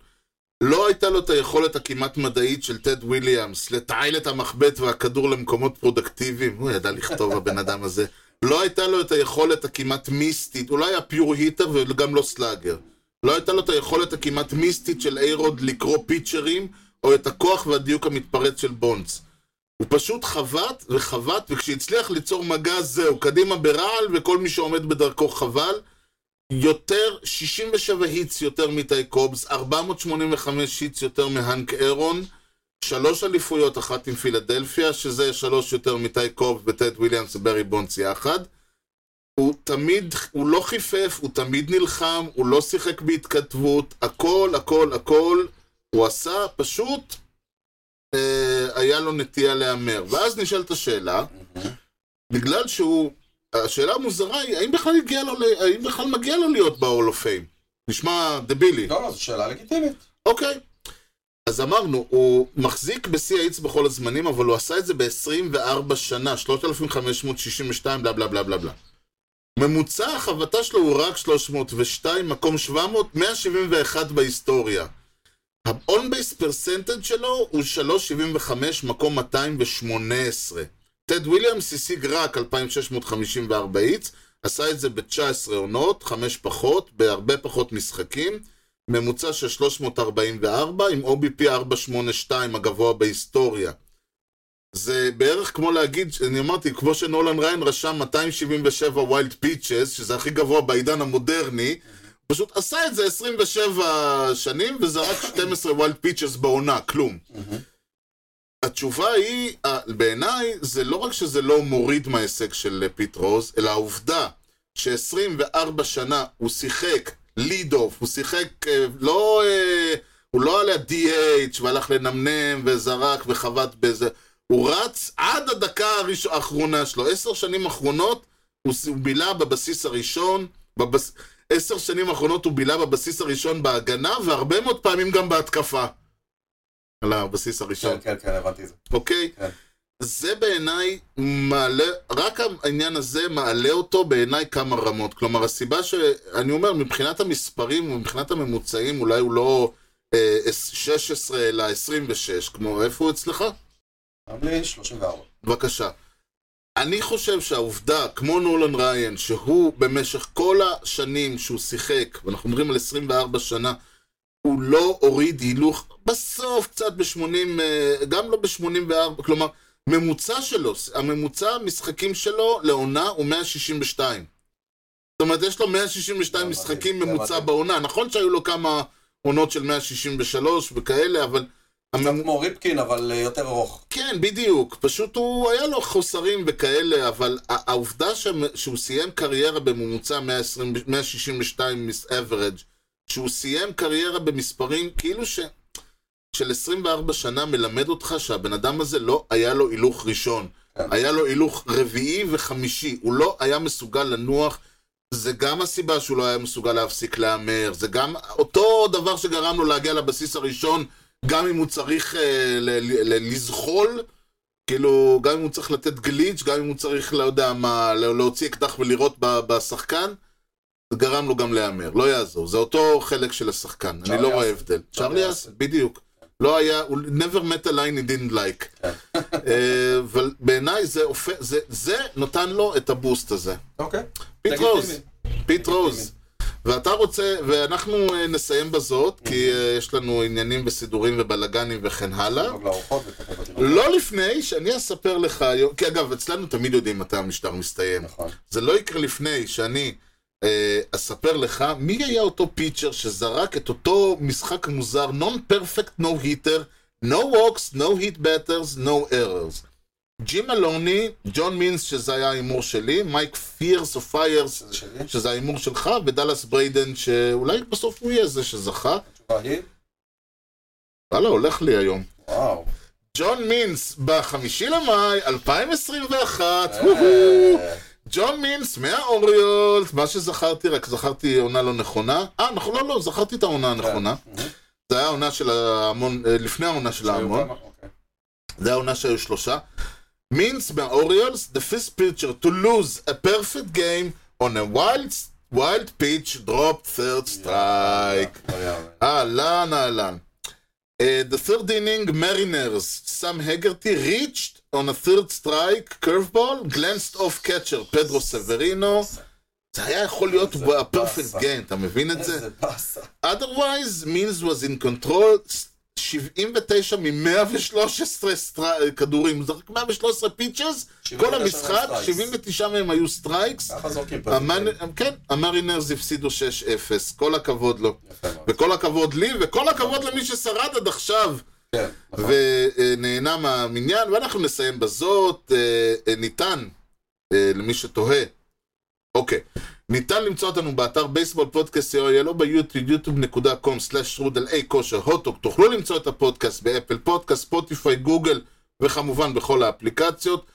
Speaker 3: לא הייתה לו את היכולת הכמעט מדעית של טד וויליאמס לתעל את המחבט והכדור למקומות פרודקטיביים, הוא ידע לכתוב הבן אדם הזה. לא הייתה לו את היכולת הכמעט מיסטית, הוא לא היה פיור היטר וגם לא סלאגר. לא הייתה לו את היכולת הכמעט מיסטית של איירוד לקרוא פיצ'רים, או את הכוח והדיוק המתפרץ של בונדס. הוא פשוט חבט וחבט, וכשהצליח ליצור מגע זהו, קדימה ברעל, וכל מי שעומד בדרכו חבל. יותר, 67 היטס יותר מטי קובס, 485 היטס יותר מהנק אירון, שלוש אליפויות, אחת עם פילדלפיה, שזה שלוש יותר מטי קובס וטד וויליאמס וברי בונדס יחד. הוא תמיד, הוא לא חיפף, הוא תמיד נלחם, הוא לא שיחק בהתכתבות, הכל, הכל, הכל, הוא עשה, פשוט אה, היה לו נטייה להמר. ואז נשאלת השאלה, בגלל שהוא, השאלה המוזרה היא, האם בכלל, הגיע לו, ל- האם בכלל מגיע לו להיות ב-all of fame? נשמע דבילי.
Speaker 1: לא, לא, זו שאלה לגיטימית.
Speaker 3: אוקיי. אז אמרנו, הוא מחזיק בשיא האיץ בכל הזמנים, אבל הוא עשה את זה ב-24 שנה, 3,562, בלה בלה בלה בלה בלה. ממוצע החבטה שלו הוא רק 302, מקום 700, 171 בהיסטוריה. ה-on-base percentage שלו הוא 375, מקום 218. טד וויליאמס השיג רק 2,654 איץ, עשה את זה ב-19 עונות, 5 פחות, בהרבה פחות משחקים. ממוצע של 344 עם OBP 482 הגבוה בהיסטוריה. זה בערך כמו להגיד, אני אמרתי, כמו שנולן ריין רשם 277 ויילד פיצ'ס, שזה הכי גבוה בעידן המודרני, פשוט עשה את זה 27 שנים וזרק 12 ויילד פיצ'ס בעונה, כלום. התשובה היא, אה, בעיניי, זה לא רק שזה לא מוריד מההישג של אה, פיט רוז, אלא העובדה ש-24 שנה הוא שיחק ליד אוף, הוא שיחק, אה, לא, אה, הוא לא על ה-DH והלך לנמנם וזרק וחבט באיזה, הוא רץ עד הדקה הראש- האחרונה שלו, עשר שנים אחרונות הוא ס- הוא בילה בבסיס הראשון, בבס... עשר שנים האחרונות הוא בילה בבסיס הראשון בהגנה, והרבה מאוד פעמים גם בהתקפה. על הבסיס הראשון.
Speaker 1: כן, כן, כן, הבנתי את זה.
Speaker 3: אוקיי?
Speaker 1: כן.
Speaker 3: זה בעיניי מעלה, רק העניין הזה מעלה אותו בעיניי כמה רמות. כלומר, הסיבה שאני אומר, מבחינת המספרים ומבחינת הממוצעים, אולי הוא לא אה, 16 אלא 26, כמו איפה הוא אצלך?
Speaker 1: אמלי 34.
Speaker 3: בבקשה. אני חושב שהעובדה, כמו נולן ריין, שהוא במשך כל השנים שהוא שיחק, ואנחנו מדברים על 24 שנה, הוא לא הוריד הילוך, בסוף קצת ב-80, גם לא ב-84, כלומר, ממוצע שלו, הממוצע המשחקים שלו לעונה הוא 162. זאת אומרת, יש לו 162
Speaker 1: זה
Speaker 3: משחקים
Speaker 1: מדהים, זה
Speaker 3: ממוצע
Speaker 1: מדהים.
Speaker 3: בעונה. נכון שהיו לו כמה עונות של 163 וכאלה, אבל... הממ-
Speaker 1: קצת כמו ריפקין, אבל אה, יותר ארוך.
Speaker 3: כן, בדיוק. פשוט הוא, היה לו חוסרים וכאלה, אבל ה- העובדה ש- שהוא סיים קריירה בממוצע 120, 162 מס average, שהוא סיים קריירה במספרים כאילו ש... של 24 שנה מלמד אותך שהבן אדם הזה לא היה לו הילוך ראשון.
Speaker 1: כן.
Speaker 3: היה לו הילוך רביעי וחמישי. הוא לא היה מסוגל לנוח. זה גם הסיבה שהוא לא היה מסוגל להפסיק להמר. זה גם אותו דבר שגרם לו להגיע לבסיס הראשון, גם אם הוא צריך אה, ל- ל- ל- לזחול. כאילו, גם אם הוא צריך לתת גליץ', גם אם הוא צריך, לא יודע מה, לה- להוציא אקדח ולירות ב- בשחקן, זה גרם לו גם להמר, לא יעזור. זה אותו חלק של השחקן, אני
Speaker 1: צ'ארלי
Speaker 3: לא רואה
Speaker 1: אסל.
Speaker 3: הבדל.
Speaker 1: צ'ארלי
Speaker 3: צ'ארלי אס,
Speaker 1: אסל.
Speaker 3: בדיוק. לא היה, הוא never met a line he didn't like.
Speaker 1: כן.
Speaker 3: אה, אבל בעיניי זה הופך, זה- זה נתן לו את הבוסט הזה.
Speaker 1: אוקיי.
Speaker 3: פיט
Speaker 1: לגיטימי.
Speaker 3: רוז, פיט רוז. ואתה רוצה, ואנחנו אה, נסיים בזאת, כי אה, יש לנו עניינים וסידורים ובלאגנים וכן הלאה.
Speaker 1: לדאוג לארוחות ולטפל בתינוק.
Speaker 3: לא לפני שאני אספר לך היום, כי אגב, אצלנו תמיד יודעים מתי המשטר מסתיים.
Speaker 1: נכון.
Speaker 3: זה לא יקרה לפני שאני אה, אספר לך מי היה אותו פיצ'ר שזרק את אותו משחק מוזר, non-perfect no hitter, no walks, no hit batters, no errors. ג'ים אלוני, ג'ון מינס, שזה היה ההימור שלי, מייק פירס או פיירס,
Speaker 1: שזה שלי.
Speaker 3: שזה ההימור שלך, ודאלאס בריידן, שאולי בסוף הוא יהיה זה שזכה.
Speaker 1: התשובה היא,
Speaker 3: וואלה, הולך לי היום.
Speaker 1: וואו.
Speaker 3: ג'ון מינס בחמישי למאי 2021, וואו.
Speaker 1: אה,
Speaker 3: ג'ון מינס מהאוריולס, מה שזכרתי, רק זכרתי עונה לא נכונה. אה, נכון, לא, לא, זכרתי את העונה הנכונה.
Speaker 1: כן. Mhm.
Speaker 3: זה היה העונה של ההמון, אה, לפני העונה של
Speaker 1: שהיו
Speaker 3: ההמון.
Speaker 1: כמה? אוקיי.
Speaker 3: זה העונה שהיו שלושה. מינס מהאוריולס, the first pitcher to lose a perfect game on a wild, wild pitch drop third strike.
Speaker 1: לא יאמן.
Speaker 3: אהלן, אה, אהלן. Uh, the third inning, Mariners, סאם הגרטי, reached on a third strike, curveball, glanced off catcher, אה, פדרו סברינו. זה היה יכול להיות
Speaker 1: איזה
Speaker 3: ה-perfect
Speaker 1: באסה.
Speaker 3: game, אתה מבין את זה?
Speaker 1: איזה באסה.
Speaker 3: otherwise, means was in control, 79 מ-113 סטר... כדורים, הוא זרק 113 פיצ'ס,
Speaker 1: 79
Speaker 3: כל המשחק,
Speaker 1: מהם strikes. אה,
Speaker 3: 79 מהם היו סטרייקס.
Speaker 1: ככה זורקים פה.
Speaker 3: המאנ- כן, המרינרס הפסידו 6-0, כל הכבוד לו.
Speaker 1: יפה מאוד.
Speaker 3: וכל הכבוד לי, וכל הכבוד למי ששרד עד עכשיו,
Speaker 1: כן, נכון.
Speaker 3: ונהנה מהמניין, ואנחנו נסיים בזאת. אה, אה, ניתן, אה, למי שתוהה, אוקיי. ניתן למצוא אותנו באתר בייסבול פודקאסט, או ילו ביוטיוב, יוטיוב.com/שרודל-איי כושר הוטוק. תוכלו למצוא את הפודקאסט באפל פודקאסט, ספוטיפיי, גוגל, וכמובן בכל האפליקציות.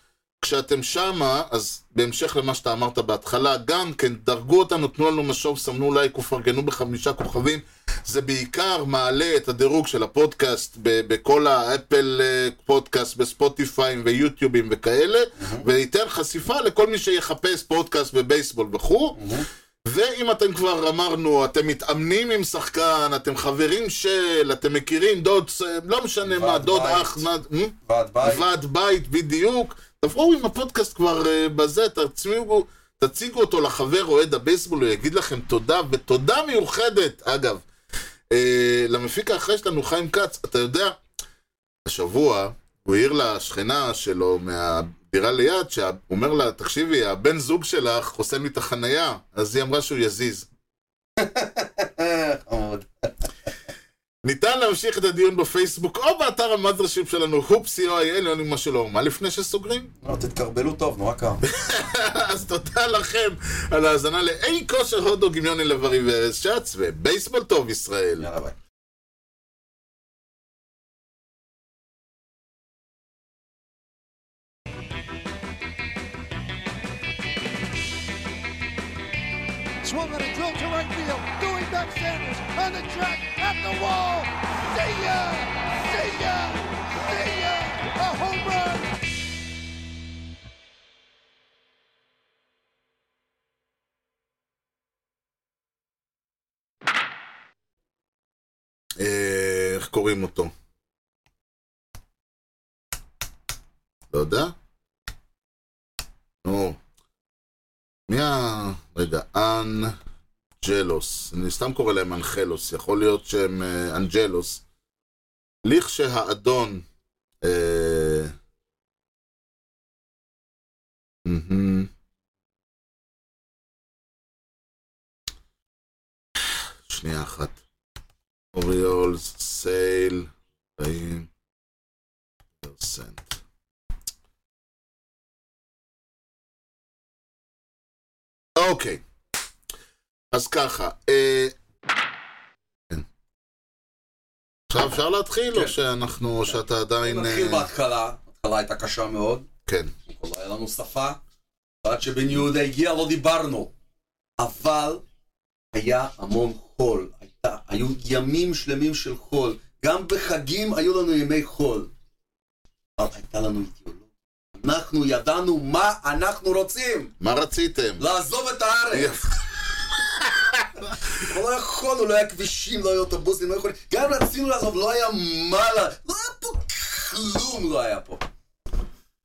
Speaker 3: כשאתם שמה, אז בהמשך למה שאתה אמרת בהתחלה, גם כן, דרגו אותנו, תנו לנו משוב, סמנו לייק ופרגנו בחמישה כוכבים. זה בעיקר מעלה את הדירוג של הפודקאסט ב- בכל האפל אה, פודקאסט, בספוטיפיים ויוטיובים וכאלה, וייתן חשיפה לכל מי שיחפש פודקאסט בבייסבול וכו'. ואם אתם כבר אמרנו, אתם מתאמנים עם שחקן, אתם חברים של, אתם מכירים דוד, ס- לא משנה מה,
Speaker 1: ועד
Speaker 3: דוד אה?
Speaker 1: בית.
Speaker 3: אח, נד... מ?
Speaker 1: ועד בית.
Speaker 3: ועד בית, בדיוק. תבואו עם הפודקאסט כבר אה, בזה, תצמיגו, תציגו אותו לחבר אוהד הבייסבול, הוא יגיד לכם תודה, ותודה מיוחדת, אגב. אה, למפיק האחראי שלנו, חיים כץ, אתה יודע, השבוע הוא העיר לשכנה שלו מהדירה ליד, שהוא אומר לה, תקשיבי, הבן זוג שלך חוסם לי את החנייה, אז היא אמרה שהוא יזיז.
Speaker 1: אה, חמוד.
Speaker 3: ניתן להמשיך את הדיון בפייסבוק או באתר המאזרשיפ שלנו, הופסי או איי, אין לי מה שלא אומר. מה לפני שסוגרים?
Speaker 1: לא, תתקרבלו טוב, נורא קר.
Speaker 3: [LAUGHS] אז תודה לכם על ההאזנה לאי כושר הודו גמיוני לב-ארי וארז שץ, ובייסבול טוב ישראל.
Speaker 1: יאללה ביי.
Speaker 2: Swung on a drill to right field. Doing back Sanders on the track at the wall. See ya! See ya! See ya! A home run!
Speaker 3: אה, איך קוראים אותו? לא יודע? נו. מי ה... רגע, אנג'לוס. אני סתם קורא להם אנחלוס, יכול להיות שהם אה, אנג'לוס. לכשהאדון... אה... מהמם. שנייה אחת. אוריול, סייל, חיים, פרסנט. אוקיי, אז ככה, אה... כן. עכשיו אפשר להתחיל, או
Speaker 1: כן.
Speaker 3: שאנחנו, או שאתה עדיין...
Speaker 1: נתחיל
Speaker 3: אה,
Speaker 1: בהתחלה. ההתחלה הייתה קשה מאוד.
Speaker 3: כן.
Speaker 1: אבל לא היה לנו שפה. ועד שבן יהודה הגיע לא דיברנו. אבל היה המון חול. הייתה, היו ימים שלמים של חול. גם בחגים היו לנו ימי חול. אבל הייתה לנו אידיאולוגיה. אנחנו ידענו מה אנחנו רוצים.
Speaker 3: מה רציתם?
Speaker 1: לעזוב את הארץ.
Speaker 3: יפה.
Speaker 1: אבל לא יכולנו, לא היה כבישים, לא היה אוטובוסים, לא יכולנו. גם אם רצינו לעזוב, לא היה מה לה... לא היה פה כלום לא היה פה.